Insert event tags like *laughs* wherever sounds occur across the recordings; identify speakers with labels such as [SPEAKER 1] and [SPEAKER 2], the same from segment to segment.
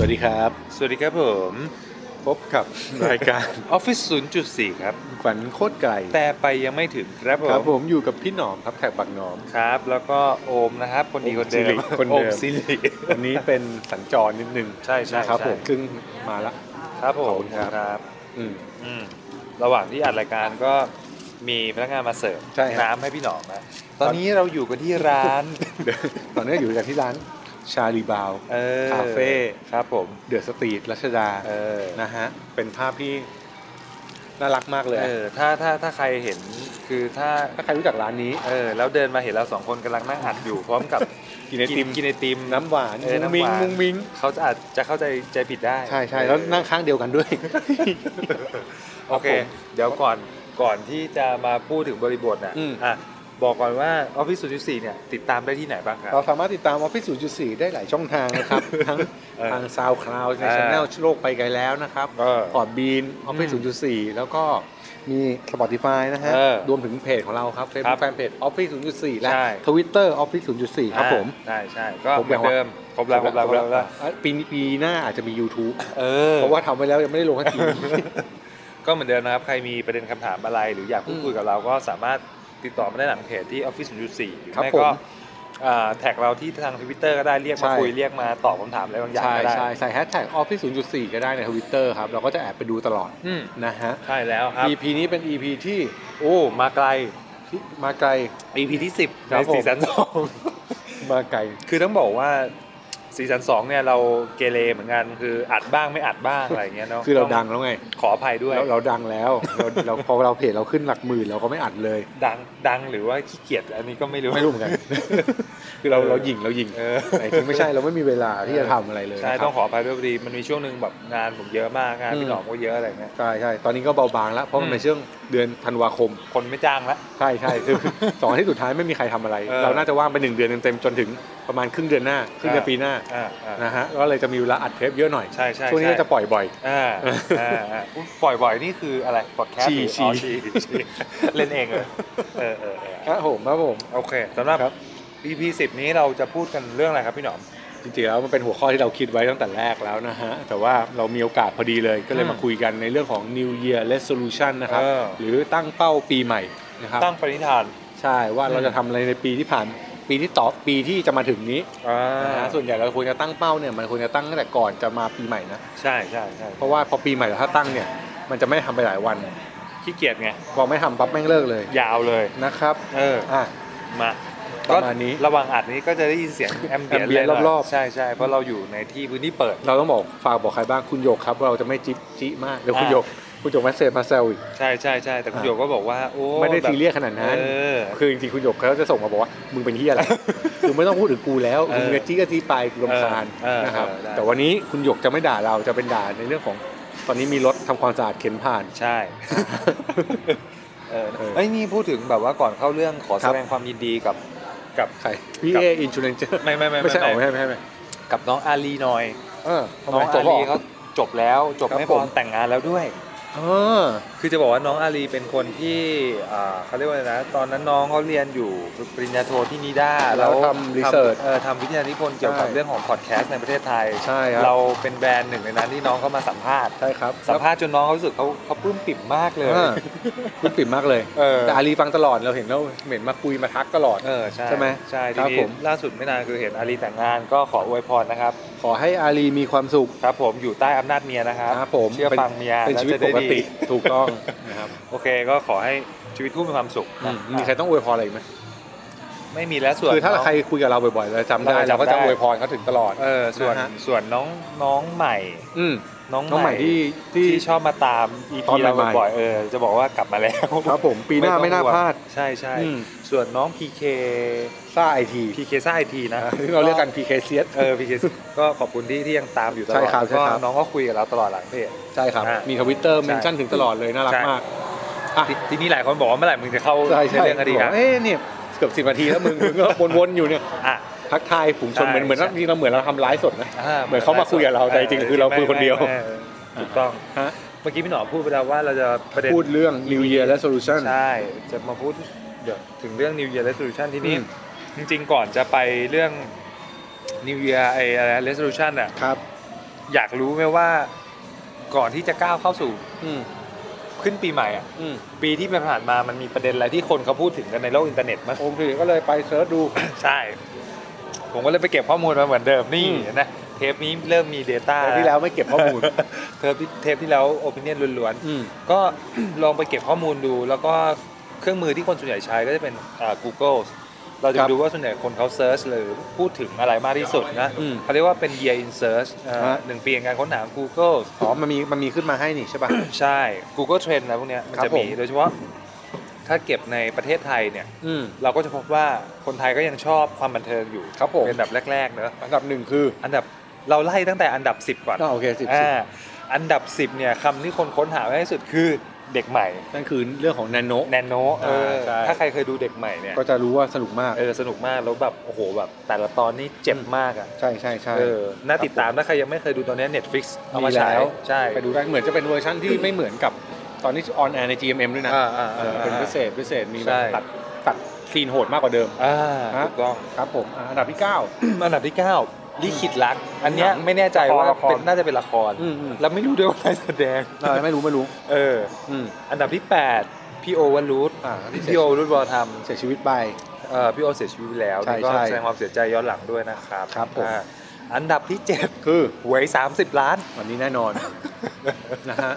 [SPEAKER 1] สวัสดีครับ
[SPEAKER 2] สวัสดีครับผม
[SPEAKER 1] พบกับ *laughs* รายการ
[SPEAKER 2] Office 0.4 ครับ
[SPEAKER 1] ฝันโคตรไกล
[SPEAKER 2] แต่ไปยังไม่ถึงครับผ
[SPEAKER 1] ครับ
[SPEAKER 2] ม
[SPEAKER 1] ผมอยู่กับพี่หนอมครับแขกบักหนอม
[SPEAKER 2] ครับ แล้วก็โอมนะครับ คนดีคนเดิ
[SPEAKER 1] โอมสิริ
[SPEAKER 2] ม
[SPEAKER 1] คนเดิม
[SPEAKER 2] โอมซิริ
[SPEAKER 1] วันนี้เป็นสัญจรนิดนึง
[SPEAKER 2] ใช่ใช่
[SPEAKER 1] นะครับ
[SPEAKER 2] ใช่
[SPEAKER 1] ผมซึ่งมาละ
[SPEAKER 2] ครับผ
[SPEAKER 1] ขอบ
[SPEAKER 2] ม
[SPEAKER 1] คุณครับ
[SPEAKER 2] ครับ
[SPEAKER 1] อืม *laughs*
[SPEAKER 2] อืมระหว่างที่อัดรายการก็มีพนักงานมาเสิร์ฟ
[SPEAKER 1] ใช่ครับ
[SPEAKER 2] น้ำให้พี่หนอมนะ ตอนนี้เราอยู่กันที่
[SPEAKER 1] *laughs*
[SPEAKER 2] ร้าน
[SPEAKER 1] เดี๋ยวตอนนี้อยู่กันที่ร้านชาลีบาว
[SPEAKER 2] เออ
[SPEAKER 1] คาเฟ่
[SPEAKER 2] ครับผม
[SPEAKER 1] เดือดสตรีทรัชดา
[SPEAKER 2] เออ
[SPEAKER 1] นะฮะ เป็นภาพที่น่ารักมากเลย
[SPEAKER 2] เออถ้าถ้าถ้าใครเห็นคือถ้า
[SPEAKER 1] ถ้าใครรู้จักร้านนี้
[SPEAKER 2] เออแล้วเดินมาเห็นเราสองคนกำลังนั่งอัดอยู่พร้อมกับ
[SPEAKER 1] กินไอติม
[SPEAKER 2] กินไอติม
[SPEAKER 1] น้ำหวาน
[SPEAKER 2] เออ
[SPEAKER 1] มุ้ง
[SPEAKER 2] น้ำ
[SPEAKER 1] มิ้ง
[SPEAKER 2] หวาน
[SPEAKER 1] มุ้งมิ้ง
[SPEAKER 2] เขาจะอาจจะเข้าใจใจผิดได้
[SPEAKER 1] ใช่ใช่แล้ว
[SPEAKER 2] เออ
[SPEAKER 1] นั่งข้างเดียวกันด้วย
[SPEAKER 2] โอเค เดี๋ยวก่อนก่อนที่จะมาพูดถึงบริบทน่ะ
[SPEAKER 1] อืม
[SPEAKER 2] อ่ะบอกก่อนว่า Office 0.4เนี่ยติดตามได้ที่ไหนบ้างครับ
[SPEAKER 1] เราสามารถติดตาม Office 0.4 ได้หลายช่องทาง
[SPEAKER 2] *laughs*
[SPEAKER 1] นะครับ ทั้ง
[SPEAKER 2] เออ
[SPEAKER 1] ทาง SoundCloud ใน
[SPEAKER 2] อ่า
[SPEAKER 1] ช anel โลกไปไกลแล้วนะครับ
[SPEAKER 2] เออ
[SPEAKER 1] พอดบีน Office 0.4 แล้วก็มี Spotify นะฮะ
[SPEAKER 2] เออ
[SPEAKER 1] รวมถึงเพจของเราครับ
[SPEAKER 2] ครั
[SPEAKER 1] Facebook
[SPEAKER 2] บ
[SPEAKER 1] แฟนเพจ Office 0.4 และ
[SPEAKER 2] ใช่
[SPEAKER 1] Twitter Office 0.4 ครับผม
[SPEAKER 2] อ่าใช่ใช่ก็
[SPEAKER 1] ผม
[SPEAKER 2] เหมือน
[SPEAKER 1] ยังว่า
[SPEAKER 2] เดิมครบแล้วครบแล้วครบแล้วครบแล้ว
[SPEAKER 1] อ่ะปีนี้ปีหน้าอาจจะมี YouTube
[SPEAKER 2] เออ
[SPEAKER 1] เพราะว่าทำไว้แล้วยังไม่ได้ลงทันที
[SPEAKER 2] *laughs* ก็เหมือนเดิมนะครับ ใครมีประเด็นคำถามอะไร หรืออยากพูดคุยกับเราก็สามารถติดต่อมาได้หลังเพจที่ Office 0.4หรือ
[SPEAKER 1] ครับ
[SPEAKER 2] ไม่
[SPEAKER 1] ผม
[SPEAKER 2] ก็อ่าแท็กเราที่ทางทวิตเตอร์ก็ได้เรียกมา
[SPEAKER 1] ใช่
[SPEAKER 2] คุยเรียกมาตอบคำถามอะไรบางอย่าง
[SPEAKER 1] ใช่
[SPEAKER 2] ก็ได้
[SPEAKER 1] ใช่ใส่แฮชแท็ก Office 0.4 ก็ได้ใน Twitter ครับ เราก็จะแอบไปดูตลอด
[SPEAKER 2] อืม
[SPEAKER 1] นะฮะ
[SPEAKER 2] ใช่แล้วครับ
[SPEAKER 1] EP นี้เป็น EP ที่
[SPEAKER 2] โอ้มาไกล
[SPEAKER 1] ที่มาไกล
[SPEAKER 2] EP ที่ 10
[SPEAKER 1] ครั
[SPEAKER 2] ใน
[SPEAKER 1] บผม
[SPEAKER 2] ซีซั่นสอง
[SPEAKER 1] มาไกล
[SPEAKER 2] คือต้องบอกว่าซีซั่นสองเนี่ยเราเกเรเหมือนกันคืออัดบ้างไม่อัดบ้างอะไรอย่างเงี้ยเนาะ
[SPEAKER 1] คือเราดังแล้วไง
[SPEAKER 2] ขออภัยด้วย
[SPEAKER 1] เราเราดังแล้วเราเราพอเราเพจเราขึ้นหลักหมื่นเราก็ไม่อัดเลย
[SPEAKER 2] ดังดังหรือว่าขี้เกียจอันนี้ก็ไม่รู้
[SPEAKER 1] ไม่รู้เหมือนกัน *laughs* คือเรา
[SPEAKER 2] เออ
[SPEAKER 1] เราหยิงเราหยิง
[SPEAKER 2] เออ
[SPEAKER 1] แต่จริงไม่ใช่เราไม่มีเวลาที่จะทำอะไรเลย
[SPEAKER 2] ใช่
[SPEAKER 1] นะครับ
[SPEAKER 2] ต้องขออภัยด้วยพอดีมันมีช่วงหนึ่งแบบงานผมเยอะมากงาน
[SPEAKER 1] อืม
[SPEAKER 2] พี่หนอมก็เยอะอะไรเงี้ย
[SPEAKER 1] ใช่ใช่ตอนนี้ก็เบาบางแล้วเพราะมัน
[SPEAKER 2] อืม
[SPEAKER 1] เป็นช่วงเดือนธันวาคม
[SPEAKER 2] คนไม่จ้างละ
[SPEAKER 1] ใช่ใช่คือ สองอาที่สุดท้ายไม่มีใครทำอะไร
[SPEAKER 2] เออ
[SPEAKER 1] เราน่าจะว่างไปหนึ่งเดือนเต็มๆจนถึงประมาณครึ่งเดือนหน้าครึ่งเดือน
[SPEAKER 2] อ่า
[SPEAKER 1] ปีหน้า
[SPEAKER 2] อ่าอ่า
[SPEAKER 1] นะฮะก็เลยจะมีเวลาอัดเทปเยอะหน่อย
[SPEAKER 2] ใช่ใช่
[SPEAKER 1] ช่วงนี้ก็จะปล่อยบ่อย
[SPEAKER 2] อ่าอ่าอ่าอุ๊ยปล่อยบ่อยนี่คืออะไรปอดแคส
[SPEAKER 1] ฉี่
[SPEAKER 2] ต์
[SPEAKER 1] ฉี่
[SPEAKER 2] เล่นเองเลยเออเออเออ
[SPEAKER 1] ครับผมครับผม
[SPEAKER 2] โอเคสำหรับ
[SPEAKER 1] ครับ
[SPEAKER 2] EP สิบนี้เราจะพูดกันเรื่องอะไรครับพี่หนอม
[SPEAKER 1] จริงๆแล้วมันเป็นหัวข้อที่เราคิดไว้ตั้งแต่แรกแล้วนะฮะ แต่ว่าเรามีโอกาสพอดีเลย ก็เลยมาคุยกันในเรื่องของ New Year Resolution นะครับ
[SPEAKER 2] เออ
[SPEAKER 1] หรือตั้งเป้าปีใหม่นะครับ
[SPEAKER 2] ตั้งปณิธาน
[SPEAKER 1] ใช่ว่าเรา
[SPEAKER 2] อืม
[SPEAKER 1] จะทำอะไรในปีที่ผ่าน ปีที่ต่อปีที่จะมาถึงนี้
[SPEAKER 2] อ่า
[SPEAKER 1] นะฮะส่วนใหญ่เราควรจะตั้งเป้าเนี่ยมันควรจะตั้งตั้งแต่ก่อนจะมาปีใหม่นะ
[SPEAKER 2] ใช่ใช่ใช่
[SPEAKER 1] เพราะว่าพอปีใหม่แล้วถ้าตั้งเนี่ยมันจะไม่ทำไปหลายวัน
[SPEAKER 2] ขี้เกียจไง
[SPEAKER 1] พอไม่ทำปั๊บแม่งเลิกเลย
[SPEAKER 2] ยาวเลย
[SPEAKER 1] นะครับ
[SPEAKER 2] เออ
[SPEAKER 1] อ่ะ
[SPEAKER 2] มา
[SPEAKER 1] ประมาณนี้
[SPEAKER 2] ก็ระหว่างอัดนี้ก็จะได้ยินเสียงแอมเบียน
[SPEAKER 1] ambient รอบๆ
[SPEAKER 2] ใช่ใช่เพราะเราอยู่ในที่พื้นที่เปิด
[SPEAKER 1] เราต้องบอกฝากบอกใครบ้างคุณโยกครับว่าเราจะไม่จิบจิมากเดี๋ยวคุณ
[SPEAKER 2] อ่ะ
[SPEAKER 1] โยกคุณโยกมาเซฟมาเซลอีก
[SPEAKER 2] ใช่ใช่ใช่แต่คุณ
[SPEAKER 1] อ่ะ
[SPEAKER 2] โยก็บอกว่าโอ้
[SPEAKER 1] ไม่ได้
[SPEAKER 2] แบบ
[SPEAKER 1] ซีเรียสขนาดนั้น
[SPEAKER 2] เออ
[SPEAKER 1] คือจริงๆคุณหยกเขาจะส่งมาบอกว่า มึงเป็น
[SPEAKER 2] *laughs*
[SPEAKER 1] ที่อะไร คือไม่ต้องพูดถึงกูแล้ว
[SPEAKER 2] เออ
[SPEAKER 1] มึงจะจี้ก็จี้ไปกูรำคาญ
[SPEAKER 2] เออเออ
[SPEAKER 1] นะครับ
[SPEAKER 2] เออได้
[SPEAKER 1] แต่วันนี้คุณหยกจะไม่ด่าเราจะเป็นด่าในเรื่องของ ตอนนี้มีรถทำความสะอาดเข็นผ่าน *laughs*
[SPEAKER 2] ใช่ เออ
[SPEAKER 1] เออ
[SPEAKER 2] ไอ้ยนี่พูดถึงแบบว่าก่อนเข้าเรื่องขอ
[SPEAKER 1] ค
[SPEAKER 2] แส
[SPEAKER 1] รับ
[SPEAKER 2] ดงความยินดีกับกับ
[SPEAKER 1] ใครพี่
[SPEAKER 2] ครับ
[SPEAKER 1] เออินชูเรนเจอร์
[SPEAKER 2] ไม่ไม่ *laughs* ไม่
[SPEAKER 1] ไม่ใช่ออกไม่ใช่ไม่ใช่ไม่ใช่
[SPEAKER 2] กับน้องอาลีหน่อย
[SPEAKER 1] เออทำไม
[SPEAKER 2] น้อง
[SPEAKER 1] ตั
[SPEAKER 2] อาว
[SPEAKER 1] บ
[SPEAKER 2] ลี
[SPEAKER 1] อก
[SPEAKER 2] เขาจบแล้วจบ
[SPEAKER 1] ครับ
[SPEAKER 2] ไม่
[SPEAKER 1] ผ
[SPEAKER 2] พอ
[SPEAKER 1] ม
[SPEAKER 2] แต่งงานแล้วด้วย
[SPEAKER 1] เออ
[SPEAKER 2] คือจะบอกว่าน้องอาลีเป็นคนที่อ่าเขาเรียกว่าอะไรนะ ตอนนั้นน้องเขาเรียนอยู่ปริญญาโทที่นิด้า
[SPEAKER 1] แล้วทำ research
[SPEAKER 2] เออทำวิทยานิพนธ์เกี่ยวกับ
[SPEAKER 1] ใช่
[SPEAKER 2] เรื่องของพอดแคสต์ในประเทศไทย
[SPEAKER 1] ใช่ครับ
[SPEAKER 2] เราเป็นแบรนด์หนึ่งในนั้นที่น้องเขามาสัมภาษณ์
[SPEAKER 1] ใช่ครับ
[SPEAKER 2] สัมภาษณ์จนน้องเขารู้สึกเขาเขาปลื้มปิ่มมากเลย
[SPEAKER 1] เออคุณปิ่มมากเลย
[SPEAKER 2] เออ
[SPEAKER 1] แต่อาลีฟังตลอดเราเห็นเราเห็นมาคุยมาทักตลอด
[SPEAKER 2] เออใช่
[SPEAKER 1] ใช่ไหม
[SPEAKER 2] ใช่
[SPEAKER 1] ครับ
[SPEAKER 2] ที
[SPEAKER 1] ผ
[SPEAKER 2] นี้
[SPEAKER 1] ม
[SPEAKER 2] ล่าสุดไม่นานคือเห็นอาลีแต่งงานก็ขออวยพรนะครับ
[SPEAKER 1] ขอให้อาลีมีความสุข
[SPEAKER 2] ครับผมอยู่ใต้อำนาจเมียนะครับ
[SPEAKER 1] นะครับผม
[SPEAKER 2] เชื่อฟังเมีย
[SPEAKER 1] เป็น
[SPEAKER 2] แล้
[SPEAKER 1] ชีวิต
[SPEAKER 2] จะได้
[SPEAKER 1] ปก
[SPEAKER 2] ดี
[SPEAKER 1] ติถูก
[SPEAKER 2] *laughs*
[SPEAKER 1] ต้องนะครับ
[SPEAKER 2] โอเคก็ขอให้ชีวิตคู่มีความสุข
[SPEAKER 1] อืมมีใครต้องอวยพรอะไรอีกไหม
[SPEAKER 2] ไม่มีแล้วส่วน
[SPEAKER 1] คือถ้า
[SPEAKER 2] น้ง
[SPEAKER 1] ใครคุยกับเราบ่อยๆเราจำได้
[SPEAKER 2] เราจะ
[SPEAKER 1] เราก็
[SPEAKER 2] จำ
[SPEAKER 1] จะ
[SPEAKER 2] ได้
[SPEAKER 1] อวยพรเขาถึงตลอด
[SPEAKER 2] เออส่วน
[SPEAKER 1] นะฮะ
[SPEAKER 2] ส่วนน้องน้องใหม่
[SPEAKER 1] อืม
[SPEAKER 2] น้อง
[SPEAKER 1] น้องใหม่ที่ที่
[SPEAKER 2] ที่ชอบมาตามอี
[SPEAKER 1] ตอน
[SPEAKER 2] เรา
[SPEAKER 1] ใหม่ๆ
[SPEAKER 2] บ่อยๆเออจะบอกว่ากลับมาแล้ว
[SPEAKER 1] ครับผมปีหน้าไม่น่า
[SPEAKER 2] ต้องห่วง
[SPEAKER 1] พลาด
[SPEAKER 2] ใช่ใช่
[SPEAKER 1] อืม
[SPEAKER 2] ส่วนน้อง PK
[SPEAKER 1] ซ่าไอที
[SPEAKER 2] PK ซ่าไอทีนะ
[SPEAKER 1] ที่เราเรียกกัน PK เซีย
[SPEAKER 2] เออ PK ก็ขอบคุณที่ที่ยังตามอยู่ตลอด
[SPEAKER 1] ใช่ครับใช่
[SPEAKER 2] ก็
[SPEAKER 1] ครับ
[SPEAKER 2] น้องก็คุยกับเราตลอดหลังเพจ
[SPEAKER 1] ใช่ครับ
[SPEAKER 2] อ่ะ
[SPEAKER 1] มีทวิตเตอร์
[SPEAKER 2] ใช่
[SPEAKER 1] เมนชั่นถึงตลอดเลยน่ารั
[SPEAKER 2] ใช่
[SPEAKER 1] กมาก อ่ะ
[SPEAKER 2] ทีทีนี้หลายคนบอกว่าเมื่อไหร่มึงจะเข้า
[SPEAKER 1] ใช่ใช่
[SPEAKER 2] ในเรื่องคดี
[SPEAKER 1] บ
[SPEAKER 2] อ่ะ
[SPEAKER 1] กเอ๊ะเนี่ยเกือบสิบนาทีแล้วมึงมึงก็วนๆอยู่เนี่ย
[SPEAKER 2] อ่ะ
[SPEAKER 1] ทักทายฝูงชนเหมือนเหมือน
[SPEAKER 2] ใช่
[SPEAKER 1] จริงๆเราเหมือนเราทำไลฟ์สดนะ
[SPEAKER 2] อ่
[SPEAKER 1] เหมือนเขามาคุยกับเราแต่จริงๆคือเราคุยคนเดียว
[SPEAKER 2] ไม่ไม่ไม่ถูกต้อง
[SPEAKER 1] ฮะ
[SPEAKER 2] เมื่อกี้พี่หนอพูดไปแล้วว่าเราจะประเด็น
[SPEAKER 1] พูดเรื่อง New Year Resolution
[SPEAKER 2] ใช่ จะมาพูดเดี๋ยวถึงเรื่อง New Year Resolution ที่นี่
[SPEAKER 1] อืม
[SPEAKER 2] จริงๆก่อนจะไปเรื่อง New Year ไอ้อะไร Resolution อ่ะ
[SPEAKER 1] ครับ
[SPEAKER 2] อยากรู้ไหมว่าก่อนที่จะก้าวเข้าสู่
[SPEAKER 1] อืม
[SPEAKER 2] ขึ้นปีใหม่อ่ะ
[SPEAKER 1] อืม
[SPEAKER 2] ปีที่ผ่านมามันมีประเด็นอะไรที่คนเขาพูดถึงกันในโลกอินเทอร์เน็ตมั้ย
[SPEAKER 1] *laughs* โอเคก็เลยไปเสิร์ชดู
[SPEAKER 2] ใช่ ผมก็เลยไปเก็บข้อมูลมาเหมือนเดิมนี่
[SPEAKER 1] อืม
[SPEAKER 2] เห็นะ เทปนี้เริ่มมี Data
[SPEAKER 1] เทปที่แล้วไม่เก็บข้อ
[SPEAKER 2] *laughs*
[SPEAKER 1] มูล
[SPEAKER 2] เทปที่เทปที่แล้วโอปิเนียนล้วน
[SPEAKER 1] อืม
[SPEAKER 2] ๆ ก็ ลองไปเก็บข้อมูลดู แล้วก็เครื่องมือที่คนส่วนใหญ่ใช้ก็จะเป็นอ่า Google เราจะไปดูว่าส่วนใหญ่คนเขาเซิร์ชหรือพูดถึงอะไรมากที่สุดนะ
[SPEAKER 1] อืม
[SPEAKER 2] เขาเรียกว่าเป็น year in search อ่า
[SPEAKER 1] ฮะ
[SPEAKER 2] หนึ่งปีของการค้นหา Google
[SPEAKER 1] อ๋อมันมีมันมีขึ้นมาให้นี่ใช่ป่ะ
[SPEAKER 2] ใช่ Google Trend นะไรพวกเนี้ยมัน
[SPEAKER 1] ครับ
[SPEAKER 2] จะมี
[SPEAKER 1] ผม
[SPEAKER 2] โดยเฉพาะถ้าเก็บในประเทศไทยเนี่ย
[SPEAKER 1] อืม
[SPEAKER 2] เราก็จะพบว่าคนไทยก็ยังชอบความบันเทิงอยู่
[SPEAKER 1] ครับผม
[SPEAKER 2] เป็นแบบแรกๆเนอะ
[SPEAKER 1] อันดับหนึ่งคือ
[SPEAKER 2] อันดับเราไล่ตั้งแต่อันดับ 10 ก่อน
[SPEAKER 1] อ๋อโอเคสิบสิบ
[SPEAKER 2] อ่าอันดับ 10เนี่ยคำที่คนค้นหามากที่สุดคือเด็กใหม่
[SPEAKER 1] นั่นคือเรื่องของนาโน
[SPEAKER 2] แนนโนเออ
[SPEAKER 1] อ่าใช่
[SPEAKER 2] ถ้าใครเคยดูเด็กใหม่เนี่ย
[SPEAKER 1] ก็จะรู้ว่าสนุกมาก
[SPEAKER 2] เออสนุกมากแล้วแบบโอ้โหแบบแต่ละตอนนี่เจ็บมากอ่ะ
[SPEAKER 1] ใช่ใช่ใช่
[SPEAKER 2] เออน่าติดตามถ้าใครยังไม่เคยดูตอนนี้ Netflix เอามา
[SPEAKER 1] ดี
[SPEAKER 2] ฉาย
[SPEAKER 1] แล้ว
[SPEAKER 2] ใช่
[SPEAKER 1] ไปดูได้เหมือนจะเป็นเวอร์ชั่นที่ไม่เหมือนกับตอนนี้ออนแอร์ใน GMM ด้วยนะ
[SPEAKER 2] อ่าอ่า
[SPEAKER 1] เอ
[SPEAKER 2] อ่า
[SPEAKER 1] อเป็นพิเศษพิเศษมีแบ
[SPEAKER 2] ใช่
[SPEAKER 1] บตัดตัดซีนโหดมากกว่าเดิม
[SPEAKER 2] อ่า
[SPEAKER 1] ฮะ
[SPEAKER 2] ถูกต้อง
[SPEAKER 1] ครับผมอ่ะอันดับที่
[SPEAKER 2] อันดับที่9ลิขิตรัก อันเนี้ย
[SPEAKER 1] หนัง
[SPEAKER 2] ไม่แน่ใจว่า
[SPEAKER 1] ละคร
[SPEAKER 2] เป็นน่าจะเป็นละคร
[SPEAKER 1] 9อืมอืม
[SPEAKER 2] แล้วไม่รู้ด้วยว่าใครแสดง
[SPEAKER 1] เออไม่รู้ไม่รู้
[SPEAKER 2] เออ
[SPEAKER 1] อืม
[SPEAKER 2] อันดับที่8พี่โอวรุธ
[SPEAKER 1] อ่า
[SPEAKER 2] พี่โอวรุธวรธรรม
[SPEAKER 1] เสียชีวิตไป
[SPEAKER 2] เอ่อพี่โอเสียชีวิตไปแล้ว
[SPEAKER 1] ใช่
[SPEAKER 2] นี่ก็
[SPEAKER 1] ใช่
[SPEAKER 2] แสดงความเสียใจย้อนหลังด้วยนะครับ
[SPEAKER 1] ครับผม
[SPEAKER 2] อ่าอันดับที่เจ็ด
[SPEAKER 1] คือ
[SPEAKER 2] หวย 30 ล้าน
[SPEAKER 1] วันนี้แน่นอน นะฮะ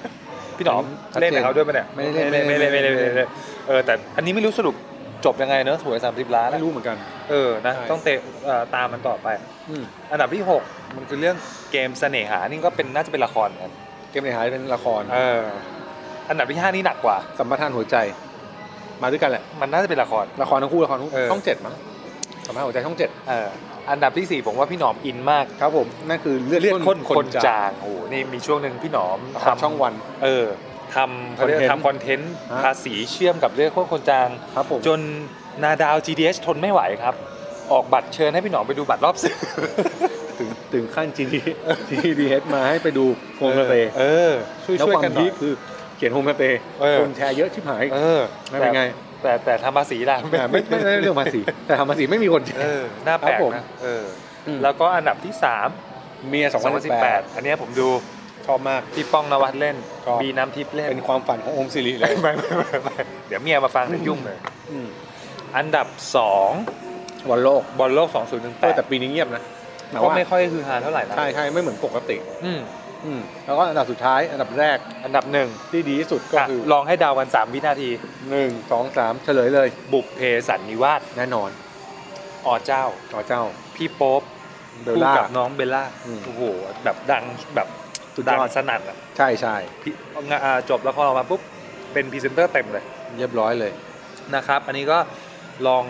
[SPEAKER 2] พี่หนอม
[SPEAKER 1] ชัดเจน
[SPEAKER 2] เล่นกับเขาด้วยปะเนี่ย
[SPEAKER 1] ไม่ได้เล่น
[SPEAKER 2] ไม่ได้เล่นไม่ได้เล่น
[SPEAKER 1] ไม่ได้เล่น
[SPEAKER 2] ไม่ได้เล่นเออแต่อันนี้ไม่รู้สรุปจบยังไงเนอะหวย 30 ล้านอะ
[SPEAKER 1] ไม่รู้เหมือนกัน
[SPEAKER 2] เออนะ
[SPEAKER 1] ใช่
[SPEAKER 2] ต้องเตะเอ่อตามมันต่อไป
[SPEAKER 1] อืม
[SPEAKER 2] อันดับที่ 6 มันคือเรื่องเกมเสน่หานี่ก็เป็นน่าจะเป็นละครเหมือนกัน
[SPEAKER 1] เกมในหายเป็นละคร
[SPEAKER 2] เอออันดับที่ 5 นี่หนักกว่า
[SPEAKER 1] สัมปทานหัวใจ มาด้วยกันแหละ
[SPEAKER 2] มันน่าจะเป็นละคร
[SPEAKER 1] ละครทั้งคู่ละครทั้งคู่
[SPEAKER 2] เออ
[SPEAKER 1] ช่องเจ็ดมั้งสัมปทานหัวใจช่องเจ็ด
[SPEAKER 2] เอออันดับที่สี่ผมว่าพี่หนอมอินมาก
[SPEAKER 1] ครับผมนั่นคือเลือด
[SPEAKER 2] เลือดข้น
[SPEAKER 1] ค
[SPEAKER 2] คน
[SPEAKER 1] น
[SPEAKER 2] จา
[SPEAKER 1] จาง
[SPEAKER 2] งโอ้โหนี่มีช่วงหนึ่งพี่หนอม
[SPEAKER 1] ละคร
[SPEAKER 2] ทำ
[SPEAKER 1] ช่องวัน
[SPEAKER 2] เออทำเขาเรียก
[SPEAKER 1] Content
[SPEAKER 2] ทำคอนเทนต์
[SPEAKER 1] ฮะ
[SPEAKER 2] ภาษีเชื่อมกับเรื่องโคตรคนจาง
[SPEAKER 1] ครับผม
[SPEAKER 2] จนนาดาว GDS ทนไม่ไหวครับ ออกบัตรเชิญให้พี่หนอมไปดูบัตรรอบสื่อ
[SPEAKER 1] ถึงถึงขั้น *laughs* GD GDH มาให้ไปดูโฮมสเตย์
[SPEAKER 2] เออ ช่วย
[SPEAKER 1] แล้ว
[SPEAKER 2] ช่วย
[SPEAKER 1] ความ
[SPEAKER 2] กันหน่
[SPEAKER 1] พี
[SPEAKER 2] อย
[SPEAKER 1] คคือเขียนโฮมสเตย์
[SPEAKER 2] เออ
[SPEAKER 1] คนแชร์เยอะชิบหาย
[SPEAKER 2] เออ
[SPEAKER 1] ไม่เป็นไง
[SPEAKER 2] แต่แต่แต่ทำภาษีล่ะ
[SPEAKER 1] แต่ไม่ไม่ไม่เรื่องภาษีแต่ทำภาษีไม่มีคนแช
[SPEAKER 2] เอ
[SPEAKER 1] ร์
[SPEAKER 2] อน่าแปลก
[SPEAKER 1] ครับผม
[SPEAKER 2] นะเออ
[SPEAKER 1] อืม
[SPEAKER 2] แล้วก็อันดับที่ 3
[SPEAKER 1] เมีย2018
[SPEAKER 2] 2018 อันเนี้ยผมดู
[SPEAKER 1] ชอบมาก
[SPEAKER 2] พี่ป้องนวัดเล่น
[SPEAKER 1] ครับ
[SPEAKER 2] บีน้ำทิพย์เล่น
[SPEAKER 1] เป็นความฝันขององค์สิริเล
[SPEAKER 2] ไม่
[SPEAKER 1] ย
[SPEAKER 2] ไม่ไม่ไม่ไม่เดี๋ยวเมียมาฟังเดี๋ยวยุ่งเลย
[SPEAKER 1] อืม
[SPEAKER 2] อันดับสอง
[SPEAKER 1] วันโลก
[SPEAKER 2] บอลโลก
[SPEAKER 1] เออแต่
[SPEAKER 2] 2018
[SPEAKER 1] ปีนี้เงียบนะหมาย
[SPEAKER 2] ก็
[SPEAKER 1] ว่า
[SPEAKER 2] ไม่ค่อยฮือฮาเท่าไหร่นะ
[SPEAKER 1] ใช่ใช่ไม่เหมือนปกติ
[SPEAKER 2] อืม
[SPEAKER 1] อืมแล้วก็อันดับสุดท้ายอันดับแรก
[SPEAKER 2] อันดับหนึ่ง
[SPEAKER 1] ที่ดีที่สุดก็
[SPEAKER 2] ก็
[SPEAKER 1] คือ
[SPEAKER 2] ลองให้เดาวกัน 3 วินาที
[SPEAKER 1] หนึ่งสองสามเฉลยเลย
[SPEAKER 2] บุกเพสันนิวาส
[SPEAKER 1] แน่นอน
[SPEAKER 2] อ๋อเจ้า
[SPEAKER 1] ต่อเจ้า
[SPEAKER 2] พี่โป๊ป
[SPEAKER 1] เบล
[SPEAKER 2] คู่
[SPEAKER 1] ล่า
[SPEAKER 2] กับน้องเบลล่า
[SPEAKER 1] อืม
[SPEAKER 2] โอ้โห แบบดังแบบ
[SPEAKER 1] สุดยอด
[SPEAKER 2] ดังสนั่นอ่ะ
[SPEAKER 1] ใช่ใช่
[SPEAKER 2] พี่อ่าจบละครออกมาปุ๊บ เป็นพรีเซนเตอร์เต็มเลย
[SPEAKER 1] เรียบร้อยเลย
[SPEAKER 2] นะครับ อันนี้ก็ลอง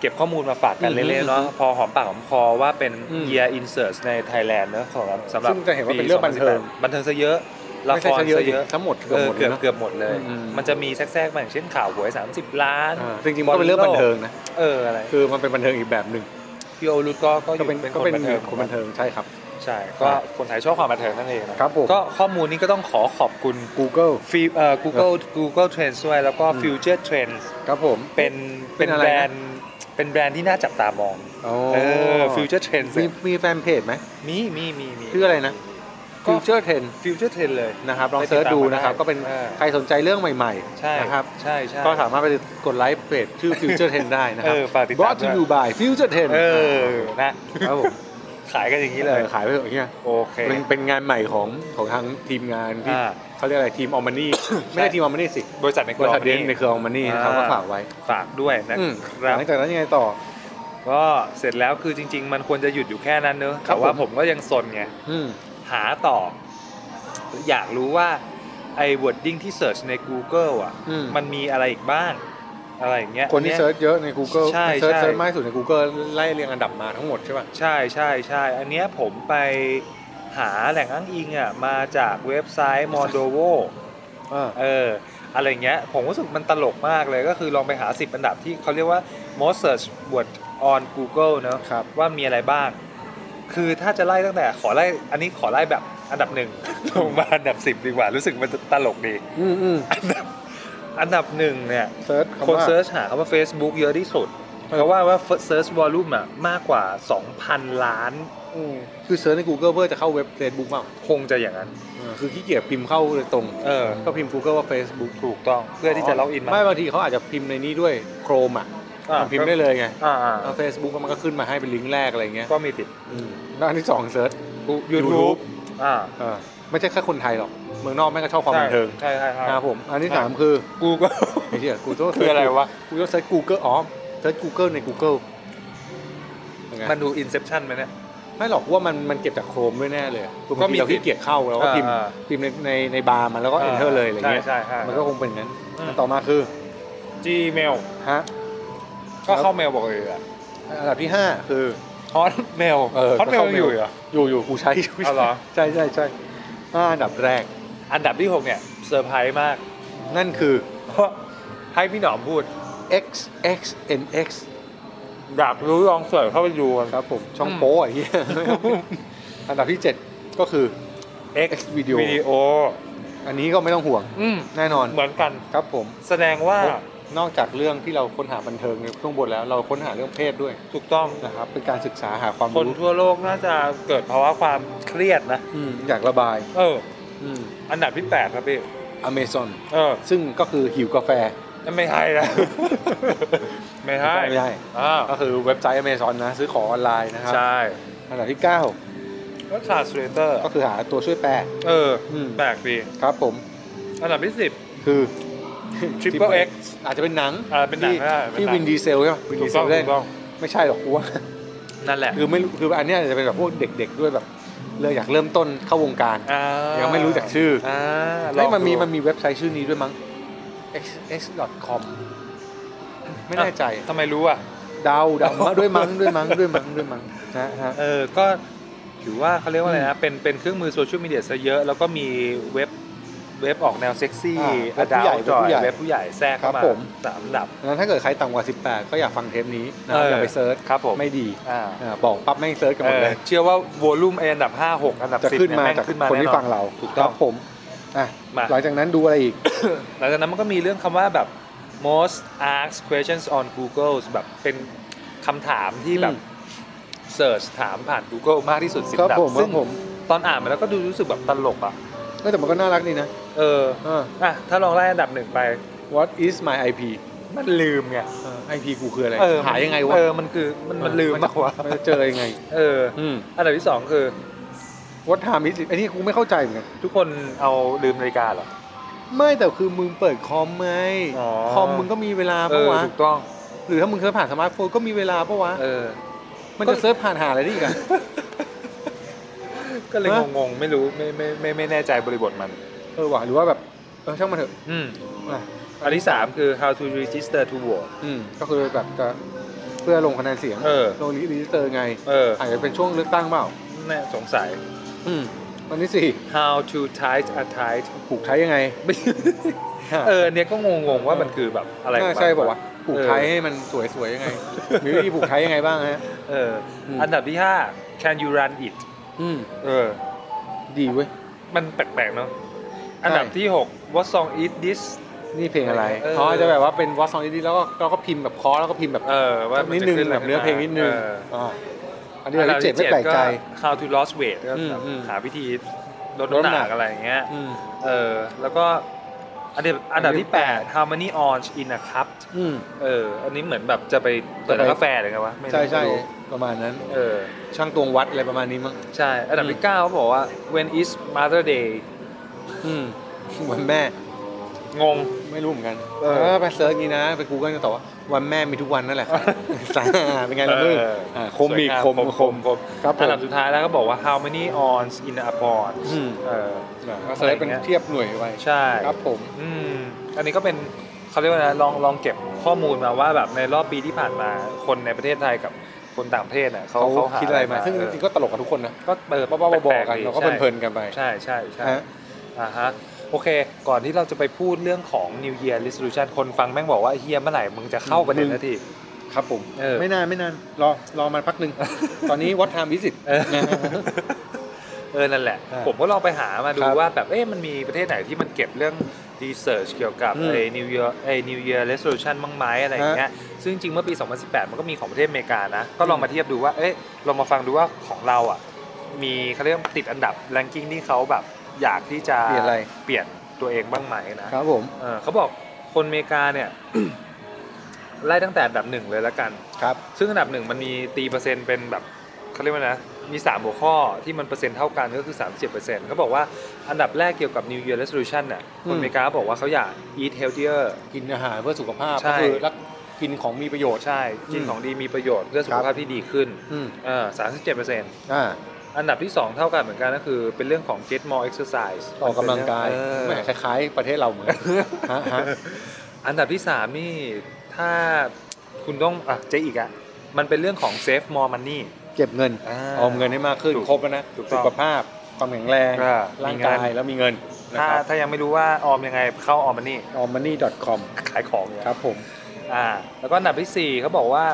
[SPEAKER 2] เก็บข้อมูลมาฝากกัน
[SPEAKER 1] อืม
[SPEAKER 2] เรื่อยๆเนาะพอหอมปากหอมคอว่าเป็น
[SPEAKER 1] อืม
[SPEAKER 2] year in search ในไทยแลนด์เนอะของสำหรับ
[SPEAKER 1] ซึ่งจะเห็นว่าเป็นเรื่องบันเทิง
[SPEAKER 2] บันเทิงซะเยอะละ
[SPEAKER 1] ไม่
[SPEAKER 2] ค
[SPEAKER 1] ใช่
[SPEAKER 2] ร
[SPEAKER 1] ซะเยอะ
[SPEAKER 2] ซะ
[SPEAKER 1] ดิ
[SPEAKER 2] เยอะ
[SPEAKER 1] ทั้งหมดเกื
[SPEAKER 2] เออ
[SPEAKER 1] อบหมดล
[SPEAKER 2] เกื
[SPEAKER 1] ย
[SPEAKER 2] อบ
[SPEAKER 1] นะ
[SPEAKER 2] เกือบหมดเลย
[SPEAKER 1] อืม
[SPEAKER 2] มันจะมีแทรกๆมาอย่างเช่นข่าวหวย 30 ล้าน
[SPEAKER 1] อ่าจริงๆมันก็เป็นเรื่องบันเทิงนะ
[SPEAKER 2] เอออะไร
[SPEAKER 1] คือมันเป็นบันเทิงอีกแบบหนึ่ง
[SPEAKER 2] พี่โอรุดก็ก็อ
[SPEAKER 1] ก็
[SPEAKER 2] ยู่
[SPEAKER 1] เป็น
[SPEAKER 2] เป็น
[SPEAKER 1] ก็
[SPEAKER 2] คน
[SPEAKER 1] เป็น
[SPEAKER 2] บันเทิง
[SPEAKER 1] คนบันเทิงใช่ครับ
[SPEAKER 2] ใช่ก็คนไทยชอบความบันเทิงนั่นเองนะครับ
[SPEAKER 1] ผม
[SPEAKER 2] ก็ข้อมูลนี้ก็ต้องขอขอบคุณ
[SPEAKER 1] Google
[SPEAKER 2] ฟีเอ่อ Google Google Trends ด้วยแล้วก็
[SPEAKER 1] อืม
[SPEAKER 2] Future Trends
[SPEAKER 1] ครับผม
[SPEAKER 2] เป็นเป็
[SPEAKER 1] เป็
[SPEAKER 2] น น
[SPEAKER 1] อะไร
[SPEAKER 2] แบร
[SPEAKER 1] นะ
[SPEAKER 2] นด์เป็นแบรนด์ที่น่าจับตามอง
[SPEAKER 1] โอ้
[SPEAKER 2] เออ Future Trends
[SPEAKER 1] มี
[SPEAKER 2] เนี่ย
[SPEAKER 1] มีแฟนเพจไหม
[SPEAKER 2] มีมีมีมี
[SPEAKER 1] ชื่ออะไรนะ
[SPEAKER 2] ก็
[SPEAKER 1] Future Ten
[SPEAKER 2] Future Trends เลย
[SPEAKER 1] นะครับลอง
[SPEAKER 2] ไปติดตาม
[SPEAKER 1] เสิร์ชดูนะครับ
[SPEAKER 2] มาได้
[SPEAKER 1] ก็เป็น
[SPEAKER 2] เออ
[SPEAKER 1] ใครสนใจเรื่องใหม่
[SPEAKER 2] ใช่
[SPEAKER 1] ๆนะครับ
[SPEAKER 2] ใช่ใช่
[SPEAKER 1] ก็สามารถไปกดไลค์เพจชื่อ Future Ten ได้นะครับ
[SPEAKER 2] เออฝากติดตาม
[SPEAKER 1] Brought to
[SPEAKER 2] ด้วย
[SPEAKER 1] you by Future Ten
[SPEAKER 2] เออนะครับ
[SPEAKER 1] ผม
[SPEAKER 2] ขายกันอย่างนี้
[SPEAKER 1] เอ
[SPEAKER 2] เล
[SPEAKER 1] อย ขายไปเถอะเนี่ย
[SPEAKER 2] โอเค
[SPEAKER 1] เป็นเป็นงานใหม่ของของทางทีมงานที่
[SPEAKER 2] อ่า
[SPEAKER 1] เขาเรียกอะไรทีมออมานี่ไม่ใช่ทีมออมานี่สิ
[SPEAKER 2] บริษัทในเค
[SPEAKER 1] บ
[SPEAKER 2] รื
[SPEAKER 1] ริ
[SPEAKER 2] อ
[SPEAKER 1] ษัทเดน
[SPEAKER 2] นี้
[SPEAKER 1] ในเครือออมานี่นะครับ
[SPEAKER 2] อ่า
[SPEAKER 1] ก็ฝากไว้
[SPEAKER 2] ฝากด้วยนะ
[SPEAKER 1] อืม
[SPEAKER 2] ครับ
[SPEAKER 1] หลังจากนั้นยังไงต่อ
[SPEAKER 2] ก็เสร็จแล้วคือจริง ๆ มันควรจะหยุดอยู่แค่นั้นเนอะ
[SPEAKER 1] ครับ
[SPEAKER 2] แต่ว่า
[SPEAKER 1] ผม
[SPEAKER 2] ผมก็ยังสนไง
[SPEAKER 1] อืม
[SPEAKER 2] หาต่อ อยากรู้ว่าไอ้ wording ที่ search ใน Google อ่ะ
[SPEAKER 1] อืม
[SPEAKER 2] มันมีอะไรอีกบ้าง อะไรอย่างเงี้ย
[SPEAKER 1] คนที่เซิร์ชเยอะใน Google
[SPEAKER 2] ใช่
[SPEAKER 1] เซิร์ช
[SPEAKER 2] ใช่
[SPEAKER 1] เซิร์ชมากที่สุดใน Google ไล่เรียงอันดับมาทั้งหมดใช่ป่ะ
[SPEAKER 2] ใช่ใช่ใช่ อันเนี้ยผมไปหาแหล่งอ้างอิงอ่ะมาจากเว็บไซต์ Mondovo เอออะไรเงี้ย ผมรู้สึกมันตลกมากเลยก็คือลองไปหา 10 อันดับที่เขาเรียกว่า most search word on Google เนอะ
[SPEAKER 1] ครับ
[SPEAKER 2] ว่ามีอะไรบ้าง คือถ้าจะไล่ตั้งแต่ขอไล่อันนี้ขอไล่แบบอันดับหนึ่ง *laughs* ลงมาอันดับ 10 ดีกว่า รู้สึกมันจะตลกดี
[SPEAKER 1] อืมอืม
[SPEAKER 2] อันดับหนึ่งเนี่ย
[SPEAKER 1] เซิร์ช
[SPEAKER 2] คน
[SPEAKER 1] คำว่า
[SPEAKER 2] เซิร์ชหาคำว่า Facebook เยอะที่สุด เพราะว่าว่าเซิร์ชวอลลุ่มอ่ะมากกว่า 2,000 ล้าน
[SPEAKER 1] อืมคือเซิร์ชใน Google เพื่อจะเข้าเว็บ Facebook เปล่า
[SPEAKER 2] คงจะอย่างนั้น
[SPEAKER 1] เออคือขี้เกียจพิมพ์เข้าเลยตรง
[SPEAKER 2] เออ
[SPEAKER 1] ก็พิมพ์ Google ว่า Facebook
[SPEAKER 2] ถูกต้องเพื่อที่จะล็อกอินมา
[SPEAKER 1] ไม่บางทีเขาอาจจะพิมพ์ในนี้ด้วยโครมอ่ะ
[SPEAKER 2] อ่า
[SPEAKER 1] พิมพ์ได้เลยไง
[SPEAKER 2] อ่าอ่า
[SPEAKER 1] เฟซบุ๊กมันก็ขึ้นมาให้เป็นลิงก์แรกอะไรเงี้ย
[SPEAKER 2] ก็มีติด
[SPEAKER 1] อืมแล้วอันที่สองเซิร์ช
[SPEAKER 2] YouTube อ่า
[SPEAKER 1] อ่าไม่ใช่แค่คนไทยหรอก เมืองนอกแม่งก็ชอบความบันเทิง
[SPEAKER 2] ใช่ใช่ใช่
[SPEAKER 1] นะครับผม อันที่สามคือ
[SPEAKER 2] กูก็
[SPEAKER 1] ไอ้เหี้ยกูต้อง
[SPEAKER 2] คืออะไรวะ
[SPEAKER 1] กูต้องเซิร์ช Google อ๋อเซิร์ช Google ใน Google ยังไง
[SPEAKER 2] *laughs* มันดูอินเซ t ชันไหมเนี่ย
[SPEAKER 1] ไม่หรอกกูว่ามันมันเก็บจากโครมด้วยแน่เลยคือบาง
[SPEAKER 2] ก็มี
[SPEAKER 1] ทีเรา
[SPEAKER 2] สิ
[SPEAKER 1] ขี้เกียจเข้าเราก็พิมพ์
[SPEAKER 2] อ่า
[SPEAKER 1] พิมพ์ในในในบาร์มันแล้วก็ enter เลยอะไรเงี้ย
[SPEAKER 2] ใช่ใช่
[SPEAKER 1] มัน
[SPEAKER 2] ใช่
[SPEAKER 1] ก็คงเป็นอย่างนั้น
[SPEAKER 2] อืม
[SPEAKER 1] อันต่อมาคือ
[SPEAKER 2] Gmail
[SPEAKER 1] ฮะ
[SPEAKER 2] ก็เข้าเมลบอกเลยอ่ะ
[SPEAKER 1] อันดับที่ห้าคือ
[SPEAKER 2] ฮอตเมล
[SPEAKER 1] เออ
[SPEAKER 2] ฮอตเมล
[SPEAKER 1] ก็เข้า
[SPEAKER 2] อยู่เหรอ
[SPEAKER 1] อยู่อยู่กูใช้อยู่
[SPEAKER 2] เอาเหรอ
[SPEAKER 1] ใช่ใช่ใช่ห้าอันดับแรก
[SPEAKER 2] อันดับที่ 6 เนี่ยเซอร์ไพรส์มาก
[SPEAKER 1] นั่นคือ
[SPEAKER 2] เพราะให้พี่หนอมพูด
[SPEAKER 1] x x n x
[SPEAKER 2] อยากรู้ลองเสิร์ชเข้าไปดูกัน
[SPEAKER 1] ครับผมช่อง
[SPEAKER 2] อืม
[SPEAKER 1] โป๊ไอ้เหี้ย *laughs* อันดับที่เจ็ดก็คือ
[SPEAKER 2] X
[SPEAKER 1] X Video
[SPEAKER 2] วิดีโอ
[SPEAKER 1] อันนี้ก็ไม่ต้องห่วง
[SPEAKER 2] อืม
[SPEAKER 1] แน่นอน
[SPEAKER 2] เหมือนกัน
[SPEAKER 1] ครับผม
[SPEAKER 2] แสดงว่า
[SPEAKER 1] ผมนอกจากเรื่องที่เราค้นหาบันเทิงในช่วงบนแล้วเราค้นหาเรื่องเพศด้วย
[SPEAKER 2] ถูกต้อง
[SPEAKER 1] นะครับเป็นการศึกษาหาความ
[SPEAKER 2] คน
[SPEAKER 1] รู้
[SPEAKER 2] ทั่วโลกน่าจะเกิดภาวะความเครียดนะ
[SPEAKER 1] อืมอยากระบาย
[SPEAKER 2] เออ
[SPEAKER 1] อืม
[SPEAKER 2] อันดับที่ 8 ครับพี่
[SPEAKER 1] อเมซอน
[SPEAKER 2] เออ
[SPEAKER 1] ซึ่งก็คือหิวกาแฟ
[SPEAKER 2] ไม่ให้นะ ไม่ให้
[SPEAKER 1] ไม่ให้
[SPEAKER 2] อ่าว
[SPEAKER 1] ก็คือเว็บไซต์อเมซอนนะซื้อของออนไลน์นะครับ
[SPEAKER 2] ใช่
[SPEAKER 1] อันดับที่เก้า
[SPEAKER 2] ก็ทรานสเลเตอร์
[SPEAKER 1] ก็คือหาตัวช่วยแปล
[SPEAKER 2] เออ
[SPEAKER 1] อืม
[SPEAKER 2] แปลกดี
[SPEAKER 1] ครับผม
[SPEAKER 2] อันดับที่สิบ
[SPEAKER 1] คือ
[SPEAKER 2] Triple X
[SPEAKER 1] อาจจะเป็นหนัง
[SPEAKER 2] อ่าเป็นหนัง
[SPEAKER 1] ที่
[SPEAKER 2] อ่าเป็น
[SPEAKER 1] ที่
[SPEAKER 2] หนัง
[SPEAKER 1] วินดีเซลใช่ไหมวิน
[SPEAKER 2] ถู
[SPEAKER 1] ดี
[SPEAKER 2] ก
[SPEAKER 1] เซ
[SPEAKER 2] ต้อง
[SPEAKER 1] ลเล่น
[SPEAKER 2] ถูกต้อง
[SPEAKER 1] ไม่ใช่หรอกกูว่า
[SPEAKER 2] นั่นแหละ
[SPEAKER 1] คือไม่รู้คืออันเนี้ยอาจจะเป็นแบบพวกเด็กๆด้วยแบบเลยอยากเริ่มต้นเข้าวงการ
[SPEAKER 2] อ่า
[SPEAKER 1] ยังไม่รู้จักชื่ออ
[SPEAKER 2] อ่าล
[SPEAKER 1] เฮ้
[SPEAKER 2] อย ง
[SPEAKER 1] มันมี
[SPEAKER 2] ดู
[SPEAKER 1] มันมีเว็บไซต์ชื่อนี้ด้วยมั้ง x x com ไม่
[SPEAKER 2] อ่ะ
[SPEAKER 1] แน่ใจ
[SPEAKER 2] ทำไมรู้อ่ะ
[SPEAKER 1] เดาเดามาด้วยมั้งด้วยมั้งด้วยมั้งด้วยมั้งนะฮะ
[SPEAKER 2] เออ ก็ถือว่าเขาเรียกว่าอะไรนะ เป็นเป็นเครื่องมือโซเชียลมีเดียซะเยอะ แล้วก็มีเว็บเว็บออกแนวเซ็กซี่
[SPEAKER 1] อ่าเว็บผู้
[SPEAKER 2] ดา
[SPEAKER 1] ใหญ่
[SPEAKER 2] วจอย
[SPEAKER 1] เว็บผู้ใหญ่
[SPEAKER 2] เว็บผู้ใหญ่แทรกเข้า
[SPEAKER 1] ครั
[SPEAKER 2] มา
[SPEAKER 1] บผม
[SPEAKER 2] สามอันดับ
[SPEAKER 1] งั้นถ้าเกิดใครต่ำกว่า 18 ก็อย่าฟังเทปนี้นะ
[SPEAKER 2] เอออ
[SPEAKER 1] อย่าไปเซิร์ช
[SPEAKER 2] ครับผม
[SPEAKER 1] ไม่ดี
[SPEAKER 2] อ่า
[SPEAKER 1] อ่าบอกปั๊บแม่งเซิร์ชกันหมดเลย
[SPEAKER 2] เออเชื่อว่าวอลลุ่มไออันดับห้าหกอันดับ
[SPEAKER 1] จะ
[SPEAKER 2] สิบ
[SPEAKER 1] ขึ้น
[SPEAKER 2] เนี่ย
[SPEAKER 1] มา
[SPEAKER 2] แม่ง
[SPEAKER 1] จาก
[SPEAKER 2] ขึ้นมา
[SPEAKER 1] คนที่
[SPEAKER 2] แอ
[SPEAKER 1] ฟังเรา
[SPEAKER 2] ถูกต้อง
[SPEAKER 1] ครับผมอ่ะ
[SPEAKER 2] มา
[SPEAKER 1] หลังจากนั้นดูอะไรอีก
[SPEAKER 2] *coughs* หลังจากนั้นมันก็มีเรื่องคำว่าแบบ most asked questions on Google แบบเป็นคำถามที่แบบ
[SPEAKER 1] อืม
[SPEAKER 2] search ถามผ่าน Google มากที่สุดสิบ
[SPEAKER 1] ครับ
[SPEAKER 2] ดับ
[SPEAKER 1] ผมค
[SPEAKER 2] ซึ่
[SPEAKER 1] รั
[SPEAKER 2] ง
[SPEAKER 1] บผม
[SPEAKER 2] ตอนอ่านมาแล้วก็ดูรู้สึกแบบตลกอ่ะ
[SPEAKER 1] เอ้ยแต่มันก็น่ารักดีนะ
[SPEAKER 2] เออ
[SPEAKER 1] อ่า
[SPEAKER 2] อ่ะถ้าลองไล่อันดับหนึ่งไป
[SPEAKER 1] What is my IP
[SPEAKER 2] มันลืมไง
[SPEAKER 1] เออ IP กูคืออะไร
[SPEAKER 2] เออ
[SPEAKER 1] หายังไงวะ
[SPEAKER 2] เออมันคือมันมันลืมมากกว่า
[SPEAKER 1] มันจะเจอยังไง
[SPEAKER 2] เออ
[SPEAKER 1] อืม
[SPEAKER 2] อันดับที่สองคือ
[SPEAKER 1] What time is it อันนี้กูไม่เข้าใจเหมือนกัน
[SPEAKER 2] ทุกคนเอาลืมนาฬิกาเหรอ
[SPEAKER 1] ไม่แต่คือมึงเปิดคอมไหม
[SPEAKER 2] อ๋อ
[SPEAKER 1] คอมมึงก็มีเวลา
[SPEAKER 2] เอ
[SPEAKER 1] ปะ
[SPEAKER 2] อ
[SPEAKER 1] วะ
[SPEAKER 2] ถูกต้อง
[SPEAKER 1] หรือถ้ามึงเคยผ่านสมาร์ทโฟนก็มีเวลาปะวะ
[SPEAKER 2] เอ
[SPEAKER 1] *laughs*
[SPEAKER 2] อ
[SPEAKER 1] มัน
[SPEAKER 2] ก็
[SPEAKER 1] จะเซิร์ชผ่านหาอะไรได้อีกอะ
[SPEAKER 2] ก็เลย
[SPEAKER 1] ฮะ
[SPEAKER 2] งงๆไม่รู้ไม่ไม่ไม่ไม่แน่ใจบริบทมัน
[SPEAKER 1] เออว่ะหรือว่าแบบเออช่างมันเถอะ
[SPEAKER 2] อืม
[SPEAKER 1] อ่ะ
[SPEAKER 2] อันที่ 3 คือ how to register to vote
[SPEAKER 1] อืมก็คือแบบจะเพื่อลงคะแนนเสียง
[SPEAKER 2] เออ
[SPEAKER 1] ลงรีจิสเตอร์ไง
[SPEAKER 2] เออ
[SPEAKER 1] อาจจะเป็นช่วงเลือกตั้งเปล่า
[SPEAKER 2] แน่สงสัย
[SPEAKER 1] อืมวันที่สี่
[SPEAKER 2] how to type a type
[SPEAKER 1] ผูกไทย *laughs* ยังไง
[SPEAKER 2] เออเนี่ยก็งงๆว่ามันคือแบบอะไรของ
[SPEAKER 1] น่า
[SPEAKER 2] มัน
[SPEAKER 1] ใช่ป่าวะผูกไทย
[SPEAKER 2] เออ
[SPEAKER 1] ให้มันสวยๆยังไงมีวิธีผูกไทยยังไงบ้างฮะ
[SPEAKER 2] เอออ
[SPEAKER 1] ม
[SPEAKER 2] อันดับที่ 5 can you run it
[SPEAKER 1] อืม
[SPEAKER 2] เออ
[SPEAKER 1] ดีเว้ย
[SPEAKER 2] มันแปลกๆเนาะอันดับที่ 6 what song is this
[SPEAKER 1] นี่เพลงอะไร
[SPEAKER 2] เออ
[SPEAKER 1] เขาอาจจะแบบว่าเป็นวอสซองดีๆแล้วก็เราก็พิมพ์แบบคอแล้วก็พิมพ์แบบ
[SPEAKER 2] เออว่ามั
[SPEAKER 1] นิด
[SPEAKER 2] จะ
[SPEAKER 1] นึง
[SPEAKER 2] ขึ้ะไร
[SPEAKER 1] แบบเนื้อเพลงนิดนึง
[SPEAKER 2] เออ
[SPEAKER 1] อ่าอันนี้
[SPEAKER 2] อัน
[SPEAKER 1] เรา
[SPEAKER 2] ดับ
[SPEAKER 1] เจ็บ
[SPEAKER 2] ที่
[SPEAKER 1] ไม่แปลก
[SPEAKER 2] ก็
[SPEAKER 1] ใจ
[SPEAKER 2] how to lost weight ก็
[SPEAKER 1] อืมอืม
[SPEAKER 2] หาวิธีลด
[SPEAKER 1] ลด
[SPEAKER 2] น้ำ
[SPEAKER 1] น้ำ
[SPEAKER 2] ห
[SPEAKER 1] หนั
[SPEAKER 2] นั
[SPEAKER 1] ก
[SPEAKER 2] กอะไรอย่างเงี้ย
[SPEAKER 1] อืม
[SPEAKER 2] เออแล้วก็อันดับอันดับที่ 8 how many orange in a cup
[SPEAKER 1] อืม
[SPEAKER 2] เออ อันนี้เหมือนแบบจะไปเปิดร้านกาแฟหรือไงวะไม่รู้
[SPEAKER 1] ใช่ใช่
[SPEAKER 2] ไม่รู้
[SPEAKER 1] ประมาณนั้น
[SPEAKER 2] เออ
[SPEAKER 1] ช่างตวงวัดอะไรประมาณนี้มั้ง
[SPEAKER 2] ใช่ อันดับ
[SPEAKER 1] อื
[SPEAKER 2] ที่
[SPEAKER 1] ม
[SPEAKER 2] 9เขาบอกว่า when is mother day
[SPEAKER 1] อืมวันแม่
[SPEAKER 2] งง
[SPEAKER 1] ไม่รู้เหมือนกัน
[SPEAKER 2] เออ
[SPEAKER 1] เออไปเซิร์ชนี้นะ ไปกูก็จะตอบว่าวันแม่มีทุกวันนั่นแหละ สาเป็นไงล่ะมึง
[SPEAKER 2] เออ
[SPEAKER 1] อ่าคม
[SPEAKER 2] สวย
[SPEAKER 1] อีก
[SPEAKER 2] งา
[SPEAKER 1] คมคม
[SPEAKER 2] คม
[SPEAKER 1] ครับผ
[SPEAKER 2] อัน
[SPEAKER 1] ม
[SPEAKER 2] ดับสุดท้ายแล้วก็บอกว่า how many ons in a pond
[SPEAKER 1] อืม
[SPEAKER 2] เออ
[SPEAKER 1] ก็เซิร์ชเป็น
[SPEAKER 2] อะไรอย่างเงี้ย
[SPEAKER 1] เทียบหน่วยไว้
[SPEAKER 2] ใช่
[SPEAKER 1] ครับผม
[SPEAKER 2] อืมอันนี้ก็เป็น เขาเรียกว่าอะไรลองลองเก็บข้อมูลมาว่าแบบในรอบปีที่ผ่านมาคนในประเทศไทยกับคนต่างประเทศน่ะเขา
[SPEAKER 1] เขา
[SPEAKER 2] เขาห
[SPEAKER 1] คิดอะไรมา ซึ่ง
[SPEAKER 2] เอ
[SPEAKER 1] จ
[SPEAKER 2] อ
[SPEAKER 1] ริงๆก็ตลกกับทุกคนนะ
[SPEAKER 2] ก็เปิด
[SPEAKER 1] บ้าๆบอๆกั
[SPEAKER 2] แปล
[SPEAKER 1] น
[SPEAKER 2] ๆดี
[SPEAKER 1] เราก็
[SPEAKER 2] ใช่
[SPEAKER 1] เพลินๆกันไป
[SPEAKER 2] ใช่ใช่ใช่
[SPEAKER 1] ฮะ
[SPEAKER 2] อ่าฮะโอเค ก่อนที่เราจะไปพูดเรื่องของ New Year Resolution คนฟังแม่งบอกว่าเฮียเมื่อไหร่มึงจะเข้าประเด็นนาที
[SPEAKER 1] ครับผม
[SPEAKER 2] เออ
[SPEAKER 1] ไม่นานไม่นานรอรอมาพักหนึ่ง ตอนนี้วัดทามวิสิต
[SPEAKER 2] เออ เออ นั่นแหละ
[SPEAKER 1] อ่า
[SPEAKER 2] ผมก็ลองไปหามาดู
[SPEAKER 1] ครับ
[SPEAKER 2] ว่าแบบ เอ๊ะมันมีประเทศไหนที่มันเก็บเรื่องรีเสิร์ชเกี่ยวกับ
[SPEAKER 1] อืม
[SPEAKER 2] ไอ้ New Year ไอ้ New Year Resolution บ้างไหมอะไรอย่างเงี้ย ซึ่งจริงๆเมื่อปี 2018 มันก็มีของประเทศอเมริกานะ ก็ลองมาเทียบดูว่า เอ๊ะลองมาฟังดูว่าของเราอ่ะ มีเขาเรียกว่าติดอันดับแรงกิ้งที่เขาแบบอยากที่จะ
[SPEAKER 1] เปลี่ยนอะไร
[SPEAKER 2] เปลี่ยนตัวเองบ้างไหมนะ
[SPEAKER 1] ครับผม
[SPEAKER 2] เออเขาบอกคนอเมริกาเนี่ย *coughs* ไล่ตั้งแต่อันดับหนึ่งเลยละกัน
[SPEAKER 1] ครับ
[SPEAKER 2] ซึ่งอันดับหนึ่งมันมีตีเปอร์เซ็นต์เป็นแบบเขาเรียกว่านะ มี 3 หัวข้อที่มันเปอร์เซ็นต์เท่ากันก็คือ 37%เขาบอกว่าอันดับแรกเกี่ยวกับ New Year Resolution เนี่ยคนอเมริกาบอกว่าเขาอยาก eat healthier
[SPEAKER 1] กินอาหารเพื่อสุขภาพ
[SPEAKER 2] ใช่
[SPEAKER 1] ก็คือรักกินของมีประโยชน์
[SPEAKER 2] ใช่ กิน
[SPEAKER 1] อืม
[SPEAKER 2] ของดีมีประโยชน์เพื่อสุข
[SPEAKER 1] ครั
[SPEAKER 2] ภาพ
[SPEAKER 1] บ
[SPEAKER 2] ที่ดีขึ้น
[SPEAKER 1] อืม
[SPEAKER 2] เออ37%
[SPEAKER 1] อ่า
[SPEAKER 2] อันดับที่ 2 เท่ากันเหมือนกันก็คือเป็นเรื่องของ get more exercise
[SPEAKER 1] ออกกำลังกาย
[SPEAKER 2] เออ
[SPEAKER 1] แหมคล้ายๆ ประเทศเราเหมือนกันฮะฮะ
[SPEAKER 2] อันดับที่ 3 นี่ถ้าคุณต้องอ่ะเจ๊อีกอ่ะมันเป็นเรื่องของ save more money
[SPEAKER 1] เก็บเงิน
[SPEAKER 2] า
[SPEAKER 1] ออมเงินให้มากขึ้น
[SPEAKER 2] ถูก
[SPEAKER 1] ครบแล้วนะ
[SPEAKER 2] ถูกต้
[SPEAKER 1] สุ
[SPEAKER 2] อง
[SPEAKER 1] ขภาพ ความแข็งแรง
[SPEAKER 2] อ่า
[SPEAKER 1] ร่าง
[SPEAKER 2] มีเงิ
[SPEAKER 1] กาน ยแล้วมีเงินนะ
[SPEAKER 2] ถ้า
[SPEAKER 1] ครับ
[SPEAKER 2] ถ้ายังไม่รู้ว่าออมยังไงเข้าออมมันนี่
[SPEAKER 1] o m m o n e y com
[SPEAKER 2] ขายของเนี่ย
[SPEAKER 1] ครับผม
[SPEAKER 2] อ่า แล้วก็อันดับที่ 4เขาบอกว่า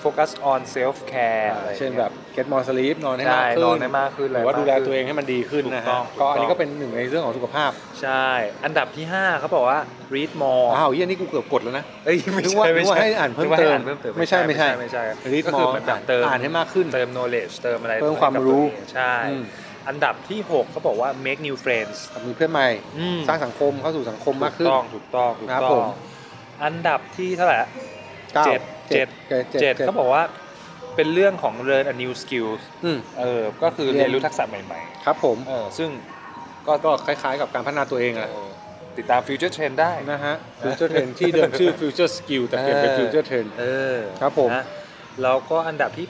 [SPEAKER 2] โฟกัส on self care อะไร
[SPEAKER 1] เช่นแบบ get more sleep นอนให้
[SPEAKER 2] ใช่
[SPEAKER 1] มากขึ้
[SPEAKER 2] นอน
[SPEAKER 1] น
[SPEAKER 2] ได้มากขึ้น
[SPEAKER 1] หรือว่าดูแลตัวเองให้มันดีขึ้นนะฮะก็อันนี้ก็เป็นหนึ่งในเรื่องของสุขภาพ
[SPEAKER 2] ใช่ อันดับที่ 5เขาบอกว่า read more
[SPEAKER 1] อ้าวเฮียนี่กูเกือบกดแล้วนะ
[SPEAKER 2] เอ้ยไม่
[SPEAKER 1] นึกว่า
[SPEAKER 2] ใช่ไม่
[SPEAKER 1] นึกว่า
[SPEAKER 2] ใช่
[SPEAKER 1] ให้อ่านเพิ่ม
[SPEAKER 2] กว่
[SPEAKER 1] เติ
[SPEAKER 2] ให้
[SPEAKER 1] ม
[SPEAKER 2] อ่านเพิ่มเติม
[SPEAKER 1] ไม่ใช่ไม่ใช่
[SPEAKER 2] ไม่ใช่ไม่
[SPEAKER 1] รี
[SPEAKER 2] ใช่
[SPEAKER 1] ด
[SPEAKER 2] ก็
[SPEAKER 1] ม
[SPEAKER 2] คือ อเหมือนแบบเติม
[SPEAKER 1] อ่านให้มากขึ้น
[SPEAKER 2] เติม knowledge เติมอะไร
[SPEAKER 1] เพิ่มความรู้
[SPEAKER 2] ให้กับตัวเองใช่
[SPEAKER 1] อืม
[SPEAKER 2] อันดับที่ 6เขาบอกว่า make new friends
[SPEAKER 1] มีเพื่อนใหม่
[SPEAKER 2] อืม
[SPEAKER 1] สร้างสังคมเข้าสู่สังคมมากขึ้น
[SPEAKER 2] ถูต้องถูกต้องถูก
[SPEAKER 1] ครับ
[SPEAKER 2] ต้อ
[SPEAKER 1] ผ
[SPEAKER 2] ง
[SPEAKER 1] ม
[SPEAKER 2] อันดับที่เท่าไหร่อะ
[SPEAKER 1] ก้า
[SPEAKER 2] เจ็ดเจ็ด เจ็ด
[SPEAKER 1] เจ็ด
[SPEAKER 2] เขาบอกว่าเป็นเรื่องของ learn a new skill
[SPEAKER 1] อืม
[SPEAKER 2] เออ ก็คือ
[SPEAKER 1] เรี
[SPEAKER 2] เรี
[SPEAKER 1] ยน
[SPEAKER 2] ยนรู้ทักษะใหม่
[SPEAKER 1] ครับผม
[SPEAKER 2] ๆ เออ ซึ่ง
[SPEAKER 1] ก็ก็คล้ายๆกับการพัฒนาตัวเองอะ
[SPEAKER 2] เออติดตาม future trend ได้
[SPEAKER 1] นะฮะ future trend ที่เดิมชื่อ future skill แต่เปลี่ยนเป็น
[SPEAKER 2] เออ
[SPEAKER 1] future trend
[SPEAKER 2] เออ
[SPEAKER 1] ครับผม
[SPEAKER 2] นะแล้วก็อันดับที่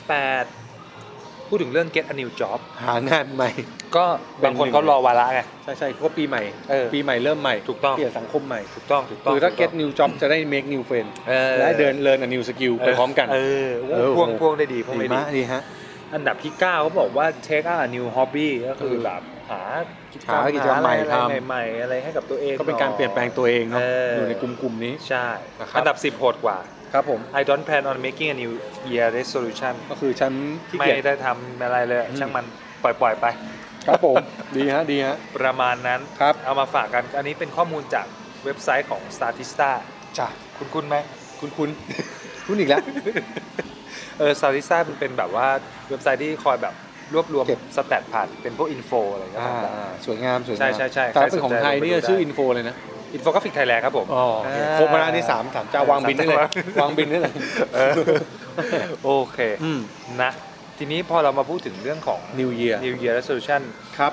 [SPEAKER 2] 8 พูดถึงเรื่อง get a new job
[SPEAKER 1] หางานใหม่
[SPEAKER 2] ก็
[SPEAKER 1] เป็น
[SPEAKER 2] บางคน
[SPEAKER 1] หนึ่ง
[SPEAKER 2] เขารอวาระไง
[SPEAKER 1] ใช่ใช่ๆเพราะปีใหม่
[SPEAKER 2] เออ
[SPEAKER 1] ปีใหม่เริ่มใหม่
[SPEAKER 2] ถูกต้อง
[SPEAKER 1] เปลี่ยนสังคมใหม่
[SPEAKER 2] ถูกต้อง ถูกต้อง
[SPEAKER 1] คือถ้า
[SPEAKER 2] ถูต้
[SPEAKER 1] get
[SPEAKER 2] ง
[SPEAKER 1] new job จะได้ make new friend
[SPEAKER 2] เออ
[SPEAKER 1] และเดิน learn a new skill ไปพร้อมกัน
[SPEAKER 2] เออโอ้
[SPEAKER 1] เออ
[SPEAKER 2] พ่วง
[SPEAKER 1] โอ้โห
[SPEAKER 2] พ่วงได้ดีพ่วง
[SPEAKER 1] ดี
[SPEAKER 2] ได้ดี
[SPEAKER 1] มากดีฮะ
[SPEAKER 2] อันดับที่ 9กาเขาบอกว่า take out a new hobby ก็คือแบบหากิจกรรม
[SPEAKER 1] หากิจกรรมใหม่
[SPEAKER 2] อะไร
[SPEAKER 1] ทำ
[SPEAKER 2] ใหม่ๆอะไรให้กับตัวเอง
[SPEAKER 1] ก็เป็นการ
[SPEAKER 2] หอ
[SPEAKER 1] เปลี่ยนแปลงตัวเองเนาะ
[SPEAKER 2] เออ
[SPEAKER 1] อ
[SPEAKER 2] อ
[SPEAKER 1] ยู่ในกลุ่มกลุ่มๆนี้
[SPEAKER 2] ใช่
[SPEAKER 1] นะครับ
[SPEAKER 2] อันดับ 10โหดกว่า
[SPEAKER 1] ครับผม
[SPEAKER 2] I don't plan on making a new year resolution
[SPEAKER 1] ก็คือฉันขี้
[SPEAKER 2] ไม่
[SPEAKER 1] เกียจ
[SPEAKER 2] ได้ทำอะไรเลย
[SPEAKER 1] อืม
[SPEAKER 2] ช่างมันปล่อยปล่อยๆไป
[SPEAKER 1] ครับผม ดีฮะดีฮะ
[SPEAKER 2] ประมาณนั้น
[SPEAKER 1] ครับ
[SPEAKER 2] เอามาฝากกัน อันนี้เป็นข้อมูลจากเว็บไซต์ของ Statista
[SPEAKER 1] จ้ะ
[SPEAKER 2] คุณคุณไหม
[SPEAKER 1] คุณคุณ คุณอีกแล้ว
[SPEAKER 2] เออ Statista มันเป็นแบบว่าเว็บไซต์ที่คอยแบบรวบรวม
[SPEAKER 1] เก็บ
[SPEAKER 2] สแตทผ่านเป็นพวกอินโฟอะไรก็
[SPEAKER 1] อ่า
[SPEAKER 2] ตาม
[SPEAKER 1] สวยงามสวยงาม
[SPEAKER 2] ใช่ใช่ใช่
[SPEAKER 1] แต่ถ้าเป็น
[SPEAKER 2] ใครสนใจ
[SPEAKER 1] ของไทยเนี่ย
[SPEAKER 2] ไปดูได้
[SPEAKER 1] ชื่ออินโฟเลยนะ
[SPEAKER 2] อินโฟกราฟิกไทยแลนด์ครับผม
[SPEAKER 1] อ๋อโอเค
[SPEAKER 2] อ่า
[SPEAKER 1] ครบมาแล้วนี่สามสามเจ้าวางบินได้เลย
[SPEAKER 2] สามเจ้า
[SPEAKER 1] วางบินได้เลย
[SPEAKER 2] เออโอเค
[SPEAKER 1] อืม
[SPEAKER 2] นะ ทีนี้พอเรามาพูดถึงเรื่องของ
[SPEAKER 1] New Year
[SPEAKER 2] New Year Resolution
[SPEAKER 1] ครับ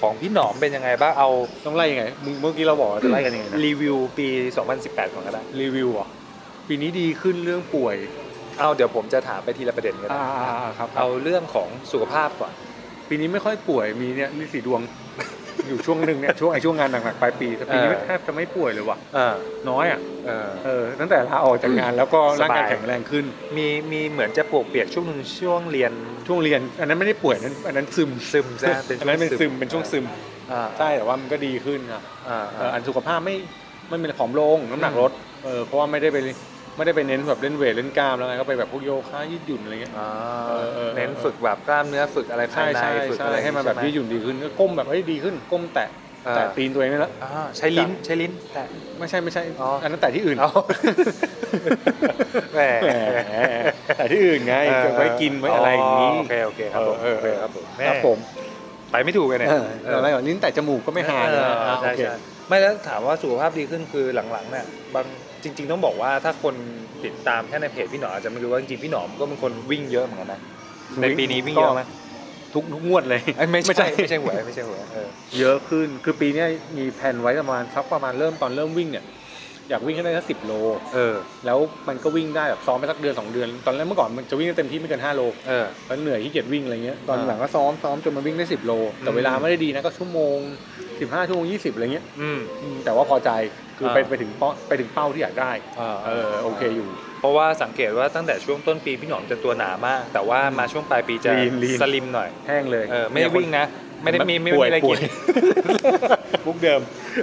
[SPEAKER 2] ของพี่หนอมเป็นยังไงบ้าง เอา
[SPEAKER 1] ต้องไล่ยังไงมึงเมื่อกี้เราบอกว่าจะไล่กันยังไงนะ
[SPEAKER 2] รีวิวปี 2018 ของก็ได้
[SPEAKER 1] รีวิวเหรอ่ะปีนี้ดีขึ้นเรื่องป่วย
[SPEAKER 2] เอาเดี๋ยวผมจะถามไปทีละประเด็นกันนะ
[SPEAKER 1] ครับ
[SPEAKER 2] เอาเรื่องของสุขภาพก่อน
[SPEAKER 1] ปีนี้ไม่ค่อยป่วยมีเนี่ยมีสีดวง อยู่ช่วงหนึ่งเนี่ยช่วงไอช่วงงานหนักๆปลายปีแต่ปีนี้
[SPEAKER 2] เออ
[SPEAKER 1] แทบจะไม่ป่วยเลยว่ะ
[SPEAKER 2] อ่า
[SPEAKER 1] น้อยอ่ะ
[SPEAKER 2] เออ
[SPEAKER 1] เออตั้งแต่ลาออกจากงานแล้วก็
[SPEAKER 2] สบาย
[SPEAKER 1] ร่างกายแข็งแรงขึ้น
[SPEAKER 2] มีมีเหมือนจะปวกเปียกช่วงหนึ่งช่วงเรียน
[SPEAKER 1] ช่วงเรียน อันนั้นไม่ได้ป่วยอันนั้นอันนั้นซึม
[SPEAKER 2] ซึมใช่
[SPEAKER 1] อันนั้นเป็นซึมเป็นช่วงซึม
[SPEAKER 2] อ่า
[SPEAKER 1] ใช่แต่ว่ามันก็ดีขึ้นครับ
[SPEAKER 2] อ่า
[SPEAKER 1] เอ่ออั
[SPEAKER 2] อ่าน
[SPEAKER 1] สุขภาพไม่ไม่เป็นผอมลงน้ำหนักลดเออเพราะว่าไม่ได้ไปไม่ได้ไปเน้นแบบเล่นเวทเล่นกล้ามแล้วไงก็ไปแบบพวกโยคะยืดหยุ่นอะไรเงี้ย
[SPEAKER 2] อ่า
[SPEAKER 1] เออเออ
[SPEAKER 2] เน้นฝึกแบบกล้ามเนื้อฝึกอะไรภา
[SPEAKER 1] ใช่
[SPEAKER 2] ยใน
[SPEAKER 1] ใช่
[SPEAKER 2] ฝึก
[SPEAKER 1] ใช่
[SPEAKER 2] อะไร
[SPEAKER 1] ให้มันแบบยืดห
[SPEAKER 2] น
[SPEAKER 1] ยุ่นดีขึ้นก็ก้มแบบเอ้ยดีขึ้น ก้มแตะ
[SPEAKER 2] อ่า
[SPEAKER 1] แตะตีนตัวเองนี่ละ
[SPEAKER 2] อ่าใช้ลิ้นใช้ลิ้นแต่
[SPEAKER 1] ไม่ใช่ไม่ใช่
[SPEAKER 2] อ๋ออั
[SPEAKER 1] อันนั้นแตะที่อื่น
[SPEAKER 2] เอา แหม
[SPEAKER 1] แหมแต่ที่อื่นไงจะไว้กินไว้อะไรอย่างนี้
[SPEAKER 2] โอเคโอเคครับผม
[SPEAKER 1] เออเออ
[SPEAKER 2] โคครับผมแ
[SPEAKER 1] ครับผม
[SPEAKER 2] ไปไม่ถูกเลยเนี่ย
[SPEAKER 1] เอออะไรก่อนลิ้นแตะจมูกก็ไม่หาย
[SPEAKER 2] เอ
[SPEAKER 1] นะ
[SPEAKER 2] อ
[SPEAKER 1] อ่า
[SPEAKER 2] ใช่
[SPEAKER 1] โอเค
[SPEAKER 2] ใช่ไม่แล้วถามว่าสุขภาพดีขึ้นคือหลังๆเนี่ยบางจริง ๆ ต้องบอกว่าถ้าคนติดตามแค่ในเพจพี่หนอมอาจจะไม่รู้ว่าจริงๆพี่หนอมก็เป็นคนวิ่งเยอะเหมือนกันนะในปีนี้วิ่งเยอะไหม
[SPEAKER 1] ทุกทุกงวดเลย
[SPEAKER 2] เอ้ยไม่
[SPEAKER 1] ไม่ใช่
[SPEAKER 2] ใช่ไม่ใช่หวยไม่ใช่หวยเออ
[SPEAKER 1] เยอะขึ้นคือปีเนี้ยมีแผนไว้ประมาณสักประมาณเริ่มตอนเริ่มวิ่งเนี่ยอยากวิ่งให้ได้สักสิบโล
[SPEAKER 2] เออ
[SPEAKER 1] แล้วมันก็วิ่งได้แบบซ้อมไปสักเดือนสองเดือน ตอนแรกเมื่อก่อนมันจะวิ่งได้เต็มที่ไม่เกินห้าโล
[SPEAKER 2] เออ
[SPEAKER 1] แล้วเหนื่อยที่เกียจวิ่งอะไรเงี้ยตอน
[SPEAKER 2] อ่า
[SPEAKER 1] หลังก็ซ้อมซ้อมจนมันวิ่งได้ 10 โล แต่
[SPEAKER 2] อืม
[SPEAKER 1] เวลาไม่ได้ดีนะก็ชั่วโมง 15ชั่วโมง20อะไรเงี้ย
[SPEAKER 2] อืม
[SPEAKER 1] อืมแต่ว่าพอใจคือไป
[SPEAKER 2] อ่า
[SPEAKER 1] ไปถึงเป้าไปถึงเป้าที่อยากได้เออโอเคอยู่
[SPEAKER 2] เพราะว่าสังเกตว่าตั้งแต่ช่วงต้นปีพี่หนอมจะตัวหนามาก แต่ว่ามาช่วงปลายปีจะ
[SPEAKER 1] Lean Lean
[SPEAKER 2] สลิมหน่อย
[SPEAKER 1] แห้งเลย
[SPEAKER 2] เออไม่ได้วิ่งนะ ไม่ได้มีไม่
[SPEAKER 1] ป่วย
[SPEAKER 2] มีอะไร *laughs*
[SPEAKER 1] ป่
[SPEAKER 2] กิ
[SPEAKER 1] วย
[SPEAKER 2] น
[SPEAKER 1] มุกเดิม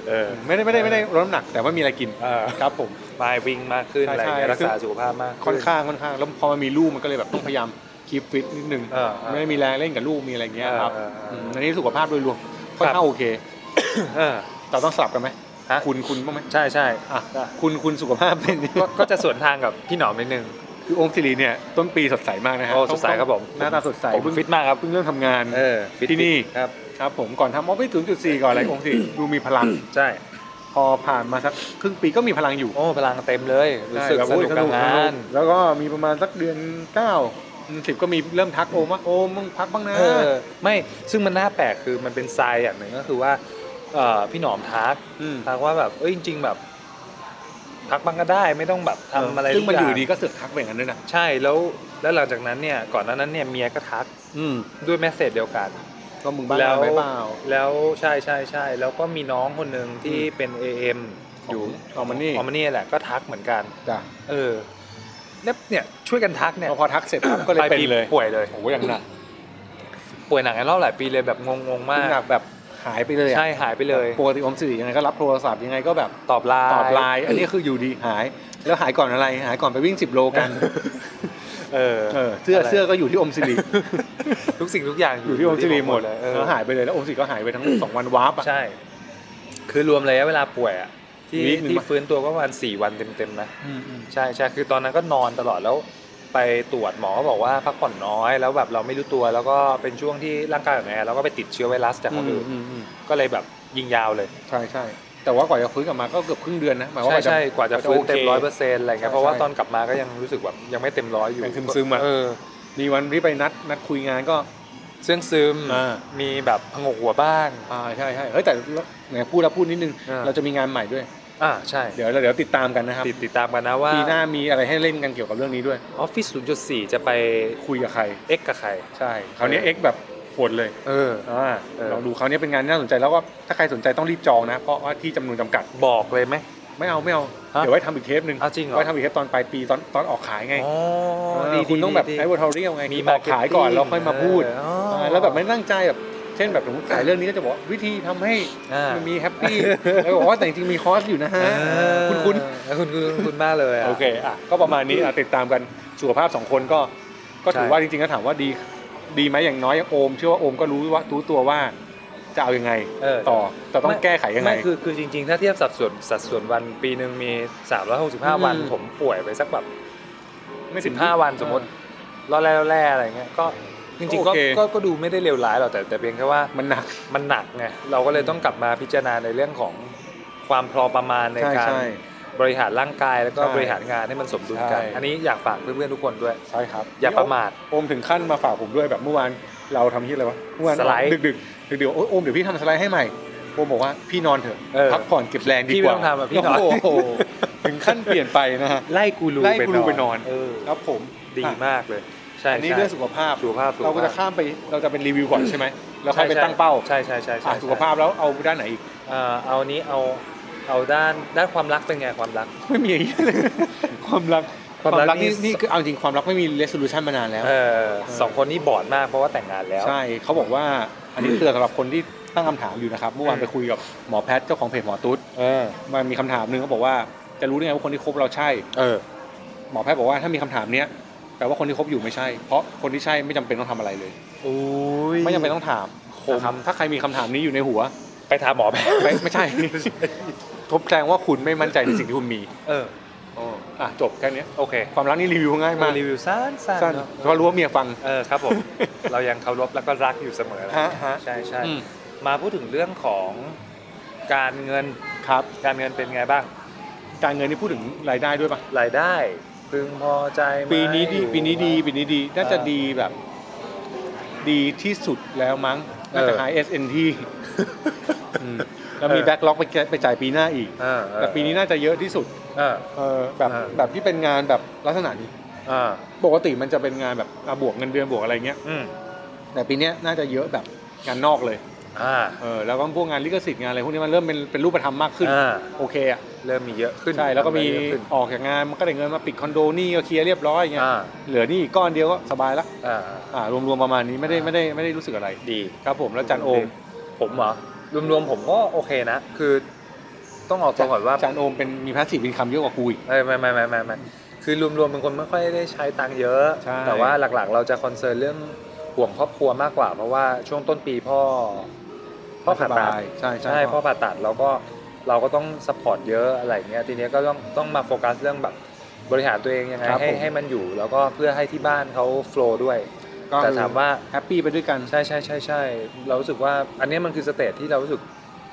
[SPEAKER 2] เออ
[SPEAKER 1] ไม่ได้ไม่ได้ไม่ได้ลดน้ำหนัก แต่ว่ามีอะไรกิน
[SPEAKER 2] เออ
[SPEAKER 1] ครับผม
[SPEAKER 2] มาวิ่งมากขึ้น
[SPEAKER 1] ใช่
[SPEAKER 2] อะไรอย่างเงี้ย
[SPEAKER 1] ใช่
[SPEAKER 2] รักษาสุขภาพมาก
[SPEAKER 1] ค่
[SPEAKER 2] ขึ้
[SPEAKER 1] อนข้างค่อนข้างแล้วพอมันมีลูกมันก็เลยแบบต้องพยายามคีปฟิตนิดนึง
[SPEAKER 2] เออเออ
[SPEAKER 1] ไม่มีแรงเล่นกับลูกมีอะไรเงี้ยครับ
[SPEAKER 2] เออเออเอออื
[SPEAKER 1] มอันนี้สุขภาพโดยรวมค่อน
[SPEAKER 2] ครั
[SPEAKER 1] ข้าง
[SPEAKER 2] บ
[SPEAKER 1] โอเค
[SPEAKER 2] เออ
[SPEAKER 1] เราต้องสลับกันไหม
[SPEAKER 2] ฮะ
[SPEAKER 1] คุณคุณบ้างไหม
[SPEAKER 2] ใช่ใช่
[SPEAKER 1] อ่ะคุณคุณสุขภาพเป็น
[SPEAKER 2] ก็ก็จะสวนทางกับพี่หนอมนิดนึง
[SPEAKER 1] คือองค์สิริเนี่ยต้นปีสดใสมากนะฮะ
[SPEAKER 2] โอ้สดใสครับผม
[SPEAKER 1] หน้าตาสดใส
[SPEAKER 2] ผม
[SPEAKER 1] เพิ่ง
[SPEAKER 2] ฟิตมากครับ
[SPEAKER 1] เพิ่งเริ่มทำงาน
[SPEAKER 2] เออฟิต
[SPEAKER 1] ที่นี่
[SPEAKER 2] ครับ
[SPEAKER 1] ครับผมก่อนทำออฟฟิศศูนย์จุดสี่ก่อนอะไรองค์สิริดูมีพลัง
[SPEAKER 2] ใช่
[SPEAKER 1] พอผ่านมาสักครึ่งปีก็มีพลังอยู่
[SPEAKER 2] โอ้พลังเต็มเลยรู้สึก
[SPEAKER 1] ใช่แบบ
[SPEAKER 2] ส
[SPEAKER 1] โอ้ย
[SPEAKER 2] นุกกับงาน
[SPEAKER 1] แล้วก็มีประมาณสักเดือนเก้าเดือนสิบก็มีเริ่มทักโอมว่าโอมมึงพักบ้างนะ
[SPEAKER 2] เออไม่ซึ่งมันน่าแปลกคือมันเป็นทรายอย่างหนึ่งก็คือว่าเอ่อพี่หนอมทัก
[SPEAKER 1] ม
[SPEAKER 2] ทักว่าแบบเอ้ยจริง ๆ แบบ พักบ้างก็ได้ไม่ต้องแบบทำอะไร
[SPEAKER 1] ซึ่งมัน
[SPEAKER 2] ทุก
[SPEAKER 1] อง ยู่ดีก็เสือกทักไปอย่างนั้นด้วยนะ
[SPEAKER 2] ใช่แล้วแล้วหลังจากนั้นเนี่ยก่อนหน้านั้นเนี่ยเมียก็ทัก
[SPEAKER 1] อืม
[SPEAKER 2] ด้วยแมสเซจเดียวกัน
[SPEAKER 1] ก็มึงบ้า
[SPEAKER 2] แล้ว
[SPEAKER 1] ไปเปล่า
[SPEAKER 2] แล้วใช่ใช่ใช่แล้วก็มีน้องคนหนึ่งที่เป็น AM
[SPEAKER 1] ของ
[SPEAKER 2] อยู่
[SPEAKER 1] ออมมา
[SPEAKER 2] อ
[SPEAKER 1] นี่
[SPEAKER 2] อมมานี่แหละก็ทักเหมือนกัน
[SPEAKER 1] จ้ะ
[SPEAKER 2] เออแล้วเนี่ยช่วยกันทักเนี่ย
[SPEAKER 1] แล้วพอทักเสร็จปั๊บก็เลย
[SPEAKER 2] ปลาย
[SPEAKER 1] เป็น
[SPEAKER 2] ปี
[SPEAKER 1] เลย
[SPEAKER 2] ป่วยเลย
[SPEAKER 1] โอ้โหอย่างหนัก
[SPEAKER 2] ป่วยหนักในรอบหลายปีเลยแบบงงๆมาก
[SPEAKER 1] หนักแบบหายไปเลยอะ
[SPEAKER 2] ใช่หายไปเลย
[SPEAKER 1] ปกติออมสิริยังไงก็รับโทรศัพท์ยังไงก็แบบ
[SPEAKER 2] ตอบไลน์
[SPEAKER 1] ตอบไลน์อันนี้คืออยู่ดีหาย แล้วหายก่อนอะไรหายก่อนไปวิ่ง10โลกัน
[SPEAKER 2] เออ
[SPEAKER 1] เออเสื้อเสื้อก็อยู่ที่อมสิริ
[SPEAKER 2] ทุกสิ่งทุกอย่าง
[SPEAKER 1] อยู่ที่อมสิริหมด
[SPEAKER 2] เลยเออ
[SPEAKER 1] แล้วหายไปเลยแล้วอมสิริก็หายไปทั้ง สองวันวาร์ปอะ
[SPEAKER 2] ใช่ คือรวมระยะเวลาป่วยอะที่
[SPEAKER 1] วีคหนึ่ง
[SPEAKER 2] ที่
[SPEAKER 1] ปะ
[SPEAKER 2] ฟื้นตัวก็ประมาณสี่วันเต็มๆนะ
[SPEAKER 1] อืมอืม
[SPEAKER 2] ใช่ใช่คือตอนนั้นก็นอนตลอดแล้ว ไปตรวจหมอก็บอกว่าพักผ่อนน้อยแล้วแบบเราไม่รู้ตัวแล้วก็เป็นช่วงที่ร่างกายอ่อนแอแล้วก็ไปติดเชื้อไวรัสจากคนอื่น
[SPEAKER 1] อืมอืม
[SPEAKER 2] ก็เลยแบบยิงยาวเลย
[SPEAKER 1] ใช่ใช่แต่ว่ากว่าจะฟื้นกลับมาก็เกือบครึ่งเดือนนะหมายว่า
[SPEAKER 2] ใช่
[SPEAKER 1] ว่าจะ
[SPEAKER 2] ใช่กว่าจะฟื้นเต็มร้อยเปอร์เซ็นต์อะไรเงี้ยเพราะว่า
[SPEAKER 1] ใช่
[SPEAKER 2] ตอนกลับมาก็ยังรู้สึกแบบยังไม่เต็มร้อยอยู่
[SPEAKER 1] ยังซึมๆอะ
[SPEAKER 2] เออ
[SPEAKER 1] มีวันที่ไปนัดนัดคุยงานก็
[SPEAKER 2] เสื่องซึม
[SPEAKER 1] อ่า
[SPEAKER 2] มีแบบพงกหัวบ้าง
[SPEAKER 1] อ่าใช่ใช่เฮ้ยแต่ไหนพูดแล้วพูดนิดนึง
[SPEAKER 2] อ่า
[SPEAKER 1] เราจะมีงานใหม่ด้วย
[SPEAKER 2] อ่าใช่
[SPEAKER 1] เดี๋ยวเราเดี๋ยวติดตามกันนะครับ
[SPEAKER 2] ติดติดตามกันนะว่า
[SPEAKER 1] ปีหน้ามีอะไรให้เล่นกันเกี่ยวกับเรื่องนี้ด้วย
[SPEAKER 2] ออฟฟิศ0.4 จะไป
[SPEAKER 1] คุยกับใคร
[SPEAKER 2] เอ็กกับใคร
[SPEAKER 1] ใช่คราวนี้
[SPEAKER 2] เออ
[SPEAKER 1] เอ็กแบบโหดเลย
[SPEAKER 2] เออ
[SPEAKER 1] อ่า
[SPEAKER 2] เออ
[SPEAKER 1] ลองดูคราวนี้เป็นงานที่น่าสนใจแล้วก็ถ้าใครสนใจต้องรีบจองนะ เพราะว่าที่จำนวนจำกัด
[SPEAKER 2] บอกเลยไหม
[SPEAKER 1] ไม่เอาไม่เอา
[SPEAKER 2] ฮะ
[SPEAKER 1] เดี๋ยวไว้ทำอีกเทปหนึ่ง
[SPEAKER 2] เอาจริงเหรอ
[SPEAKER 1] ไว้ทำอีกเทปตอนปลายปีตอนตอนออกขายไง
[SPEAKER 2] อ๋อ
[SPEAKER 1] เออ
[SPEAKER 2] ดี
[SPEAKER 1] คุณต้องแบบ
[SPEAKER 2] ดีดี
[SPEAKER 1] ไอ้วอร์ทอรี่ไง
[SPEAKER 2] มี
[SPEAKER 1] คือออกขายก่อนแล้วค่อยมาพูด
[SPEAKER 2] เอออ๋อ
[SPEAKER 1] เออแล้วแบบไม่ตั้งใจแบบเช่นแบบสมมติขายเรื่องนี้ก็จะบอกว่าวิธีทำให้
[SPEAKER 2] อ่า
[SPEAKER 1] มันมีแฮปปี้แล้วบอกว่าแต่จริงๆมีคอร์สอยู่นะฮะ
[SPEAKER 2] เออ
[SPEAKER 1] คุณคุณ
[SPEAKER 2] คุณคุณคุณมากเลยะ
[SPEAKER 1] โอเค อ่ะ ก็ประมาณนี้อ่ะติดตามกันสุขภาพสองคนก็ ก็ถือ
[SPEAKER 2] ใช่
[SPEAKER 1] ว่าจริงๆก็ถามว่าดี ดีไหมอย่างน้อยโอม เชื่อว่าโอมก็รู้ว่ารู้ตัวว่า จะเอายังไง
[SPEAKER 2] เออ
[SPEAKER 1] ต่อ แต่ต้องแก้ไขยังไง
[SPEAKER 2] ไม่คือคือจริง ๆ ถ้าเทียบสัดส่วนสัดส่วนวันปีหนึ่งมี 365 วัน
[SPEAKER 1] อืม
[SPEAKER 2] ผมป่วยไปสักแบบ
[SPEAKER 1] ไม่
[SPEAKER 2] สิบห้าวันสมมติ
[SPEAKER 1] เอ
[SPEAKER 2] รอแร่รอแร่อะไรเงี้ยก็จริงๆก็
[SPEAKER 1] โอเค
[SPEAKER 2] ก็ก็ดูไม่ได้เลวร้ายหรอกแต่แต่เพียงแค่ว่า
[SPEAKER 1] อมันหนัก
[SPEAKER 2] มันหนักไงเราก็เลยต้องกลับมาพิจารณาในเรื่องของความพอประมาณใน
[SPEAKER 1] ใช่
[SPEAKER 2] การ
[SPEAKER 1] ใช่
[SPEAKER 2] บริหารร่างกายแล้วก็
[SPEAKER 1] ใช่
[SPEAKER 2] บริหารงานให้มันสมดุลกัน
[SPEAKER 1] ใช่
[SPEAKER 2] อันนี้อยากฝากเพื่อนๆทุกคนด้วย
[SPEAKER 1] ใช่ครับ
[SPEAKER 2] อย่าประมาท
[SPEAKER 1] โอมถึงขั้นมาฝากผมด้วยแบบเมื่อวานเราทำที่อะไรวะ เมื่อวาน
[SPEAKER 2] สไลด์
[SPEAKER 1] ดึกดึกดึกดึกๆโอ๊ยโอมเดี๋ยวพี่ทำสไลด์ให้ใหม่ โอมบอกว่าพี่นอนเถอะ
[SPEAKER 2] เออ
[SPEAKER 1] พักผ่อนเก็บแรงดีกว่า
[SPEAKER 2] พี่ไม่ต้องทำอ่ะพี่นอน
[SPEAKER 1] โโหถึงขั้นเปลี่ยนไปนะฮะ
[SPEAKER 2] ไล่กูรู
[SPEAKER 1] ไล่กูรูไปนอน
[SPEAKER 2] เออ
[SPEAKER 1] ครับผม
[SPEAKER 2] ดีมากเลย ใช่
[SPEAKER 1] อันนี้
[SPEAKER 2] ใช่
[SPEAKER 1] เรื่องสุขภาพ
[SPEAKER 2] สุขภาพสุขภพ
[SPEAKER 1] เราก็จะข้ามไปเราจะเป็นรีวิวก่อนใช่ไหมแล้วค่อยไป
[SPEAKER 2] ใช่
[SPEAKER 1] ตั้งเป้า
[SPEAKER 2] ใช่ใช่ใช่ใช่
[SPEAKER 1] อ่ะสุขภาพแล้วเอาด้านไหนอีก
[SPEAKER 2] เอ่อเอาอันนี้เอาเอาด้านด้านความรักเป็นไงความรัก
[SPEAKER 1] ไม่มีอย่างนี้เลย *laughs* ความรัก
[SPEAKER 2] ความรักนี่
[SPEAKER 1] นี่นี่คือเอาจริงความรักไม่มี resolution มานานแล้ว
[SPEAKER 2] เออสองคนนี้บอดมากเพราะว่าแต่งงานแล้ว
[SPEAKER 1] ใช่เขาบอกว่าอันนี้คือสำหรับคนที่ตั้งคำถามอยู่นะครับเมื่อวาน
[SPEAKER 2] อืม
[SPEAKER 1] ไปคุยกับหมอแพทย์เจ้าของเพจหมอตุ๊ด
[SPEAKER 2] เออ
[SPEAKER 1] มันมีคำถามหนึ่งเขาบอกว่าจะรู้ได้ไงว่าคนที่คบเราใช่
[SPEAKER 2] เออ
[SPEAKER 1] หมอแพทย์บอกว่าถ้ามีคำถามเนี้ยแปลว่าคนที่คบอยู่ไม่ใช่ เพราะคนที่ใช่ไม่จำเป็นต้องทำอะไรเลย ไม่จำเป็นต้องถาม
[SPEAKER 2] คม
[SPEAKER 1] นะครับถ้าใครมีคำถามนี้อยู่ใน *laughs* หัว
[SPEAKER 2] ไปถามหมอไหม
[SPEAKER 1] ไม่ไม่ใช่ *laughs* ทบแสดงว่าคุณไม่มั่นใจในสิ่งที่คุณมี
[SPEAKER 2] เออ
[SPEAKER 1] อ่ะจบแค่เนี้ย
[SPEAKER 2] โอเค
[SPEAKER 1] ความรักนี่รีวิวง่ายมาก
[SPEAKER 2] รีวิวสั้น
[SPEAKER 1] สั้น
[SPEAKER 2] ๆเนอะ
[SPEAKER 1] เพราะรู้ว่าเมียฟัง
[SPEAKER 2] เออ
[SPEAKER 1] *laughs*
[SPEAKER 2] ครับผม เรายังเคารพแล้วก็รักอยู่เสมอนะ
[SPEAKER 1] ฮะฮะ
[SPEAKER 2] ใช่ใช่
[SPEAKER 1] อืม
[SPEAKER 2] มาพูดถึงเรื่องของการเงิน
[SPEAKER 1] ครับ
[SPEAKER 2] การเงินเป็นไงบ้าง
[SPEAKER 1] การเงินนี่พูดถึงรายได้ด้วยปะ
[SPEAKER 2] รายได้ พึงพอใจไหม
[SPEAKER 1] ปีนี้ดี
[SPEAKER 2] อยู่
[SPEAKER 1] ปีนี้ดีปีนี้ดีน่าจะ
[SPEAKER 2] เออ
[SPEAKER 1] ดีแบบ ดีที่สุดแล้วมั้งน่าจะ
[SPEAKER 2] เออ
[SPEAKER 1] หาย
[SPEAKER 2] *laughs*
[SPEAKER 1] SNT อืมแล้วมี
[SPEAKER 2] เออ
[SPEAKER 1] แบ็กล็อกไปแกไปจ่ายปีหน้าอีก
[SPEAKER 2] เออเออ
[SPEAKER 1] แต่ปีนี้น่าจะเยอะที่สุด
[SPEAKER 2] เออ
[SPEAKER 1] เออแบบ
[SPEAKER 2] เออ
[SPEAKER 1] แบบที่เป็นงานแบบลักษณะนี้
[SPEAKER 2] เออ
[SPEAKER 1] ปกติมันจะเป็นงานแบบอ่ะบวกเงินเดือนบวกอะไรเงี้ย
[SPEAKER 2] อืม
[SPEAKER 1] แต่ปีเนี้ยน่าจะเยอะแบบงานนอกเลย
[SPEAKER 2] อ่า
[SPEAKER 1] เออแล้วก็พวกงานลิขสิทธิ์งานอะไรพวกนี้มันเริ่มเป็นเป็นรูปธรรมมากขึ้น
[SPEAKER 2] อ่า
[SPEAKER 1] โอเคอ่ะ
[SPEAKER 2] เริ่มมีเยอะขึ้น
[SPEAKER 1] ใช่แล้วก็มี
[SPEAKER 2] เริ่เยอะขึ้น
[SPEAKER 1] ออกจากงานมันก็ได้เงินมาปิดคอนโดนี่ก็เคลียร์เรียบร้อยอย่างเงี้ย
[SPEAKER 2] อ่า
[SPEAKER 1] เหลือนี่ก้อนเดียวก็สบายละ
[SPEAKER 2] อ่า
[SPEAKER 1] อ่ารวมๆประมาณนี้ไม่ได้ไม่ได้ไม่ได้รู้สึกอะไร
[SPEAKER 2] ดี
[SPEAKER 1] ครับผมแล้วจันโอม
[SPEAKER 2] ผมเหรอรวมๆผมก็โอเคนะ คือต้องออกตัวก่อนว่า
[SPEAKER 1] จันโอมเป็นมีพาสซีฟอินคัมเยอะกว่ากูอีก
[SPEAKER 2] เอ้ยไม่ไม่ไม่ไม่ไม่คือรวมๆเป็นคนไม่ค่อยได้ใช้ตังค์เยอะ
[SPEAKER 1] ใช่
[SPEAKER 2] แต่ว่าหลักๆ เราจะคอนเซิร์นเรื่องห่วงครอบครัวมากกว่า เพราะว่าช่วงต้นปีพ่อพ่อผ่าตัด
[SPEAKER 1] ใช่ใช่
[SPEAKER 2] ใช่พ่อผ่าตัดแล้วก็เราก็ต้องซัพพอร์ตเยอะอะไรเงี้ยทีเนี้ยก็ต้องต้องมาโฟกัสเรื่องแบบบริหารตัวเองยังไงให้ให้มันอยู่ แล้วก็เพื่อให้ที่บ้านเขาโฟลว์ด้วย
[SPEAKER 1] ก็
[SPEAKER 2] แต่ถามว่า
[SPEAKER 1] แฮปปี้ไปด้วยกัน
[SPEAKER 2] ใช่ใช่ใช่ใช่เรารู้สึกว่าอันเนี้ยมันคือสเตจที่เรารู้สึก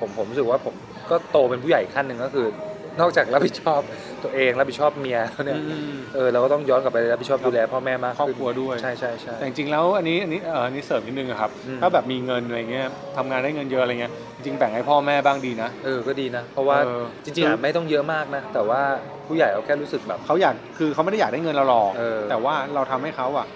[SPEAKER 2] ผมผมรู้สึกว่าผมก็โตเป็นผู้ใหญ่อีกขั้นหนึ่งก็คือ นอกจากรับผิดชอบตัวเองรับผิดชอบเมียแล้วเนี่ย
[SPEAKER 1] อืม
[SPEAKER 2] เออเราก็ต้องย้อนกลับไปรับผิดชอบดูแลพ่อแม่มาก
[SPEAKER 1] ครอบครัวด้วย
[SPEAKER 2] ใช่ใช่ใช่
[SPEAKER 1] แต่จริงๆแล้วอันนี้อันนี้เอออันนี้เสริมนิดนึงอะครับ
[SPEAKER 2] อืม
[SPEAKER 1] ถ้าแบบมีเงินอะไรเงี้ยทำงานได้เงินเยอะอะไรเงี้ยจริงๆแบ่งให้พ่อแม่บ้างดีนะ
[SPEAKER 2] เออก็ดีนะ เพราะว่า
[SPEAKER 1] เออ
[SPEAKER 2] จริงๆอะไม่ต้องเยอะมากนะ แต่ว่าผู้ใหญ่เราแค่รู้สึกแบบ
[SPEAKER 1] เขาอยากคือเขาไม่ได้อยากได้เงินเราหรอก
[SPEAKER 2] เออ
[SPEAKER 1] แต่ว่าเราทำให้เขาอ่ะ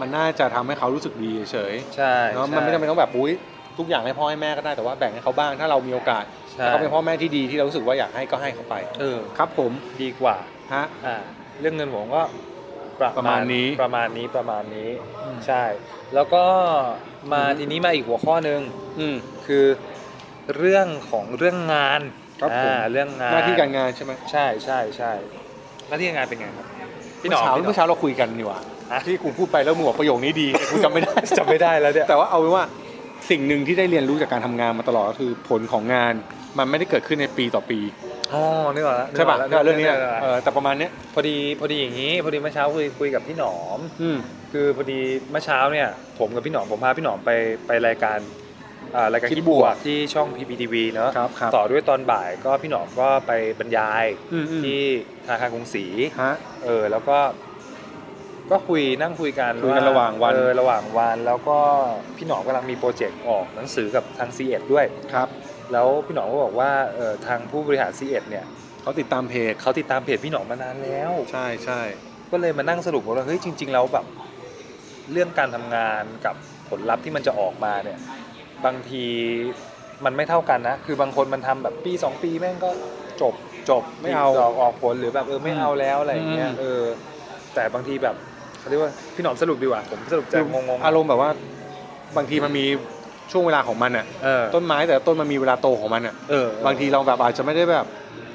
[SPEAKER 1] มันน่าจะทำให้เขารู้สึกดีเฉย
[SPEAKER 2] ใช่
[SPEAKER 1] ๆเนาะมันไม่จำเป็นต้องแบบอุ้ยทุกอย่างให้พ่อให้แม่ก็ได้แต่ว่าแบ่งให้เขาบ้างถ้าเรามีโอกาส
[SPEAKER 2] ใช่
[SPEAKER 1] แล้วเขาเป็นพ่อแม่ที่ดีที่เรารู้สึกว่าอยากให้ก็ให้เขาไป
[SPEAKER 2] เออ
[SPEAKER 1] ครับผม
[SPEAKER 2] ดีกว่า
[SPEAKER 1] ฮะ
[SPEAKER 2] อ่าเรื่องเงินผมก็
[SPEAKER 1] ประมาณนี้
[SPEAKER 2] ประมาณนี้ประมาณนี้ใช่ แล้วก็มาทีนี้มาอีกหัวข้อหนึ่ง
[SPEAKER 1] อืม
[SPEAKER 2] คือเรื่องของเรื่องงาน
[SPEAKER 1] ครับผม
[SPEAKER 2] อ่าเรื่องงาน
[SPEAKER 1] หน้าที่การงานใช่ไหม
[SPEAKER 2] ใช่ใช่ใช่หน้าที่การงานเป็นไงครับพี่หนอพี่หน
[SPEAKER 1] เมื่อเช้า
[SPEAKER 2] อ
[SPEAKER 1] เมื่อเช้าเราคุยกันนี่หว่า
[SPEAKER 2] ฮะ
[SPEAKER 1] ที่กูพูดไปแล้วมึงบอกประโยคนี้ดีกูจำไม่ได้
[SPEAKER 2] จำไม่ได้แล้ว
[SPEAKER 1] *laughs*
[SPEAKER 2] เนี่ย
[SPEAKER 1] แต่ว่าเอาเป็นว่าสิ่งหนึ่งที่ได้เรียนรู้จากการทำงานมาตลอดก็คือผลของงานมันไม่ได้เกิดขึ้นในปีต่อปี
[SPEAKER 2] อ๋อนึกออกแล้ว
[SPEAKER 1] ใช่ป่ะ
[SPEAKER 2] นึกก
[SPEAKER 1] ก็
[SPEAKER 2] แล้ว
[SPEAKER 1] เรื่องเนี้ย
[SPEAKER 2] กกแล้ว
[SPEAKER 1] เออแต่ประมาณเนี้ย
[SPEAKER 2] พอดีพอดีอย่างนี้ พอดีเมื่อเช้าคุยคุยกับพี่หนอม
[SPEAKER 1] อืม
[SPEAKER 2] คือพอดีเมื่อเช้าเนี่ย ผมกับพี่หนอมผมพาพี่หนอมไปไปรายการอ่ารายการ
[SPEAKER 1] คิด
[SPEAKER 2] คิดบว
[SPEAKER 1] บว
[SPEAKER 2] ก
[SPEAKER 1] ก
[SPEAKER 2] ที่ช่อง PPTV เนอะ
[SPEAKER 1] ครับครับ
[SPEAKER 2] ต่อด้วยตอนบ่ายก็พี่หนอมก็ไปบรรยาย
[SPEAKER 1] อืมอืม
[SPEAKER 2] ที่ธนาคารกรุงศรี
[SPEAKER 1] ฮะ
[SPEAKER 2] เออแล้วก็ก็คุยนั่งคุยกัน
[SPEAKER 1] คุยกันระหว่างวัน
[SPEAKER 2] เออระหว่างวันแล้วก็พี่หนอมกำลังมีโปรเจกต์ออกหนังสือกับทาง c ีเอ็ดด้วย
[SPEAKER 1] ครับ
[SPEAKER 2] แล้วพี่หนอมก็บอกว่าเออทางผู้บริหาร c ีเอ็ดเนี่ย
[SPEAKER 1] เขาติดตามเพจ
[SPEAKER 2] เขาติดตามเพจพี่หนอมมานานแล้ว
[SPEAKER 1] ใช่ใช่
[SPEAKER 2] ก็เลยมานั่งสรุปว่าเฮ้ยจริง ๆ แล้วแบบเรื่องการทำงานกับผลลัพธ์ที่มันจะออกมาเนี่ย บางทีมันไม่เท่ากันนะ คือบางคนมันทำแบบปี 2 ปีแม่งก็จบจบ
[SPEAKER 1] ไม่เอา
[SPEAKER 2] ดอกออกผลหรือแบบเออไม่เอาแล้วอะไรอย่างเงี้ย
[SPEAKER 1] อืม
[SPEAKER 2] เออ แต่บางทีแบบเขาเรียกว่าพี่หนอมสรุปดีกว่าผมสรุปจะงงๆ
[SPEAKER 1] อารมณ์แบบว่า บางทีมันมีช่วงเวลาของมันอ่ะ
[SPEAKER 2] เออ
[SPEAKER 1] ต้นไม้แต่ละต้นมันมีเวลาโตของมันอ่ะ
[SPEAKER 2] เออ
[SPEAKER 1] บางทีเราแบบอาจจะไม่ได้แบบ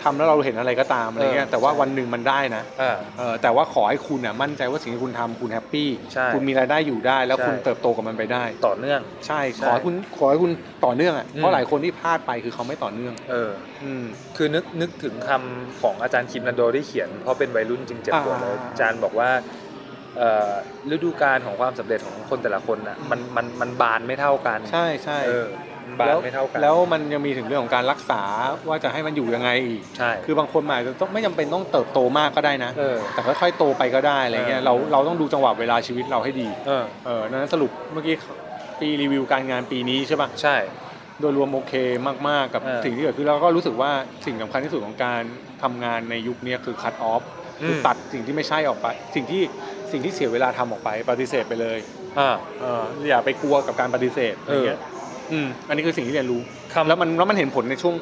[SPEAKER 1] ทำแล้วเราเห็นอะไรก็ตามอะไรเงี้ย
[SPEAKER 2] เออ
[SPEAKER 1] แต่ว่า
[SPEAKER 2] ใช่
[SPEAKER 1] วันหนึ่งมันได้นะ
[SPEAKER 2] เออ
[SPEAKER 1] เออแต่ว่าขอให้คุณอ่ะมั่นใจว่าสิ่งที่คุณทำคุณแฮปปี้
[SPEAKER 2] ใช่
[SPEAKER 1] คุณมีรายได้อยู่ได้ แล้ว
[SPEAKER 2] ใช่
[SPEAKER 1] คุณเติบโตกับมันไปได้
[SPEAKER 2] ต่อเนื่อง
[SPEAKER 1] ใช่
[SPEAKER 2] ใช่
[SPEAKER 1] ขอให้คุณขอให้คุณต่อเนื่องอ่ะ
[SPEAKER 2] อืม
[SPEAKER 1] เพราะหลายคนที่พลาดไปคือเขาไม่ต่อเนื่อง
[SPEAKER 2] เออ
[SPEAKER 1] อืม
[SPEAKER 2] คือนึกนึกถึงคำของอาจารย์คิมนันโดที่เขียนเพราะเป็นวัยรุ่นจึงเจ็บปวดเลย
[SPEAKER 1] อ่า
[SPEAKER 2] อาจารย์บอกว่าเอ่อฤดูกาลของความสำเร็จของคนแต่ละคนน่ะมันมันมันบานไม่เท่ากัน
[SPEAKER 1] ใช่ใช่
[SPEAKER 2] เออมันบานไม่เท่ากัน
[SPEAKER 1] แล้วมันยังมีถึงเรื่องของการรักษาว่าจะให้มันอยู่ยังไงอีก
[SPEAKER 2] ใช่
[SPEAKER 1] คือบางคนมันอาจจะต้องไม่จำเป็นต้องเติบโตมากก็ได้นะ
[SPEAKER 2] เออ
[SPEAKER 1] แต่ค่อยๆโตไปก็ได้อะไรเงี้ย
[SPEAKER 2] เออ
[SPEAKER 1] เราเราต้องดูจังหวะเวลาชีวิตเราให้ดี
[SPEAKER 2] เออ
[SPEAKER 1] เออนั้นสรุปเมื่อกี้ปีรีวิวการงานปีนี้ใช่ป่ะ
[SPEAKER 2] ใช่
[SPEAKER 1] โดยรวมโอเคมากๆกับ
[SPEAKER 2] เออ
[SPEAKER 1] สิ่งที่เกิดขึ้นแล้วก็รู้สึกว่าสิ่งสำคัญที่สุดของการทำงานในยุคเนี้ยคือคัดออฟคือตัดสิ่งที่ไม่ใช่ออกไป สิ่งที่สิ่งที่เสียเวลาทำออกไปปฏิเสธไปเลย
[SPEAKER 2] อ่า
[SPEAKER 1] เอออย่าไปกลัวกับการปฏิเสธอะไรเงี้ยมอันนี้คือสิ่งที่เรียนรู้แล้วมันแล้วมันเห็นผลในช่วง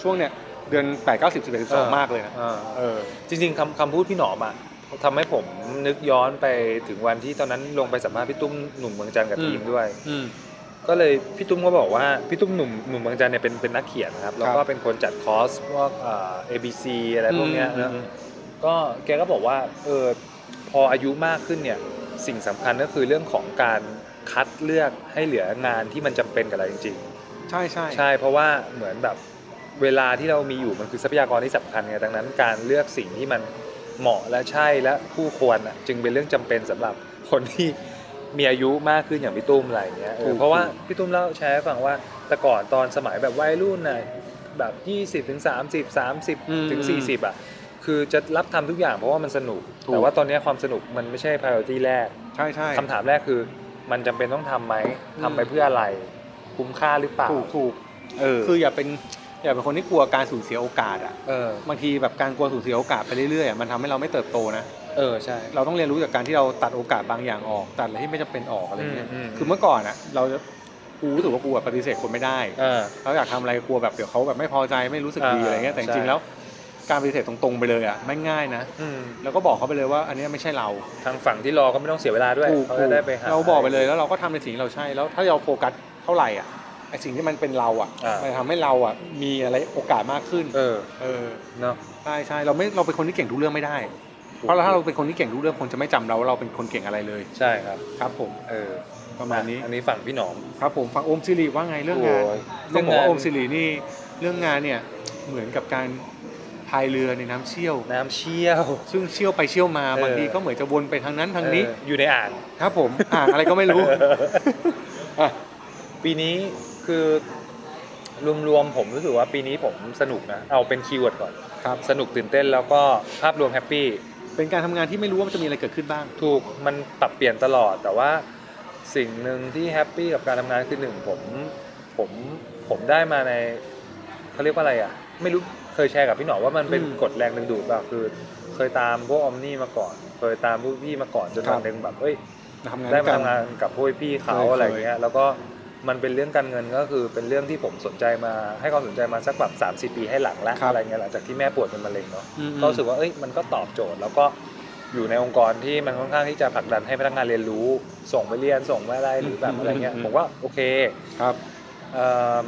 [SPEAKER 1] ช่วงเนี้ยเดือน8 9 10 11
[SPEAKER 2] เออ
[SPEAKER 1] 12มากเลยนะ
[SPEAKER 2] อ่า
[SPEAKER 1] เออ
[SPEAKER 2] จริงๆคำคำพูดพี่หนอมอ่ะทำให้ผมนึกย้อนไปถึงวันที่ตอนนั้นลงไปสัมภาษณ์พี่ตุ้มหนุ่มเมืองจันทร์กับ
[SPEAKER 1] อืม
[SPEAKER 2] ทีมด้วย
[SPEAKER 1] อืม
[SPEAKER 2] ก็เลยพี่ตุ้มก็บอกว่าพี่ตุ้มหนุ่มหนุ่มบางจันเนี่ยเป็นเป็นนักเขียนนะครับ แล้วก็เป็นคนจัดคอร์สพวกเอ่อ ABC อะไรพวกเนี้ยนะก็แกก็บอกว่าเออพออายุมากขึ้นเนี่ยสิ่งสำคัญก็คือเรื่องของการคัดเลือกให้เหลืองานที่มันจำเป็นกับเราจริง
[SPEAKER 1] ใช่ใช่
[SPEAKER 2] ๆ ใช่เพราะว่าเหมือนแบบเวลาที่เรามีอยู่มันคือทรัพยากรที่สำคัญไงดังนั้น การเลือกสิ่งที่มันเหมาะและใช่และคู่ควรอ่ะจึงเป็นเรื่องจำเป็นสำหรับคนที่ มีอายุมากขึ้นอย่างพี่ตุ้มอะไรอย่างเงี้ยเออเพราะว่าพี่ตุ้มเล่าแชร์ให้ฟังว่าแต่ก่อนตอนสมัยแบบวัยรุ่นน่ะแบบ 20ถึง30 30ถึง40อ่ะคือจะรับทำทุกอย่างเพราะว่ามันสนุก
[SPEAKER 1] ถูก
[SPEAKER 2] แต่ว่าตอนเนี้ยความสนุกมันไม่ใช่ priority แรก
[SPEAKER 1] ใช่ใช่
[SPEAKER 2] คำถามแรกคือ มันจำเป็นต้องทำไหม
[SPEAKER 1] อืม
[SPEAKER 2] ทำไปเพื่ออะไร คุ้มค่าหรือเปล่า
[SPEAKER 1] ถูกถูก
[SPEAKER 2] เออ
[SPEAKER 1] คืออย่าเป็นอย่าเป็นคนที่กลัวการสูญเสียโอกาสอ่ะ
[SPEAKER 2] เออบ
[SPEAKER 1] างทีแบบการกลัวสูญเสียโอกาสไปเรื่อยๆอะมันทำให้เราไม่เติบโตนะ
[SPEAKER 2] เออใช่
[SPEAKER 1] เราต้องเรียนรู้จากการที่เราตัดโอกาสบางอย่างออก ตัดอะไรที่ไม่จำเป็นออกอะไรเงี้ย
[SPEAKER 2] อืมอืม
[SPEAKER 1] คือเมื่อก่อนอ่ะเราจะ กูรู้สึกว่ากูแบบปฏิเสธคนไม่ได้
[SPEAKER 2] เออ
[SPEAKER 1] แล้วอยากทำอะไรกลัวแบบเดี๋ยวเขาแบบไม่พอใจไม่รู้สึกดี
[SPEAKER 2] อ่า
[SPEAKER 1] อะไรเงี้ยแต่จ
[SPEAKER 2] ใช่
[SPEAKER 1] ริงๆแล้ว การปฏิเสธตรงๆไปเลยอ่ะไม่ง่ายนะ
[SPEAKER 2] อืม
[SPEAKER 1] แล้วก็บอกเขาไปเลยว่าอันเนี้ยไม่ใช่เรา
[SPEAKER 2] ทางฝั่งที่รอก็ไม่ต้องเสียเวลาด้วย
[SPEAKER 1] ถูก
[SPEAKER 2] เขา
[SPEAKER 1] ถู
[SPEAKER 2] จะ
[SPEAKER 1] ก
[SPEAKER 2] ได้ไปหา
[SPEAKER 1] เราบอกไปเลยแล้วเราก็ทำในสิ่งที่เราใช่แล้วถ้าเราโฟกัสเท่าไหร่อ่ะไอสิ่งที่มันเป็นเราอ่ะ
[SPEAKER 2] อ่ามั
[SPEAKER 1] มันทำให้เราอ่ะมีอะไรโอกาสมากขึ้น
[SPEAKER 2] เออ
[SPEAKER 1] เออ
[SPEAKER 2] เนาะ
[SPEAKER 1] ใช่ใช่เราไม่เราเป็นคนที่เก่งทุกเรื่องไม่ได้ เพราะเราถ้าเราเป็นคนที่เก่งทุกเรื่องคนจะไม่จำเราว่าเราเป็นคนเก่งอะไรเลย
[SPEAKER 2] ใช่ครับ
[SPEAKER 1] ครับผม
[SPEAKER 2] เออ
[SPEAKER 1] ประมาณนี้
[SPEAKER 2] อันนี้ฝั่งพี่หนอม
[SPEAKER 1] ครับผมฟังโอมสิริว่าไงเรื่องงาน
[SPEAKER 2] โย
[SPEAKER 1] ต้องบอกว่าโอมสิ
[SPEAKER 2] เรื่ง
[SPEAKER 1] รินี่เรื่องงานเนี่ยเหมือนกับการพายเรือในน้ำเชี่ยว
[SPEAKER 2] งานน้ำเชี่ยว
[SPEAKER 1] ซึ่งเชี่ยวไปเชี่ยวมา
[SPEAKER 2] เออ
[SPEAKER 1] บางทีก็เหมือนจะวนไปทางนั้นทางนี้
[SPEAKER 2] เอออยู่ในอ่าง
[SPEAKER 1] *laughs* ครับผมอ่านอะไรก็ไม่รู้ อ่ะ
[SPEAKER 2] ปีนี้คือรวมๆผมรู้สึกว่าปีนี้ผมสนุกนะ เอาเป็นคีย์เวิร์ดก่อน
[SPEAKER 1] ครับ
[SPEAKER 2] สนุกตื่นเต้นแล้วก็ภาพรวมแฮปปี้
[SPEAKER 1] เป็นการทำงานที่ไม่รู้ว่ามันจะมีอะไรเกิดขึ้นบ้าง
[SPEAKER 2] ถูกมันปรับเปลี่ยนตลอดแต่ว่าสิ่งหนึ่งที่แฮปปี้กับการทำงานคือหนึ่งผมผมผมได้มาในเขาเรียกว่าอะไรอ่ะ ไม่รู้เคยแชร์กับพี่หนอว่ามันเป็น
[SPEAKER 1] อืม
[SPEAKER 2] กฎแรงดึงดูดเปล่าคือ เคยตามพวกออมนี่มาก่อน เคยตามพวกพี่มาก่อนจน
[SPEAKER 1] ครับ
[SPEAKER 2] วันหนึ่งแบบเอ้ย
[SPEAKER 1] ทำงาน
[SPEAKER 2] ได้
[SPEAKER 1] ด้วย
[SPEAKER 2] มา
[SPEAKER 1] กัน
[SPEAKER 2] ทำงานกับพวกพี่เขา
[SPEAKER 1] เคย
[SPEAKER 2] อะไร
[SPEAKER 1] เคย
[SPEAKER 2] เงี้ยแล้วก็มันเป็นเรื่องการเงินก็คือเป็นเรื่องที่ผมสนใจมาให้ความสนใจมาสักแบบสามสี่ปีให้หลังละอะไรเงี้ยหลังจากที่แม่ป่วยเป็นมะเร็งเนาะ
[SPEAKER 1] อืม
[SPEAKER 2] ก็รู้สึกว่าเอ้ยมันก็ตอบโจทย์แล้วก็อยู่ในองค์กรที่มันค่อนข้างที่จะผลักดันให้พนักงานเรียนรู้ ส่งไปเรียนส่งไปอะไรหรือแบบ
[SPEAKER 1] อืม
[SPEAKER 2] อะไรเงี้ย
[SPEAKER 1] อืม
[SPEAKER 2] ผมว่าโอเค
[SPEAKER 1] ครับ
[SPEAKER 2] เอิ่ม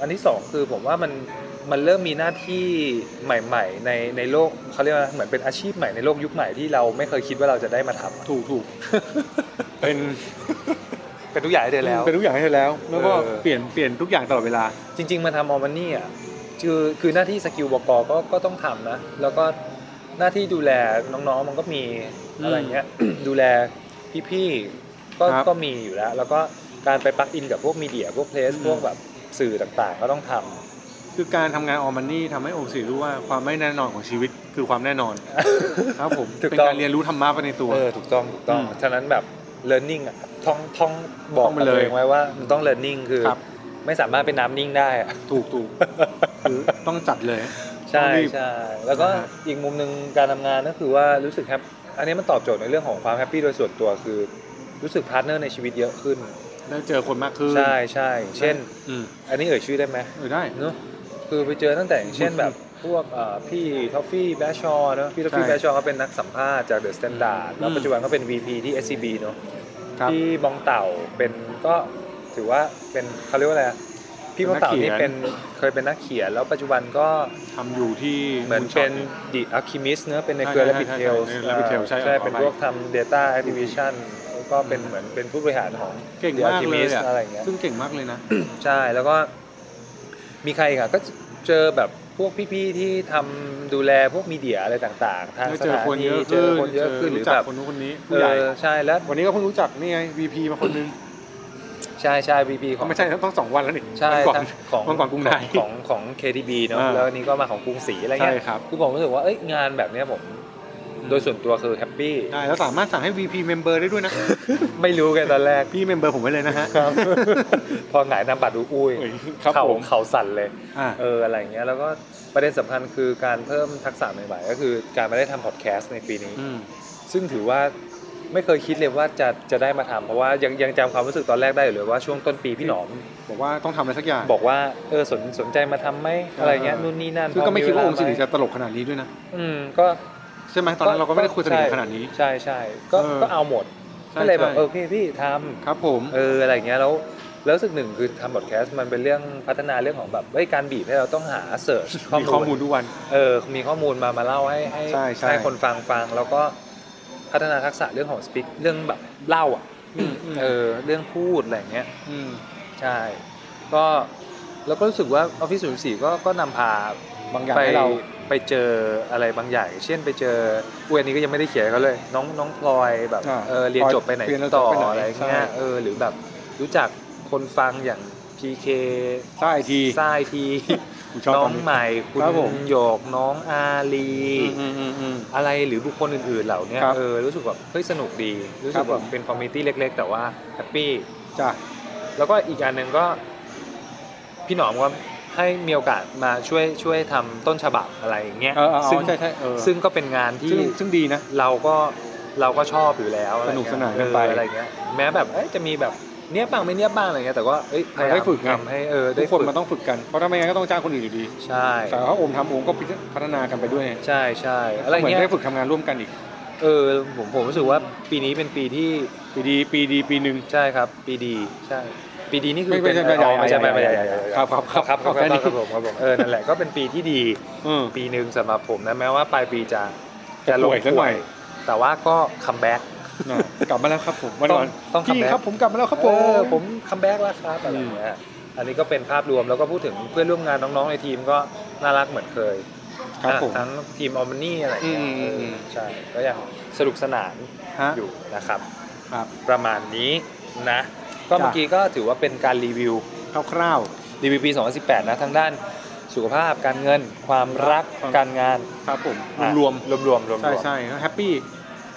[SPEAKER 2] อันที่สองคือผมว่ามันมันเริ่มมีหน้าที่ใหม่ ๆ ในในโลกเขาเรียกว่าเหมือนเป็นอาชีพใหม่ในโลกยุคใหม่ที่เราไม่เคยคิดว่าเราจะได้มาทำอะ
[SPEAKER 1] ถูกถูกเป็น
[SPEAKER 2] เป็นทุกอย่างให้เธอแล้ว
[SPEAKER 1] เป็นทุกอย่างให้เธอแล้ว แล้วก็
[SPEAKER 2] เออ
[SPEAKER 1] เปลี่ยนเปลี่ยนทุกอย่างตลอดเวลา
[SPEAKER 2] จริง ๆ มาทำออมันนี่อ่ะคือคือหน้าที่สกิลบกก็ก็ต้องทำนะ แล้วก็หน้าที่ดูแลน้องๆมันก็มี
[SPEAKER 1] อืม
[SPEAKER 2] อะไร
[SPEAKER 1] *coughs*
[SPEAKER 2] เงี้ย ดูแลพี่ๆก็
[SPEAKER 1] ครับ
[SPEAKER 2] ก็มีอยู่แล้ว แล้วก็การไปปลักอินกับพวกมีเดียพวกเพลสพวกแบบสื่อต่างๆ ก็ต้องท
[SPEAKER 1] คือการทำงานออมมันนี่ทำให้องค์ศรีรู้ว่าความไม่แน่นอนของชีวิตคือความแน่นอน
[SPEAKER 2] *laughs* ำ
[SPEAKER 1] ครับผม
[SPEAKER 2] ถูก
[SPEAKER 1] เป็น
[SPEAKER 2] ต้อง
[SPEAKER 1] การเรียนรู้ธรรมะไปในตัว
[SPEAKER 2] เออถูกต้องถูกต้อง
[SPEAKER 1] อืม
[SPEAKER 2] ฉะนั้นแบบ learning อะท่องท่องบอก
[SPEAKER 1] ท่อง
[SPEAKER 2] กับ
[SPEAKER 1] ไป
[SPEAKER 2] ตัว
[SPEAKER 1] เลย
[SPEAKER 2] เองไว้ว่ามันต้อง learning คือ
[SPEAKER 1] ครับ
[SPEAKER 2] ไม่สามารถเป็นน้ำนิ่งได้อะ
[SPEAKER 1] ถูกถูกคือต้องจัดเลย
[SPEAKER 2] ใช่
[SPEAKER 1] ต้องรีบ
[SPEAKER 2] ใช่แล้วก็
[SPEAKER 1] นะฮะ
[SPEAKER 2] อีกมุมหนึ่งการทำงานก็คือว่ารู้สึกแฮปอันนี้มันตอบโจทย์ในเรื่องของความแฮปปี้โดยส่วนตัวคือ รู้สึกพาร์ทเนอร์ในชีวิตเยอะขึ้น
[SPEAKER 1] ได้เจอคนมากขึ้น
[SPEAKER 2] ใช่ใช่อย่างเช่น
[SPEAKER 1] อืม
[SPEAKER 2] อันนี้เอ่ยชื่อได้ไหม
[SPEAKER 1] เออได้
[SPEAKER 2] เนอะคือไปเจอตั้งแต่อย่างเช่นแบบพวกเอ่อพี่ท็อฟฟี่แบชชอเนอะพี่ท็อฟฟี่
[SPEAKER 1] ใช่
[SPEAKER 2] แบชชอเขาเป็นนักสัมภาษณ์จากเดอะสแตนดาร์ดแล้ว
[SPEAKER 1] อืม
[SPEAKER 2] ปัจจุบันก็เป็น VP ที่ SCB เนอะ
[SPEAKER 1] ครับ
[SPEAKER 2] พี่บองเต่าเป็นก็ถือว่าเป็นเขาเรียกว่าอะไรอะพี่บองเต่านี่เป็
[SPEAKER 1] เป็
[SPEAKER 2] น น
[SPEAKER 1] นักเขียน
[SPEAKER 2] เคยเป็นนักเขียน แล้วปัจจุบันก็
[SPEAKER 1] ทำอยู่ที่
[SPEAKER 2] เหมือนเป็น
[SPEAKER 1] Moonshot
[SPEAKER 2] ดิอะคิมิสเนอะเป็นในเครือ
[SPEAKER 1] ใช่
[SPEAKER 2] และบิ
[SPEAKER 1] ใช่
[SPEAKER 2] เทล
[SPEAKER 1] ใช่ใน Rabbit Tales ใช่
[SPEAKER 2] ใช่
[SPEAKER 1] ขออภัย
[SPEAKER 2] เป็นพวกทำ Data Activation แล้วก็เป็นเหมือนเป็นผู้บริหารของ
[SPEAKER 1] เก่ง
[SPEAKER 2] The
[SPEAKER 1] มากเลย
[SPEAKER 2] Alchemist
[SPEAKER 1] อ่ะ
[SPEAKER 2] อะไรอย่างเงี้ย
[SPEAKER 1] ซึ่งเก่งมากเลยนะ
[SPEAKER 2] ใช่แล้วก็มีใครอีกอ่ะก็เจอแบบพวกพี่ๆที่ทำดูแลพวกมีเดียอะไรต่างๆทาง
[SPEAKER 1] ได้
[SPEAKER 2] ส
[SPEAKER 1] เจอ
[SPEAKER 2] ถาน
[SPEAKER 1] คน
[SPEAKER 2] ที่
[SPEAKER 1] เยอะ
[SPEAKER 2] เจ
[SPEAKER 1] ขึ้
[SPEAKER 2] อน คนเยอะขึ้นหรือ
[SPEAKER 1] รู้
[SPEAKER 2] แบ
[SPEAKER 1] จัก
[SPEAKER 2] บ
[SPEAKER 1] คนนู้นคนนี้
[SPEAKER 2] เอ
[SPEAKER 1] ผู้ใหญ่
[SPEAKER 2] อใช่แล้ว
[SPEAKER 1] วันนี้ก็เพิ่งรู้จักนี่ไง VP มาคนนึง
[SPEAKER 2] ใช่ใช่บีบีของ
[SPEAKER 1] ไม่ใช่ต้องสองวันแล้วนี่
[SPEAKER 2] ใช่
[SPEAKER 1] วันก่อน
[SPEAKER 2] ทั้งของ
[SPEAKER 1] วันก่อนกรุงไทย
[SPEAKER 2] ของของของ KDB เนอะ
[SPEAKER 1] อ่า
[SPEAKER 2] แล้วอันนี้ก็มาของกรุงศรีอะไร
[SPEAKER 1] ใช่
[SPEAKER 2] เงี้ย
[SPEAKER 1] ครับ
[SPEAKER 2] คือผมรู้สึกว่าเอ้ยงานแบบเนี้ยผมโดยส่วนตัวคือแฮปปี้
[SPEAKER 1] ได้ แล้วสามารถสั่งให้ VP member ได้
[SPEAKER 2] *laughs*
[SPEAKER 1] ด้วยนะ
[SPEAKER 2] ไม่รู้กันตอนแรก
[SPEAKER 1] พี่ member ผมไว้เลยนะฮะ
[SPEAKER 2] ครับ *laughs* พอหงายนำบัตรดูอุ้ย
[SPEAKER 1] เอ้ยครับ
[SPEAKER 2] เข่า
[SPEAKER 1] ผม
[SPEAKER 2] เข่าสั่นเลย
[SPEAKER 1] อ่า
[SPEAKER 2] เอออะไรเงี้ยแล้วก็ประเด็นสำคัญคือการเพิ่มทักษะใหม่ๆ ก็คือการมาได้ทำพอดแคสต์ในปีนี้
[SPEAKER 1] อืม
[SPEAKER 2] ซึ่งถือว่าไม่เคยคิดเลยว่าจะจะได้มาทำเพราะว่ายังยังจำความรู้สึกตอนแรกได้อยู่เลยว่าช่วงต้นปีพี่หนอม
[SPEAKER 1] บอกว่าต้องทำอะไรสักอย่าง
[SPEAKER 2] บอกว่าเออสนสนใจมาทำไหมอะไรเงี้ยนู่นนี่นั่น
[SPEAKER 1] ซึ่งก็ไม่คิดว่า
[SPEAKER 2] พ
[SPEAKER 1] อ
[SPEAKER 2] เ
[SPEAKER 1] งค์สิริจะตลกขนาดนี้ด้วยนะ
[SPEAKER 2] อืมก็
[SPEAKER 1] ใช่ไหมตอนนั้นเราก็ไม่ได้คุยสนิทกันขนาดนี้
[SPEAKER 2] ใช่ใช่ก็
[SPEAKER 1] เออ
[SPEAKER 2] ก็เอาหมด
[SPEAKER 1] ใช่
[SPEAKER 2] ก็เลยแบบ
[SPEAKER 1] ใช่
[SPEAKER 2] เออพี่พี่ท
[SPEAKER 1] ครับผม
[SPEAKER 2] ำเอออะไรอย่างเงี้ยแล้วแล้วรู้สึกหนึ่งคือทำบอดแคสต์มันเป็นเรื่องพัฒนาเรื่องของแบบเฮ้ยการบีบให้เราต้องหาเสิร์ช
[SPEAKER 1] *laughs* มีข้อมูลทุกวัน
[SPEAKER 2] เออมีข้อมูลมามาเล่าให้ให้
[SPEAKER 1] ใช่ใช่
[SPEAKER 2] ให้คนฟังฟังแล้วก็พัฒนาทักษะเรื่องของสปิกเรื่องแบบเล่าอ่ะเออเรื่องพูดอะไรอย่างเงี้ย
[SPEAKER 1] ม
[SPEAKER 2] ใช่ ก็แล้วก็รู้สึกว่าออฟฟิศศูนย์สี่ก็ก็นำพา
[SPEAKER 1] บางอย่าง
[SPEAKER 2] ไป
[SPEAKER 1] ให้เรา
[SPEAKER 2] ไปเจออะไรบางอย่าง เช่นไปเจออุ้ยอันนี้ก็ยังไม่ได้เขียนเขาเลย น้องน้องพลอยแบบ
[SPEAKER 1] อ่า
[SPEAKER 2] เออเรียนจบไปไหน
[SPEAKER 1] เรียนจบ
[SPEAKER 2] ต่อ
[SPEAKER 1] ไปไหน
[SPEAKER 2] อะไร
[SPEAKER 1] ใช่
[SPEAKER 2] เงี้ยเออหรือแบบรู้จักคนฟังอย่าง PK
[SPEAKER 1] ใช่ที
[SPEAKER 2] ทรายที
[SPEAKER 1] กู *laughs* ชอบ
[SPEAKER 2] น้อ
[SPEAKER 1] ต
[SPEAKER 2] ง
[SPEAKER 1] นนี้
[SPEAKER 2] ใหม่คุณ
[SPEAKER 1] ครับผม
[SPEAKER 2] หยกน้องอาลี
[SPEAKER 1] อืมอืมอืมอืม
[SPEAKER 2] อะไรหรือบุคคลอื่นๆเหล่าเนี้ย
[SPEAKER 1] ครับ
[SPEAKER 2] เออรู้สึกแบบเฮ้ยสนุกดีรู้
[SPEAKER 1] ครั
[SPEAKER 2] สึก
[SPEAKER 1] บ
[SPEAKER 2] แบบ
[SPEAKER 1] ผม
[SPEAKER 2] เป็นคอมมิตี้เล็ก ๆ แต่ว่าแฮปปี้
[SPEAKER 1] จ้ะ
[SPEAKER 2] แล้วก็อีกอันหนึ่งก็พี่หนอมก็ให้มีโอกาสมาช่วยช่วยทำต้นฉบับอะไรอย่างเงี้ย
[SPEAKER 1] เออเออเออ
[SPEAKER 2] ซึ่ง
[SPEAKER 1] ใช่ใช่เออ
[SPEAKER 2] ซึ่งก็เป็นงาน
[SPEAKER 1] ซึ่
[SPEAKER 2] ที่
[SPEAKER 1] งซึ่งดีนะ
[SPEAKER 2] เราก็เราก็ชอบอยู่แล้ว
[SPEAKER 1] สนุกสนานกันไป
[SPEAKER 2] อะไรเงี้ยเอออะไรเงี้ยแม้แบบเอ้ยจะมีแบบ เนี้ยบบ้างไม่เนี้ยบบ้างอะไรเงี้ยแต่ว่าเอ้ยพยายา
[SPEAKER 1] ได้
[SPEAKER 2] ม
[SPEAKER 1] ฝึกไง
[SPEAKER 2] ทำให้เออ
[SPEAKER 1] ทุ
[SPEAKER 2] ได้
[SPEAKER 1] กคน
[SPEAKER 2] ฝึก
[SPEAKER 1] มันต้องฝึกกันเพราะถ้าไม่งั้นก็ต้องจ้างคนอื่นอยู่ดี
[SPEAKER 2] ใช่
[SPEAKER 1] แต่ถ้าโอมทำโอมก็พัฒนากันไปด้วยไง
[SPEAKER 2] ใช่ใช่อะไร
[SPEAKER 1] เหมือน
[SPEAKER 2] เงี้ย
[SPEAKER 1] ได้ฝึกทำงานร่วมกันอีก
[SPEAKER 2] เออผมผมรู้สึกว่าปีนี้เป็นปีที่
[SPEAKER 1] ปีดีปีดีปีหนึ่ง
[SPEAKER 2] ใช่ครับ ปีดีใช่ ปีดีนี่คือ
[SPEAKER 1] ไม่ไม่ใช่
[SPEAKER 2] เป็
[SPEAKER 1] ไม่
[SPEAKER 2] น
[SPEAKER 1] ใช่
[SPEAKER 2] อ๋อไม่ใช่ไม่ไม่ใช่ไม่ใช่ไม่
[SPEAKER 1] ค
[SPEAKER 2] ใช่
[SPEAKER 1] รับครับครับ
[SPEAKER 2] ครับครับ
[SPEAKER 1] แค่
[SPEAKER 2] ครั
[SPEAKER 1] นี้
[SPEAKER 2] บครับผมครับผมเออนั่นแหละก็เป็นปีที่ดี
[SPEAKER 1] เออ
[SPEAKER 2] ปีหนึ่งสำหรับผมนะแม้ว่าปลายปีจะจะ
[SPEAKER 1] จะ
[SPEAKER 2] ล
[SPEAKER 1] ป่
[SPEAKER 2] ง
[SPEAKER 1] วยซะหน่อย
[SPEAKER 2] แต่ว่าก็คัมแบ็ก
[SPEAKER 1] น่ะกลับมาแล้วครับผมวันก่อน
[SPEAKER 2] ต้อง
[SPEAKER 1] พี่
[SPEAKER 2] ขับแบ็ค
[SPEAKER 1] ครับผมกลับมาแล้วครับ
[SPEAKER 2] ผ
[SPEAKER 1] ผม
[SPEAKER 2] มผมคัมแบ็กแล้วครับอะไรอย่างเงี้ยอันนี้ก็เป็นภาพรวมแล้วก็พูดถึงเพื่อนร่วมงานน้องๆในทีมก็น่ารักเหมือนเคย
[SPEAKER 1] ครับผม
[SPEAKER 2] อ่ะทั้งทีมออมนี่อะไรอย่างเงี้ย
[SPEAKER 1] อืมอืมอืม
[SPEAKER 2] เออใช่ก็ยังสนุกสนาน
[SPEAKER 1] ฮะ
[SPEAKER 2] อยู่นะครับ
[SPEAKER 1] ครับ
[SPEAKER 2] ประมาณนี้นะ ก็เมื่อกี้ก็ถือว่าเป็นการรีวิว
[SPEAKER 1] คร่าว
[SPEAKER 2] รีวิวปี 2018 นะทางด้านสุขภาพการเงิน ความรัก
[SPEAKER 1] ความ
[SPEAKER 2] การงาน
[SPEAKER 1] ๆครับผม
[SPEAKER 2] อ่ะ
[SPEAKER 1] รวม
[SPEAKER 2] รวมๆรวมๆ
[SPEAKER 1] ๆใช่ใช่แฮปปี้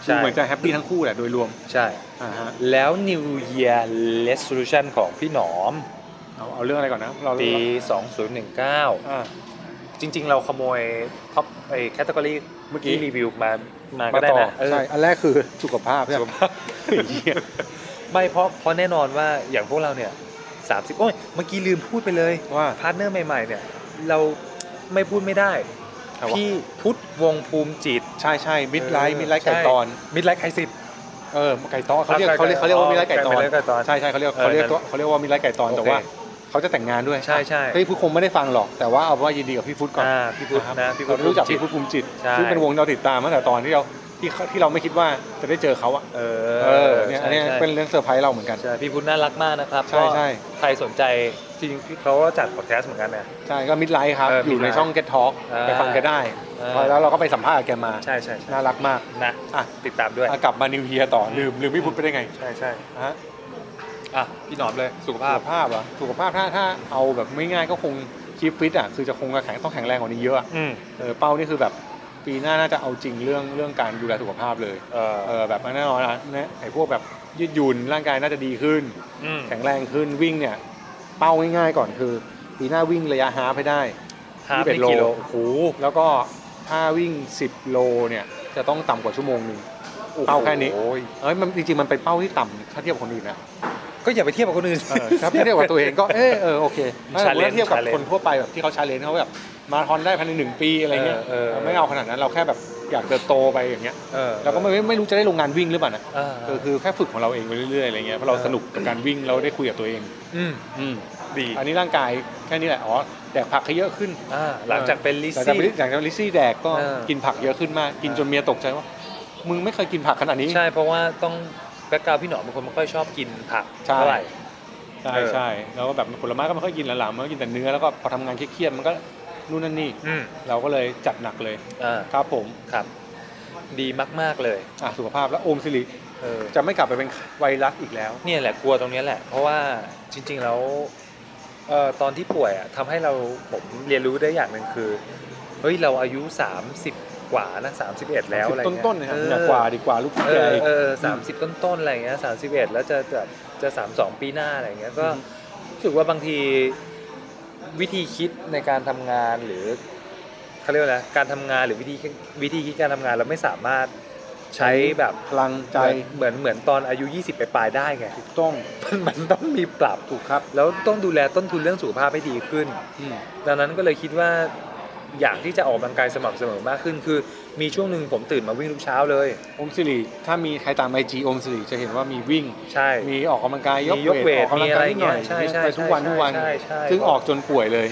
[SPEAKER 2] ใช่
[SPEAKER 1] ดูเหมือนจะแฮปปี้ทั้งคู่แหละโดยรวม
[SPEAKER 2] ใช่
[SPEAKER 1] อ่าฮะ
[SPEAKER 2] แล้ว New Year Resolution ของพี่หนอม
[SPEAKER 1] เอาเอาเรื่องอะไรก่อนนะเรา
[SPEAKER 2] ปี 2019
[SPEAKER 1] อ่า
[SPEAKER 2] จริง ๆ เราขโมยท็อปไอ้แคตตาล็อ
[SPEAKER 1] เมื่อกี้
[SPEAKER 2] ที่รีวิวมามาก็
[SPEAKER 1] มา
[SPEAKER 2] ได้
[SPEAKER 1] ต่อ
[SPEAKER 2] นะเออ
[SPEAKER 1] ใช่อันแรกคือสุขภาพใช่ไหม
[SPEAKER 2] ไม่เพราะเพราะแน่นอนว่าอย่างพวกเราเนี่ย 30 โอ้ย เมื่อกี้ลืมพูดไปเลย
[SPEAKER 1] ว่า
[SPEAKER 2] พาร์ทเนอร์ใหม่ ๆ เนี่ย เราไม่พูดไม่ได้
[SPEAKER 1] ครับ
[SPEAKER 2] พี่พุทธวงศ์ภูมิจิต
[SPEAKER 1] ใช่ใช่มิดไลท์มิดไลท์
[SPEAKER 2] ใช่
[SPEAKER 1] ไก่ตอน
[SPEAKER 2] มิดไลท์ไครสิทธิ์
[SPEAKER 1] เออไก่ตอนเขาเรียก
[SPEAKER 2] ครับ
[SPEAKER 1] เขาเรียกเขาเรียกว่ามิดไลท์ไก่ตอน
[SPEAKER 2] มิดไลท์ไก่ตอน
[SPEAKER 1] ใช่ใช่เขาเรียก
[SPEAKER 2] เออ
[SPEAKER 1] เขาเรียก
[SPEAKER 2] นั่น
[SPEAKER 1] เขาเรียกว่ามิดไลท์ไก่ตอน
[SPEAKER 2] โอเค
[SPEAKER 1] แต่ว่าเขาจะแต่งงานด้วย
[SPEAKER 2] ใช่ใช่
[SPEAKER 1] เฮ้ยผู้คงไม่ได้ฟังหรอกแต่ว่าเอาว่ายินดีกับพี่ฟุตก่อน
[SPEAKER 2] อ่าพี่พุทธนะพี่พุทธ
[SPEAKER 1] เรารู้จัก
[SPEAKER 2] ภูมิต
[SPEAKER 1] พี่พุทธภูมิจิต
[SPEAKER 2] ใช่
[SPEAKER 1] ซึ่งเป็นวงเราติดตามตั้งแต่ตอนที่เราที่เขาที่เราไม่คิดว่าจะได้เจอเขาอะ
[SPEAKER 2] เอ
[SPEAKER 1] เอ
[SPEAKER 2] อ
[SPEAKER 1] อเนี่ยอันเนี้ย
[SPEAKER 2] ใช่ใช่
[SPEAKER 1] เป็นเรื่องเซอร์ไพรส์เราเหมือนกัน
[SPEAKER 2] ใช่พี่พุทธน่ารักมากนะครับ
[SPEAKER 1] ใช่ใช่
[SPEAKER 2] ก็ใครสนใจจริงๆพี่เขาก็จัดพอดแคสต์เหมือนกันนะ
[SPEAKER 1] ใช่ก็มิดไลท์ครับ
[SPEAKER 2] เออ
[SPEAKER 1] อยู่ใน
[SPEAKER 2] Midlife
[SPEAKER 1] ช่อง Get Talk
[SPEAKER 2] อ่า
[SPEAKER 1] ไปฟังแกได้
[SPEAKER 2] อ่า
[SPEAKER 1] แล้วเราก็ไปสัมภาษณ์กับแกมา
[SPEAKER 2] ใช่ใช่ใช่
[SPEAKER 1] น่ารักมาก
[SPEAKER 2] นะ
[SPEAKER 1] อ่ะ
[SPEAKER 2] ติดตามด้วย
[SPEAKER 1] อ่ะกลับมานิวเฮียต่อ ลืมลืมพี่พุทธไปได้ไง
[SPEAKER 2] ใช่ใช่
[SPEAKER 1] ฮะ
[SPEAKER 2] อ่ะพี่หนอมเลยสุข
[SPEAKER 1] สุ
[SPEAKER 2] ภาพ
[SPEAKER 1] ขภาพเหรอสุขภาพถ้าถ้าเอาแบบไม่ง่ายก็คงคีปฟิตอ่ะคือจะคงแข็งต้องแข็งแรงกว่านี้เยอะอะ
[SPEAKER 2] อืม
[SPEAKER 1] เออเป้านี่คือแบบปีหน้าน่าจะเอาจริงเรื่องเรื่องการดูแลสุขภาพเลย
[SPEAKER 2] เออ
[SPEAKER 1] เออแบบแน่นอนนะเนี่ยไอ้พวกแบบยืดหยุ่นร่างกายน่าจะดีขึ้น
[SPEAKER 2] อืม
[SPEAKER 1] แข็งแรงขึ้นวิ่งเนี่ยเป้าง่ายๆก่อนคือ ปีหน้าวิ่งระยะฮาล์ฟให้ได้
[SPEAKER 2] ฮาร์ป
[SPEAKER 1] 21
[SPEAKER 2] นี่กี่โล
[SPEAKER 1] โล
[SPEAKER 2] โอ้โห
[SPEAKER 1] แล้วก็ถ้าวิ่ง 10 โลเนี่ยจะต้องต่ำกว่าชั่วโมงหนึ่ง เป้าแค่นี้
[SPEAKER 2] โอ้ย
[SPEAKER 1] เอ้ยมันจริงๆมันเป็นเป้าที่ต่ำถ้าเทียบกับคนอื่นนะ
[SPEAKER 2] ก็อย่าไปเทียบกับคนอื่น
[SPEAKER 1] เออถ้าเทียบกับตัวเองก็เออเออโอเคถ้าสมมุติ
[SPEAKER 2] Challenge
[SPEAKER 1] ว่าเทียบกับ
[SPEAKER 2] Challenge
[SPEAKER 1] คนทั่วไปแบบที่เขาชาเลนจ์เขาแบบมาราธอนได้ภายในหนึ่งปีอะไรเงี้ย
[SPEAKER 2] เออเออ
[SPEAKER 1] ไม่เอาขนาดนั้นเราแค่แบบอยากเติบโตไปอย่างเงี้ย
[SPEAKER 2] เออ
[SPEAKER 1] เราก็ไม่ไม่รู้จะได้ลงงานวิ่งหรือเปล่านะ
[SPEAKER 2] เออ
[SPEAKER 1] เออคือแค่ฝึกของเราเองไปเรื่อยๆอะไรเงี้ยเพราะเราสนุกกับการวิ่งเราได้คุยกับตัวเอง
[SPEAKER 2] อืม
[SPEAKER 1] อืม
[SPEAKER 2] ดี
[SPEAKER 1] อันนี้ร่างกายแค่นี้แหละ อ๋อ แดกผักให้เยอะขึ้น
[SPEAKER 2] อ่าหลังจากเป็นลิ
[SPEAKER 1] หลังจาก
[SPEAKER 2] ซี่
[SPEAKER 1] ลิหลังจากลิซี่แดกก็
[SPEAKER 2] เออ
[SPEAKER 1] กินผักเยอะขึ้นมาก กินจนเมียตกใจว่า มึงไม่เคยกินผักขนาดนี้
[SPEAKER 2] ใช่เพราะว่าต้องแบ็กกราวพี่หนอมเป็นคนไม่ค่อยชอบกินผัก
[SPEAKER 1] ใช่
[SPEAKER 2] เท่าไหร่
[SPEAKER 1] ใช่
[SPEAKER 2] เออ
[SPEAKER 1] ใช่แล้วก็แบบผลไม้ก็ไม่ค่อยกินหลังๆมันก็กินแต่เนื้อ แล้วก็พอทำงานเครียดๆมันก็นู่นนั่นนี่
[SPEAKER 2] อืม
[SPEAKER 1] เราก็เลยจัดหนักเลย
[SPEAKER 2] อ่า
[SPEAKER 1] ครับผม
[SPEAKER 2] ครับ ดีมากๆเลย
[SPEAKER 1] อ่ะสุขภาพแล้วโอมสิริ
[SPEAKER 2] เออ
[SPEAKER 1] จะไม่กลับไปเป็นไวรัสอีกแล้ว
[SPEAKER 2] เนี่ยแหละกลัวตรงเนี้ยแหละ เพราะว่าจริง ๆ แล้วเอ่อตอนที่ป่วยอะทำให้เราผมเรียนรู้ได้อย่างหนึ่งคือเฮ้ยเราอายุ 30 กว่านะ31 แล้วอะไรเงี้ย
[SPEAKER 1] ต้นๆนะครับ
[SPEAKER 2] เออ
[SPEAKER 1] อยากกว่าดีกว่าลูก
[SPEAKER 2] เอ
[SPEAKER 1] ใหญ่
[SPEAKER 2] อเออสามสิบต้นๆอะไรเงี้ยสามสิบเอ็ดแล้วจะจะจะสามสองปีหน้าอะไรเงี้ยก็
[SPEAKER 1] อือฮึ
[SPEAKER 2] รู้สึกว่าบางทีวิธีคิดในการทำงานหรือเขาเรียกว่าอะไรการทำงานหรือวิธีวิธีคิดการทำงานเราไม่สามารถใช้แบบ
[SPEAKER 1] พลังใจ
[SPEAKER 2] เหมือนเหมือนตอนอายุ 20 ไปปลายๆได้ไง
[SPEAKER 1] ถูกต้อง
[SPEAKER 2] มันมันต้องมีปรับ
[SPEAKER 1] ถูกครับ
[SPEAKER 2] แล้วต้องดูแลต้นทุนเรื่องสุขภาพให้ดีขึ้น
[SPEAKER 1] อืม
[SPEAKER 2] ดังนั้นก็เลยคิดว่าอยากที่จะออกกำลังกายสม่ำเสมอมากขึ้น คือมีช่วงหนึ่งผมตื่นมาวิ่งทุกเช้าเลย
[SPEAKER 1] โอมสิริถ้ามีใครตามไอจีโอมสิริจะเห็นว่ามีวิ่ง
[SPEAKER 2] ใช่
[SPEAKER 1] มีออกกำลังกาย
[SPEAKER 2] มียกเวท
[SPEAKER 1] ออกกำลังกายนิดหน่อย
[SPEAKER 2] มีอะไรเงี้ยใช่ใช่
[SPEAKER 1] ไปทุกวัน
[SPEAKER 2] ใช่
[SPEAKER 1] ทุกวัน
[SPEAKER 2] ใช่ใช่
[SPEAKER 1] ซึ่งออกจนป่วย *laughs* เลย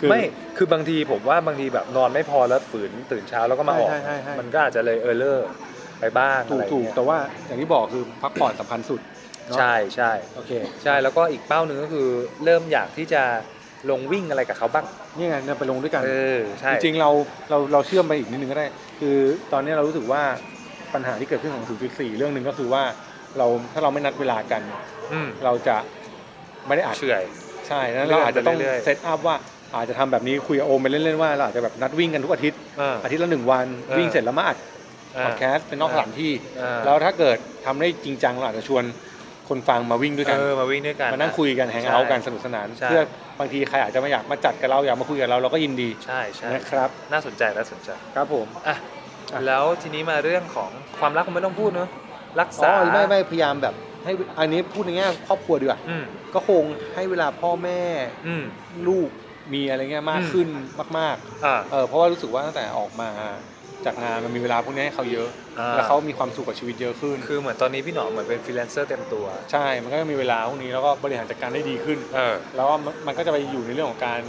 [SPEAKER 1] คือ
[SPEAKER 2] ไม่ คือบางทีผมว่าบางทีแบบนอนไม่พอแล้วฝืนตื่นเช้าแล้วก็มาออก
[SPEAKER 1] ใช่ใช่ใช่
[SPEAKER 2] มันก็อาจจะเลยเออเลอร์ไปบ้าง
[SPEAKER 1] ถู
[SPEAKER 2] อะ
[SPEAKER 1] ก
[SPEAKER 2] ไร
[SPEAKER 1] ถูก
[SPEAKER 2] เงี้ย
[SPEAKER 1] แต่ว่าอย่างที่บอกคือพักผ่อนสำคัญสุดเนอะ
[SPEAKER 2] ใช่ใช่
[SPEAKER 1] โอเค
[SPEAKER 2] ใช่แล้วก็อีกเป้าหนึ่งก็คือเริ่มอยากที่จะลงวิ่งอะไรกับเขาบ้าง
[SPEAKER 1] นี่ไงเนี่ยไปลงด้วยกัน
[SPEAKER 2] เออใช่
[SPEAKER 1] จริงๆเราเราเราเชื่อมไปอีกนิดนึงก็ได้ คือตอนนี้เรารู้สึกว่าปัญหาที่เกิดขึ้นของ0.4เรื่องหนึ่งก็คือว่าเราถ้าเราไม่นัดเวลากัน
[SPEAKER 2] อืม
[SPEAKER 1] เราจะไม่ได้อัด
[SPEAKER 2] เฉื่อย
[SPEAKER 1] ใช่นั้นเราอาจจะต้อง
[SPEAKER 2] เรื่อยๆ
[SPEAKER 1] เซตอัพว่าอาจจะทำแบบนี้คุยกับโอมไปเล่นๆว่าเราอาจจะแบบนัดวิ่งกันทุกอาทิตย์
[SPEAKER 2] อ่า
[SPEAKER 1] อาทิตย์ละหนึ่งวัน
[SPEAKER 2] เออ
[SPEAKER 1] วิ่งเสร็จแล้วมาอัดพอดแคสต์เป็นนอกสถานที่ แล้วถ้าเกิดทำได้จริงจังเราอาจจะชวนคนฟังมาวิ่งด้วยกัน
[SPEAKER 2] เออมาวิ่งด้วยกัน
[SPEAKER 1] มานั่งคุยกันแฮงเอาท์กันสนุกสนาน
[SPEAKER 2] ใช่
[SPEAKER 1] เพื่อบางทีใครอาจจะไม่อยากมาจัดกับเราอยากมาคุยกับเราเราก็ยินดี
[SPEAKER 2] ใช่ใช่
[SPEAKER 1] นะครับ
[SPEAKER 2] น่าสนใจน่าสนใจ
[SPEAKER 1] ครับผม
[SPEAKER 2] อ่ะ
[SPEAKER 1] อ่ะ
[SPEAKER 2] แล้วทีนี้มาเรื่องของความรักคงไม่ต้องพูดเนอะรัก
[SPEAKER 1] อ๋
[SPEAKER 2] ษา
[SPEAKER 1] อไม่ไม่พยายามแบบ ให้อันนี้พูดในแง่ครอบครัวดีกว่า
[SPEAKER 2] อืม
[SPEAKER 1] ก็คงให้เวลาพ่อแม่
[SPEAKER 2] อืม
[SPEAKER 1] ลูกมีอะไรเงี้ยมาก
[SPEAKER 2] อืม
[SPEAKER 1] ขึ้นมาก
[SPEAKER 2] อ่า
[SPEAKER 1] ๆเออเพราะว่ารู้สึกว่าตั้งแต่ออกมาจากงานมันมีเวลาพวกนี้ให้เขาเยอะ
[SPEAKER 2] อ่า
[SPEAKER 1] แล้วเขามีความสุขกับชีวิตเยอะขึ้น
[SPEAKER 2] คือเหมือนตอนนี้พี่หนอมเหมือนเป็นฟรีแลนเซอร์เต็มตัว
[SPEAKER 1] ใช่มันก็มีเวลาพวกนี้แล้วก็บริหารจัดการได้ดีขึ้น
[SPEAKER 2] เออ
[SPEAKER 1] แล้วก็มันมันก็จะไปอยู่ในเรื่องของการ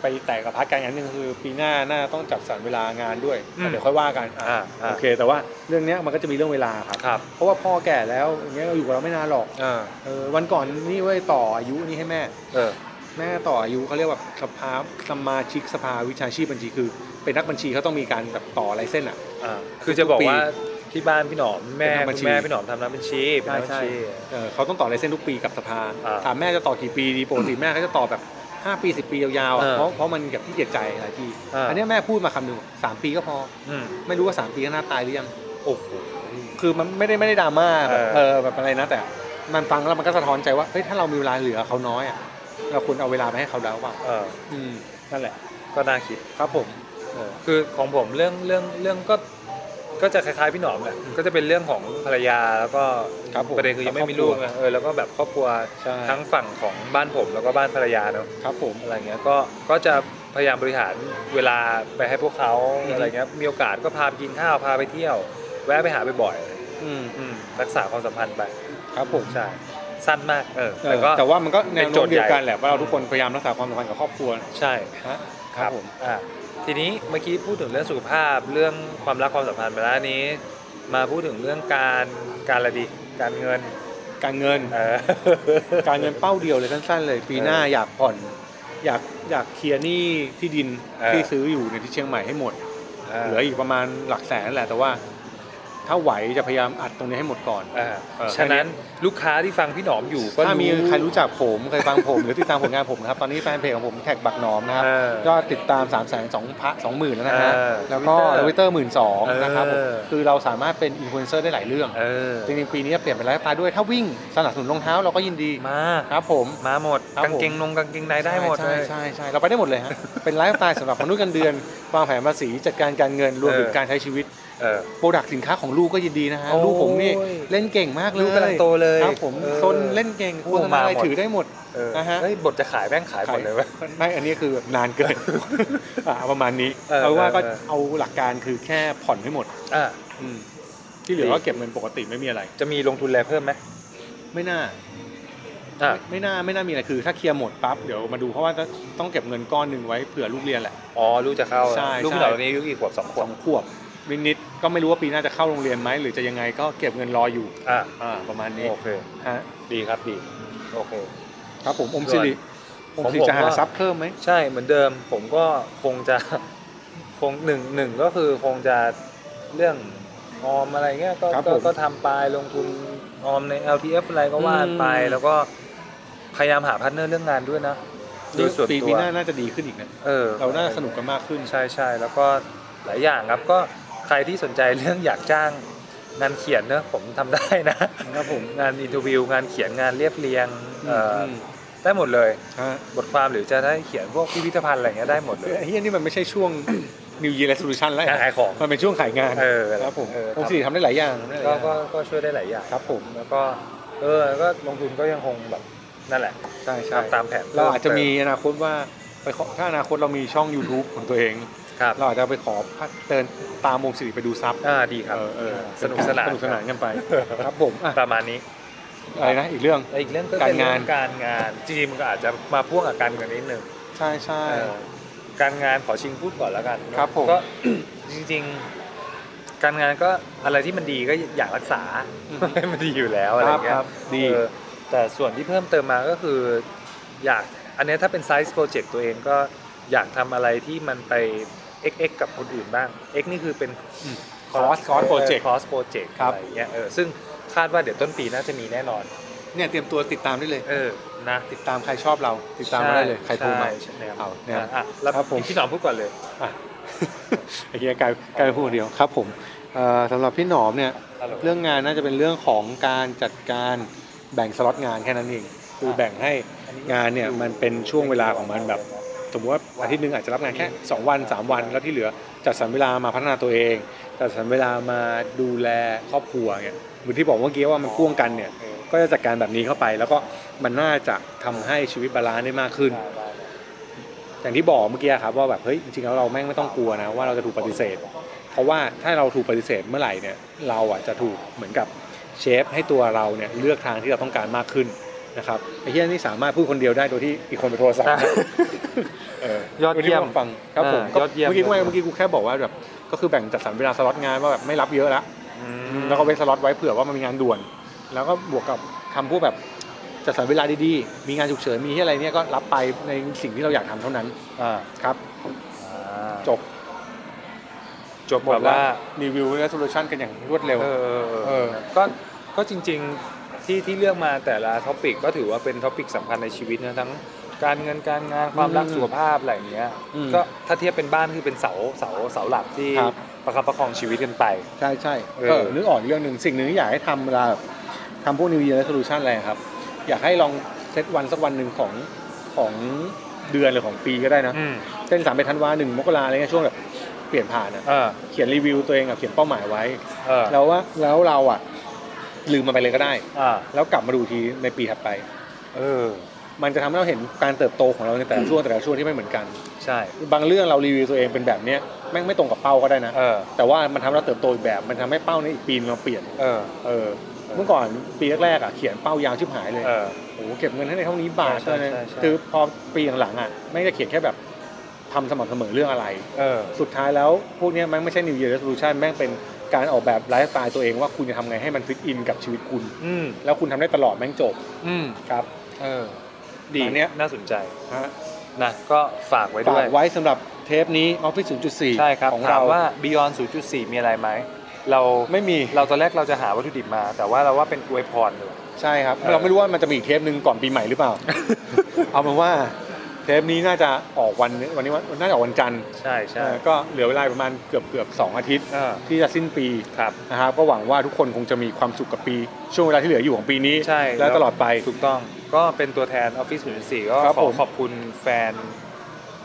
[SPEAKER 1] ไปแตกกับพาร์ทการงานนึงคือ ปีหน้าหน้าต้องจัดสรรเวลางานด้วย
[SPEAKER 2] อืม
[SPEAKER 1] แต่เดี๋ยวค่อยว่ากันอ่ะ
[SPEAKER 2] อ่าอ่า
[SPEAKER 1] โอเค แต่ว่าเรื่องเนี้ยมันก็จะมีเรื่องเวลาครับ
[SPEAKER 2] ครับ
[SPEAKER 1] เพราะว่าพ่อแก่แล้วอย่างเงี้ยเราอยู่กับเราไม่นานหรอก
[SPEAKER 2] เออ
[SPEAKER 1] เออวันก่อนนี่เว้ยต่ออายุนี่ให้แม่
[SPEAKER 2] เออ
[SPEAKER 1] แม่ต่ออายุเขาเรียกว่าสภาสมาชิกสภาวิชาชีพบัญชีคือ เป็นนักบัญชีเขาต้องมีการแบบต่อลายเส้นอ่ะ
[SPEAKER 2] อ่าคือจะบอก
[SPEAKER 1] ทุกปี
[SPEAKER 2] ว่าที่บ้านพี่หนอมแม่
[SPEAKER 1] เป็นนักบัญ
[SPEAKER 2] คุ
[SPEAKER 1] ชี
[SPEAKER 2] ณแม่พี่หนอมทำน้ำบัญชีเป็นนักบัญชี
[SPEAKER 1] เออเขาต้องต่อลายเส้นทุกปีกับสภา
[SPEAKER 2] อ่า
[SPEAKER 1] ถามแม่จะต่อกี่ปีดีปกติแม่ก็จะต่อแบบ 5 ปี 10 ปียาวๆอ่ะ
[SPEAKER 2] เออ
[SPEAKER 1] เพราะเพราะมันแบบที่เกียจใจหลายที
[SPEAKER 2] เอออั
[SPEAKER 1] อันเนี้ยแม่พูดมาคำหนึ่งสามปีก็พอ
[SPEAKER 2] อืม
[SPEAKER 1] ไม่รู้ว่า 3 ปีข้างหน้าตายหรือยัง
[SPEAKER 2] โอ้โห
[SPEAKER 1] คือมันไม่ได้ไม่ได้ดราม่าแบบ
[SPEAKER 2] เอ
[SPEAKER 1] เอ
[SPEAKER 2] อ
[SPEAKER 1] อแบบอะไรนะแต่ มันฟังแล้วมันก็สะท้อนใจว่าเฮ้ยถ้าเรามีเวลาเหลือเขาน้อยอ่ะเราควรเอาเวลาไปให้เขาแล้วว่ะ
[SPEAKER 2] เออ
[SPEAKER 1] อืมนั่นแหละ
[SPEAKER 2] ก็น่าคิด
[SPEAKER 1] ครับผมเออ
[SPEAKER 2] คือของผมเรื่องเรื่องเรื่องก็ก็จะคล้ายๆพี่หนอมแหละก็จะเป็นเรื่องของภรรยาแล้วก็
[SPEAKER 1] ครับผม
[SPEAKER 2] ประเด็นคือยังไม่มีลูกนะเออแล้วก็แบบครอบครัว
[SPEAKER 1] ใช่
[SPEAKER 2] ทั้งฝั่งของบ้านผมแล้วก็บ้านภรรยาเนอะ
[SPEAKER 1] ครับผม
[SPEAKER 2] อะไรเงี้ยก็ก็จะพยายามบริหารเวลาไปให้พวกเขา
[SPEAKER 1] อือฮึ
[SPEAKER 2] อะไรเงี้ยมีโอกาสก็พาไปกินข้าวพาไปเที่ยว แวะไปหาบ่อย
[SPEAKER 1] อืม
[SPEAKER 2] ๆอืมรักษาความสัมพันธ์ไป
[SPEAKER 1] ครับผม
[SPEAKER 2] ใช่สั้นมากเออ
[SPEAKER 1] เอ
[SPEAKER 2] แต่
[SPEAKER 1] อ
[SPEAKER 2] ก็
[SPEAKER 1] แต่ว่ามันก็แน
[SPEAKER 2] เป็น
[SPEAKER 1] ว
[SPEAKER 2] โจ
[SPEAKER 1] โน้
[SPEAKER 2] ท
[SPEAKER 1] ม
[SPEAKER 2] ย์ใหญ่
[SPEAKER 1] เดียวกันแหละว่าเราทุกคนพยายามรักษาความสัมพันธ์กับครอบครัว
[SPEAKER 2] ใช่
[SPEAKER 1] ฮะครับผม
[SPEAKER 2] อ่าทีนี้เมื่อกี้พูดถึงเรื่องสุขภาพเรื่องความรักความสัมพันธ์ไปแล้วอันนี้ มาพูดถึงเรื่องการการอะไรดีการเงิน
[SPEAKER 1] การเงิน
[SPEAKER 2] เออ
[SPEAKER 1] การเงินเป้าเดียวเลยสั้นๆเลย ปีหน้าอยากผ่อน อยากอยากเคลียร์หนี้ที่ดิน
[SPEAKER 2] เออ
[SPEAKER 1] ที่ซื้ออยู่ในยที่เชียงใหม่ให้หมด *laughs* เหลืออีกประมาณหลักแสนแหละแต่ว่า ถ้าไหวจะพยายามอัดตรงนี้ให้หมดก่อน
[SPEAKER 2] เออ
[SPEAKER 1] เออ
[SPEAKER 2] ฉะนั้นลูกค้าที่ฟังพี่หนอมอยู่ก็
[SPEAKER 1] ถ้ามีใครรู้จักผมเคยฟังผม หรือติดตามผลงานผมนะครับ ตอนนี้แฟนเพจของผมแท็กบักหนอมนะครับ
[SPEAKER 2] เออ
[SPEAKER 1] ยอดติดตาม3ามแสนสองพันสองหมื่นแล้วนะฮะ
[SPEAKER 2] เออ
[SPEAKER 1] แล้วก็
[SPEAKER 2] Twitter
[SPEAKER 1] ทวิตเตอร์หมื่นสองนะครับผม
[SPEAKER 2] เออ
[SPEAKER 1] คือเราสามารถเป็นอินฟลูเอนเซอร์ได้หลายเรื่อง
[SPEAKER 2] เออ
[SPEAKER 1] จริงๆปีนี้เปลี่ยนเป็นไลฟ์สไตล์ด้วยถ้าวิ่งสนับสนุนรองเท้าเราก็ยินดี
[SPEAKER 2] มา
[SPEAKER 1] ครับผม
[SPEAKER 2] มาหมด
[SPEAKER 1] ครับผม
[SPEAKER 2] กางเกงนงกางเกงในได้หมดเล
[SPEAKER 1] ใช่
[SPEAKER 2] ย
[SPEAKER 1] ใช่ใช่เราไปได้หมดเลยฮะ *laughs* เป็นไลฟ์สไตล์สำหรับมนุษย์กันเดือนวางแผนภาษีจัดการการเงินรวมถึง
[SPEAKER 2] เออ
[SPEAKER 1] การใช้ชีวิต
[SPEAKER 2] เออ
[SPEAKER 1] โปรดักสินค้าของลูกก็ยินดีนะฮะ
[SPEAKER 2] โอ้ย
[SPEAKER 1] ลูกผมนี่เล่นเก่งมากเลย
[SPEAKER 2] ลูกกำลังโตเลย
[SPEAKER 1] ครับผม
[SPEAKER 2] เออ
[SPEAKER 1] ซนเล่นเก่ง
[SPEAKER 2] โอ้
[SPEAKER 1] โฆษณาอะไร
[SPEAKER 2] มาหมด
[SPEAKER 1] ถือได้หมด
[SPEAKER 2] เออ
[SPEAKER 1] นะฮะ
[SPEAKER 2] เฮ้ยบทจะขายแม่งขายหมดเลยเว้ย
[SPEAKER 1] ไม่อันนี้คือนานเกิน *laughs* อ่ะประมาณนี้
[SPEAKER 2] เออ
[SPEAKER 1] เอาว่าก็
[SPEAKER 2] เออเออ
[SPEAKER 1] เอาหลักการคือแค่ผ่อนให้หมด
[SPEAKER 2] อ่ะ
[SPEAKER 1] อืมที่เหลือก็เก็บเงินปกติไม่มีอะไร
[SPEAKER 2] จะมีลงทุนอะไรเพิ่มไหม
[SPEAKER 1] ไม่น่า
[SPEAKER 2] อ่ะ
[SPEAKER 1] ไม่น่าไม่น่ามีอะไรคือ ถ้าเคลียร์หมดปั๊บเดี๋ยวมาดูเพราะว่าต้องเก็บเงินก้อนหนึ่งไว้เผื่อลูกเรียนแหละ
[SPEAKER 2] อ๋อลูกจะเข้า
[SPEAKER 1] ใช่
[SPEAKER 2] ลูกพี่หนอม
[SPEAKER 1] ใช่
[SPEAKER 2] ตอนนี้อายุกี่ขวบสองข
[SPEAKER 1] ส
[SPEAKER 2] วบ
[SPEAKER 1] องขวบนิดๆก็ไม่รู้ว่าปีหน้าจะเข้าโรงเรียนไหมหรือจะยังไงก็เก็บเงินรออยู่
[SPEAKER 2] อ่ะ
[SPEAKER 1] อ่าประมาณนี้
[SPEAKER 2] โอเค
[SPEAKER 1] ฮะ
[SPEAKER 2] ดีครับดีโอเค
[SPEAKER 1] ครับผมอมสิริ
[SPEAKER 2] ส่
[SPEAKER 1] อ
[SPEAKER 2] วน
[SPEAKER 1] ม
[SPEAKER 2] ของผม
[SPEAKER 1] สิริจะหา
[SPEAKER 2] ก็
[SPEAKER 1] ซับเพิ่มไหม
[SPEAKER 2] ใช่เหมือนเดิมผมก็คงจะ *laughs* คงหนึ่งหนึ่งก็คือคงจะเรื่องออมอะไรเงี้ยก็ก็ก็ทำไปลงทุนออมใน LTF อะไรก็ว่าไป แล้วก็พยายามหาพาร์ทเนอร์เรื่องงานด้วยนะโดยส่วน
[SPEAKER 1] ปี
[SPEAKER 2] ตัว
[SPEAKER 1] ปีหน้าน่าจะดีขึ้นอีกนะ
[SPEAKER 2] เออ
[SPEAKER 1] เราน่าสนุกกันมากขึ้น
[SPEAKER 2] ใช่ใช่แล้วก็หลายอย่างครับก็ใครที่สนใจเรื่องอยากจ้างงานเขียนเนอะผมทำได้นะ *laughs*
[SPEAKER 1] ครับผม
[SPEAKER 2] งานอินเทอร์วิวงานเขียนงานเรียบเรียงเอ่ออ
[SPEAKER 1] ม
[SPEAKER 2] ได้หมดเลย
[SPEAKER 1] ฮะ
[SPEAKER 2] บทความหรือจะได้เขียนพวกพิพิธภัณฑ์อะไรเงี้ยได้หมดเลย
[SPEAKER 1] ไอ้เฮียนี่มันไม่ใช่ช่วง *coughs* New Year Resolution แล้ว
[SPEAKER 2] ขายของ
[SPEAKER 1] มันเป็นช่วงขายงาน
[SPEAKER 2] เออ
[SPEAKER 1] ครับผม
[SPEAKER 2] เออ
[SPEAKER 1] อมสิริทำได้หลายอย่างทำได้หลาย
[SPEAKER 2] ก็
[SPEAKER 1] อย่าง
[SPEAKER 2] ก็ก็ช่วยได้หลายอย่าง
[SPEAKER 1] ครับผม
[SPEAKER 2] แล้วก็เออก็ลงทุนก็ยังคงแบบนั่นแหละ
[SPEAKER 1] ใช่ใช่
[SPEAKER 2] ทำตามแผน
[SPEAKER 1] เราอาจจะมีอนาคตว่าไปขอถ้าอนาคตเรามีช่อง YouTube ของตัวเอง
[SPEAKER 2] ครับ
[SPEAKER 1] เราอาจจะไปขอเดินตามวงสิริไปดูซับ
[SPEAKER 2] อ่าดีครับ
[SPEAKER 1] เออเออ
[SPEAKER 2] สนุกสนาน
[SPEAKER 1] สนุกสนานกันไป ครับผมอ่ะ
[SPEAKER 2] ประมาณนี้
[SPEAKER 1] อะไรนะอีกเรื่อง
[SPEAKER 2] แล้วอีกเรื่องก็
[SPEAKER 1] การ
[SPEAKER 2] เป็นเรื่อง
[SPEAKER 1] งาน
[SPEAKER 2] การงานจริงๆมันก็อาจจะมาพ่วงกับการเงินนิดนึง
[SPEAKER 1] ใช่ใช่
[SPEAKER 2] เออการงานขอชิงพูดก่อนแล้วกัน
[SPEAKER 1] ครับผม
[SPEAKER 2] ก็ *coughs* จริง ๆ การงานก็อะไรที่มันดีก็อยากรักษา *laughs* ให้มันดีอยู่แล้วอะไร
[SPEAKER 1] ครับ
[SPEAKER 2] เงี้
[SPEAKER 1] ค
[SPEAKER 2] ย
[SPEAKER 1] รับดี
[SPEAKER 2] เออแต่ส่วนที่เพิ่มเติมมาก็คืออยากอันเนี้ยถ้าเป็นไซส์โปรเจกต์ตัวเองก็อยากทำอะไรที่มันไป XX กับคนอื่นบ้าง X นี่คือเป็น
[SPEAKER 1] อืม cross- cross project
[SPEAKER 2] cross project
[SPEAKER 1] ครับ
[SPEAKER 2] อะไรเงี้ยเออซึ่งคาดว่าเดี๋ยวต้นปีน่าจะมีแน่นอน
[SPEAKER 1] เนี่ยเตรียมตัวติดตามได้เลย
[SPEAKER 2] เออนะ
[SPEAKER 1] ติดตามใครชอบเรา ติดตามมาได้เลยใครโทรมา
[SPEAKER 2] ใช่ใช่ครับ
[SPEAKER 1] เอาเนี่ย
[SPEAKER 2] อ่ะแล้ว
[SPEAKER 1] ครับผม
[SPEAKER 2] พี่หนอมพูดก่อนเลย
[SPEAKER 1] อ่ะ ไอ้เหี้ยกลายกลายเป็นผู้คนเดียวครับผมเอ่อสำหรับพี่หนอมเนี่ย
[SPEAKER 2] Hello
[SPEAKER 1] เรื่องงานน่าจะเป็นเรื่องของการจัดการแบ่งสล็อตงานแค่นั้นเองคือแบ่งให้งานเนี่ยมันเป็นช่วงเวลาของมันแบบ สมมติว่าอาทิตย์หนึ่งอาจจะรับงานแค่ 2 วัน 3 วัน แล้วที่เหลือจัดสรรเวลามาพัฒนาตัวเอง จัดสรรเวลามาดูแลครอบครัวเนี่ยเหมือนที่บอกเมื่อกี้ว่ามันพ่วงกันเนี่ยก็ ก็จะจัดการแบบนี้เข้าไป แล้วก็มันน่าจะทำให้ชีวิตบาลานซ์ได้มากขึ้น อย่างที่บอกเมื่อกี้ครับว่าแบบเฮ้ยจริงๆแล้วเราแม่งไม่ต้องกลัวนะว่าเราจะถูกปฏิเสธ เพราะว่าถ้าเราถูกปฏิเสธเมื่อไหร่เนี่ยเราอ่ะจะถูกเหมือนกับเชฟให้ตัวเราเนี่ยเลือกทางที่เราต้องการมากขึ้นนะครับไอ้เฮียนี่สามารถพูดคนเดียวได้โดยที่อีกคนไปโทรศั
[SPEAKER 2] *laughs*
[SPEAKER 1] พท์ เ
[SPEAKER 2] ยอดเยี่ยม
[SPEAKER 1] วันนี้ราฟังครับผม
[SPEAKER 2] อ่า
[SPEAKER 1] ก็
[SPEAKER 2] ยอดเยี่ยม
[SPEAKER 1] เมื่อ
[SPEAKER 2] ยอดเยี่ยม
[SPEAKER 1] กี้เมื่อกี้กูแค่บอกว่าแบบก็คือแบ่งจัดสรรเวลาสล็อตงานว่าแบบไม่รับเยอะละ
[SPEAKER 2] อืม
[SPEAKER 1] แล้วก็เว้นสล็อตไว้เผื่อว่ามันมีงานด่วน แล้วก็บวกกับคำพูดแบบจัดสรรเวลาดีๆ มีงานฉุกเฉินมีที่อะไรเนี่ยก็รับไปในสิ่งที่เราอยากทำเท่านั้น
[SPEAKER 2] อ่า
[SPEAKER 1] ครับ จบ
[SPEAKER 2] จบแบบว่า
[SPEAKER 1] รีวิวและโซลูชันกันอย่างรวดเร็ว
[SPEAKER 2] เออ
[SPEAKER 1] เอ
[SPEAKER 2] เอ
[SPEAKER 1] อ
[SPEAKER 2] อก็ก็จริงๆที่ที่เลือกมาแต่ละท็อปิกก็ถือว่าเป็นท็อปิกสำคัญในชีวิตนะทั้งการเงินการงานความรักสุขภาพอะไรอย่างเงี้ย
[SPEAKER 1] ม
[SPEAKER 2] ก็ถ้าเทียบเป็นบ้านคือเป็นเสาเสาเสาหลักที่
[SPEAKER 1] ครับ
[SPEAKER 2] ประคับประคองชีวิตกันไป
[SPEAKER 1] ใช่ใช่
[SPEAKER 2] เออ
[SPEAKER 1] เออนึกออกอีกเรื่องหนึ่งสิ่งหนึ่งที่อยากให้ทำเวลาแบบทำพวก New Year Resolution อะไรครับ อยากให้ลองเซตวันสักวันหนึ่งของของเดือนหรือของปีก็ได้นะ
[SPEAKER 2] อืม
[SPEAKER 1] เส้นสามเอ็ดธันวาหนึ่งมกราอะไรเงี้ยช่วงแบบเปลี่ยนผ่านอะ
[SPEAKER 2] เออ
[SPEAKER 1] เขียนรีวิวตัวเองกับเขียนเป้าหมายไว้
[SPEAKER 2] เออ
[SPEAKER 1] แล้วว่าแล้วเราอะลืมมันไปเลยก็ได้
[SPEAKER 2] อ่า
[SPEAKER 1] แล้วกลับมาดูทีในปีถัดไป
[SPEAKER 2] เออ
[SPEAKER 1] มันจะทำให้เราเห็นการเติบโตของเราในแต่ละช่วงแต่ละช่วงที่ไม่เหมือนกัน
[SPEAKER 2] ใช่
[SPEAKER 1] บางเรื่องเรารีวิวตัวเองเป็นแบบเนี้ยแม่งไม่ตรงกับเป้าก็ได้นะ
[SPEAKER 2] เออ
[SPEAKER 1] แต่ว่ามันทำให้เราเติบโตอีกแบบมันทำให้เป้าในอีกปีนึงเราเปลี่ยน
[SPEAKER 2] เออ
[SPEAKER 1] เออเมื่อก่อนปีแรกๆอ่ะเขียนเป้ายาวชิบหายเลย
[SPEAKER 2] เออ
[SPEAKER 1] โอ้โหเก็บเงินให้ในเท่านี้บาท
[SPEAKER 2] ใช่
[SPEAKER 1] เท่า
[SPEAKER 2] ใช่
[SPEAKER 1] นั้น
[SPEAKER 2] ใช่ใช่
[SPEAKER 1] คือพอปีหลังๆอ่ะไม่งจะเขียนแค่แบบทำสม่ำเสมอเรื่องอะไร
[SPEAKER 2] เออ
[SPEAKER 1] สุดท้ายแล้วพวกเนี้ยแม่งไม่ใช่ New Year Resolution แม่งเป็นการออกแบบไลฟ์สไตล์ตัวเองว่าคุณจะทำไงให้มันฟิตอินกับชีวิตคุณ
[SPEAKER 2] อืม
[SPEAKER 1] แล้วคุณทำได้ตลอดแม่งจบ
[SPEAKER 2] อืม
[SPEAKER 1] ครับ
[SPEAKER 2] เออ
[SPEAKER 1] ดี
[SPEAKER 2] ดีเนี้ยน่าสนใจ
[SPEAKER 1] ฮะ
[SPEAKER 2] นะก็ฝากไว้
[SPEAKER 1] ฝา
[SPEAKER 2] ด้วย
[SPEAKER 1] กไว้สำหรับเทปนี้ Office 0.4
[SPEAKER 2] ใช่ครับ
[SPEAKER 1] ของ
[SPEAKER 2] ถา
[SPEAKER 1] เรา
[SPEAKER 2] มว่า Beyond 0.4 มีอะไรไหม เรา
[SPEAKER 1] ไม่มี
[SPEAKER 2] เราตอนแรกเราจะหาวัตถุดิบมา แต่ว่าเราว่าเป็นอวยพรเลย
[SPEAKER 1] ใช่ครับ
[SPEAKER 2] เออ
[SPEAKER 1] เราไม่รู้ว่ามันจะมีอีกเทปหนึ่งก่อนปีใหม่หรือ
[SPEAKER 2] *laughs*
[SPEAKER 1] เปล่า เอาเป็นว่าเทปนี้น่าจะออกวันวันนี้วันน่าจะออกวันจันทร์
[SPEAKER 2] ใช่ใช่
[SPEAKER 1] เอ่อก็เหลือเวลาประมาณเกือบเกือบสองอาทิตย์
[SPEAKER 2] เออ
[SPEAKER 1] ที่จะสิ้นปี
[SPEAKER 2] ครับ
[SPEAKER 1] นะครับก็หวังว่าทุกคนคงจะมีความสุขกับปี ช่วงเวลาที่เหลืออยู่ของปีนี้
[SPEAKER 2] ใช่
[SPEAKER 1] และ
[SPEAKER 2] แล้ว
[SPEAKER 1] ตลอดไป
[SPEAKER 2] ถูกต้องก็เป็นตัวแทน Office 0.4 ก็
[SPEAKER 1] ครับ
[SPEAKER 2] ขอ
[SPEAKER 1] ผม
[SPEAKER 2] ขอบคุณแฟน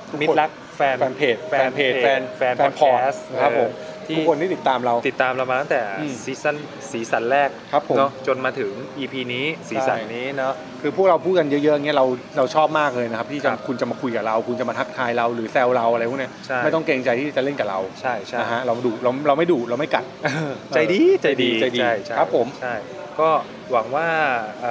[SPEAKER 1] ทุก
[SPEAKER 2] มิต
[SPEAKER 1] ค
[SPEAKER 2] ร
[SPEAKER 1] น
[SPEAKER 2] รักแฟน
[SPEAKER 1] แฟนเพจ
[SPEAKER 2] แฟนเพจ
[SPEAKER 1] แฟน
[SPEAKER 2] แฟน
[SPEAKER 1] แฟนพอร์ต
[SPEAKER 2] podcast
[SPEAKER 1] นะครับผม
[SPEAKER 2] ที่
[SPEAKER 1] ทุกคนที่ติดตามเรา
[SPEAKER 2] ติดตามเรามาตั้งแต่
[SPEAKER 1] อืม
[SPEAKER 2] ซีซั่นสีสันแรก
[SPEAKER 1] ครับผม
[SPEAKER 2] เนาะจนมาถึง EP นี้สีสัน
[SPEAKER 1] ใช่
[SPEAKER 2] นี้เนาะ
[SPEAKER 1] คือพวกเราพูดกันเยอะๆเงี้ยเราเราชอบมากเลยนะครับที่จะ
[SPEAKER 2] ครับ
[SPEAKER 1] คุณจะมาคุยกับเรา คุณจะมาทักทายเราหรือแซวเราอะไรพวกเนี้ย
[SPEAKER 2] ใช่
[SPEAKER 1] ไม่ต้องเกรงใจที่จะเล่นกับเรา
[SPEAKER 2] ใช่ใช่
[SPEAKER 1] นะฮะเราดุเราเราไม่ดุเราไม่กัด
[SPEAKER 2] ใจดีใจดี
[SPEAKER 1] ใจดี
[SPEAKER 2] ใช่ใช่
[SPEAKER 1] ครับผม
[SPEAKER 2] ใช่ก็หวังว่าเอ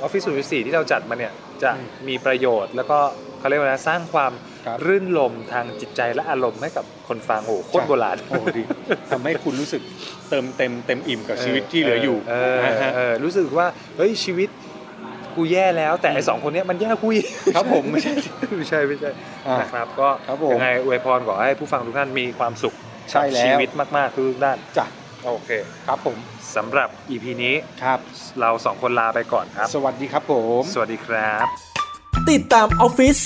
[SPEAKER 2] อฟฟิศศูนย์สี่ที่เราจัดมาเนี่ยจะ
[SPEAKER 1] อืม
[SPEAKER 2] มีประโยชน์ แล้วก็เขาเรียกว่าอะไรสร้างความ
[SPEAKER 1] ครับ
[SPEAKER 2] รื่นรมย์ทางจิตใจและอารมณ์ให้กับคนฟังโอ้โหโคตรโบราณ
[SPEAKER 1] โอ้ดี *laughs* ทำให้คุณรู้สึกเติมเต็มเต็มอิ่มกับชีวิตที่เหลืออยู่
[SPEAKER 2] เออ
[SPEAKER 1] นะฮะ
[SPEAKER 2] เออรู้สึกว่าเฮ้ยชีวิตกูแย่แล้ว แต่ไอ้สองคนเนี้ยมันแย่กุย
[SPEAKER 1] ครับผมไม่ใช่
[SPEAKER 2] ไม่ใช่ไม่ใช่
[SPEAKER 1] อ่ะ
[SPEAKER 2] นะครับก็
[SPEAKER 1] ครับผม
[SPEAKER 2] ยังไงอวยพรขอให้ผู้ฟังทุกท่านมีความสุข
[SPEAKER 1] ใช่แล้
[SPEAKER 2] ชี
[SPEAKER 1] ว
[SPEAKER 2] วิตมากๆทุกด้าน
[SPEAKER 1] จ้ะ
[SPEAKER 2] โอเค
[SPEAKER 1] ครับผม
[SPEAKER 2] สำหรับ EP นี้
[SPEAKER 1] ครับ
[SPEAKER 2] เราสองคนลาไปก่อนครับ
[SPEAKER 1] สวัสดีครับผม
[SPEAKER 2] สวัสดีครับ
[SPEAKER 3] ติดตาม Office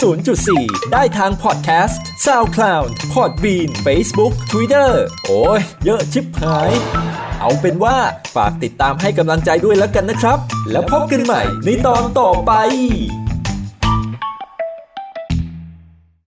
[SPEAKER 3] 0.4 ได้ทางพอดแคสต์ SoundCloud Podbean Facebook Twitter โอ้ย เยอะชิบหาย เอาเป็นว่าฝากติดตามให้กำลังใจด้วยแล้วกันนะครับ แล้วพบกันใหม่ในตอนต่อไป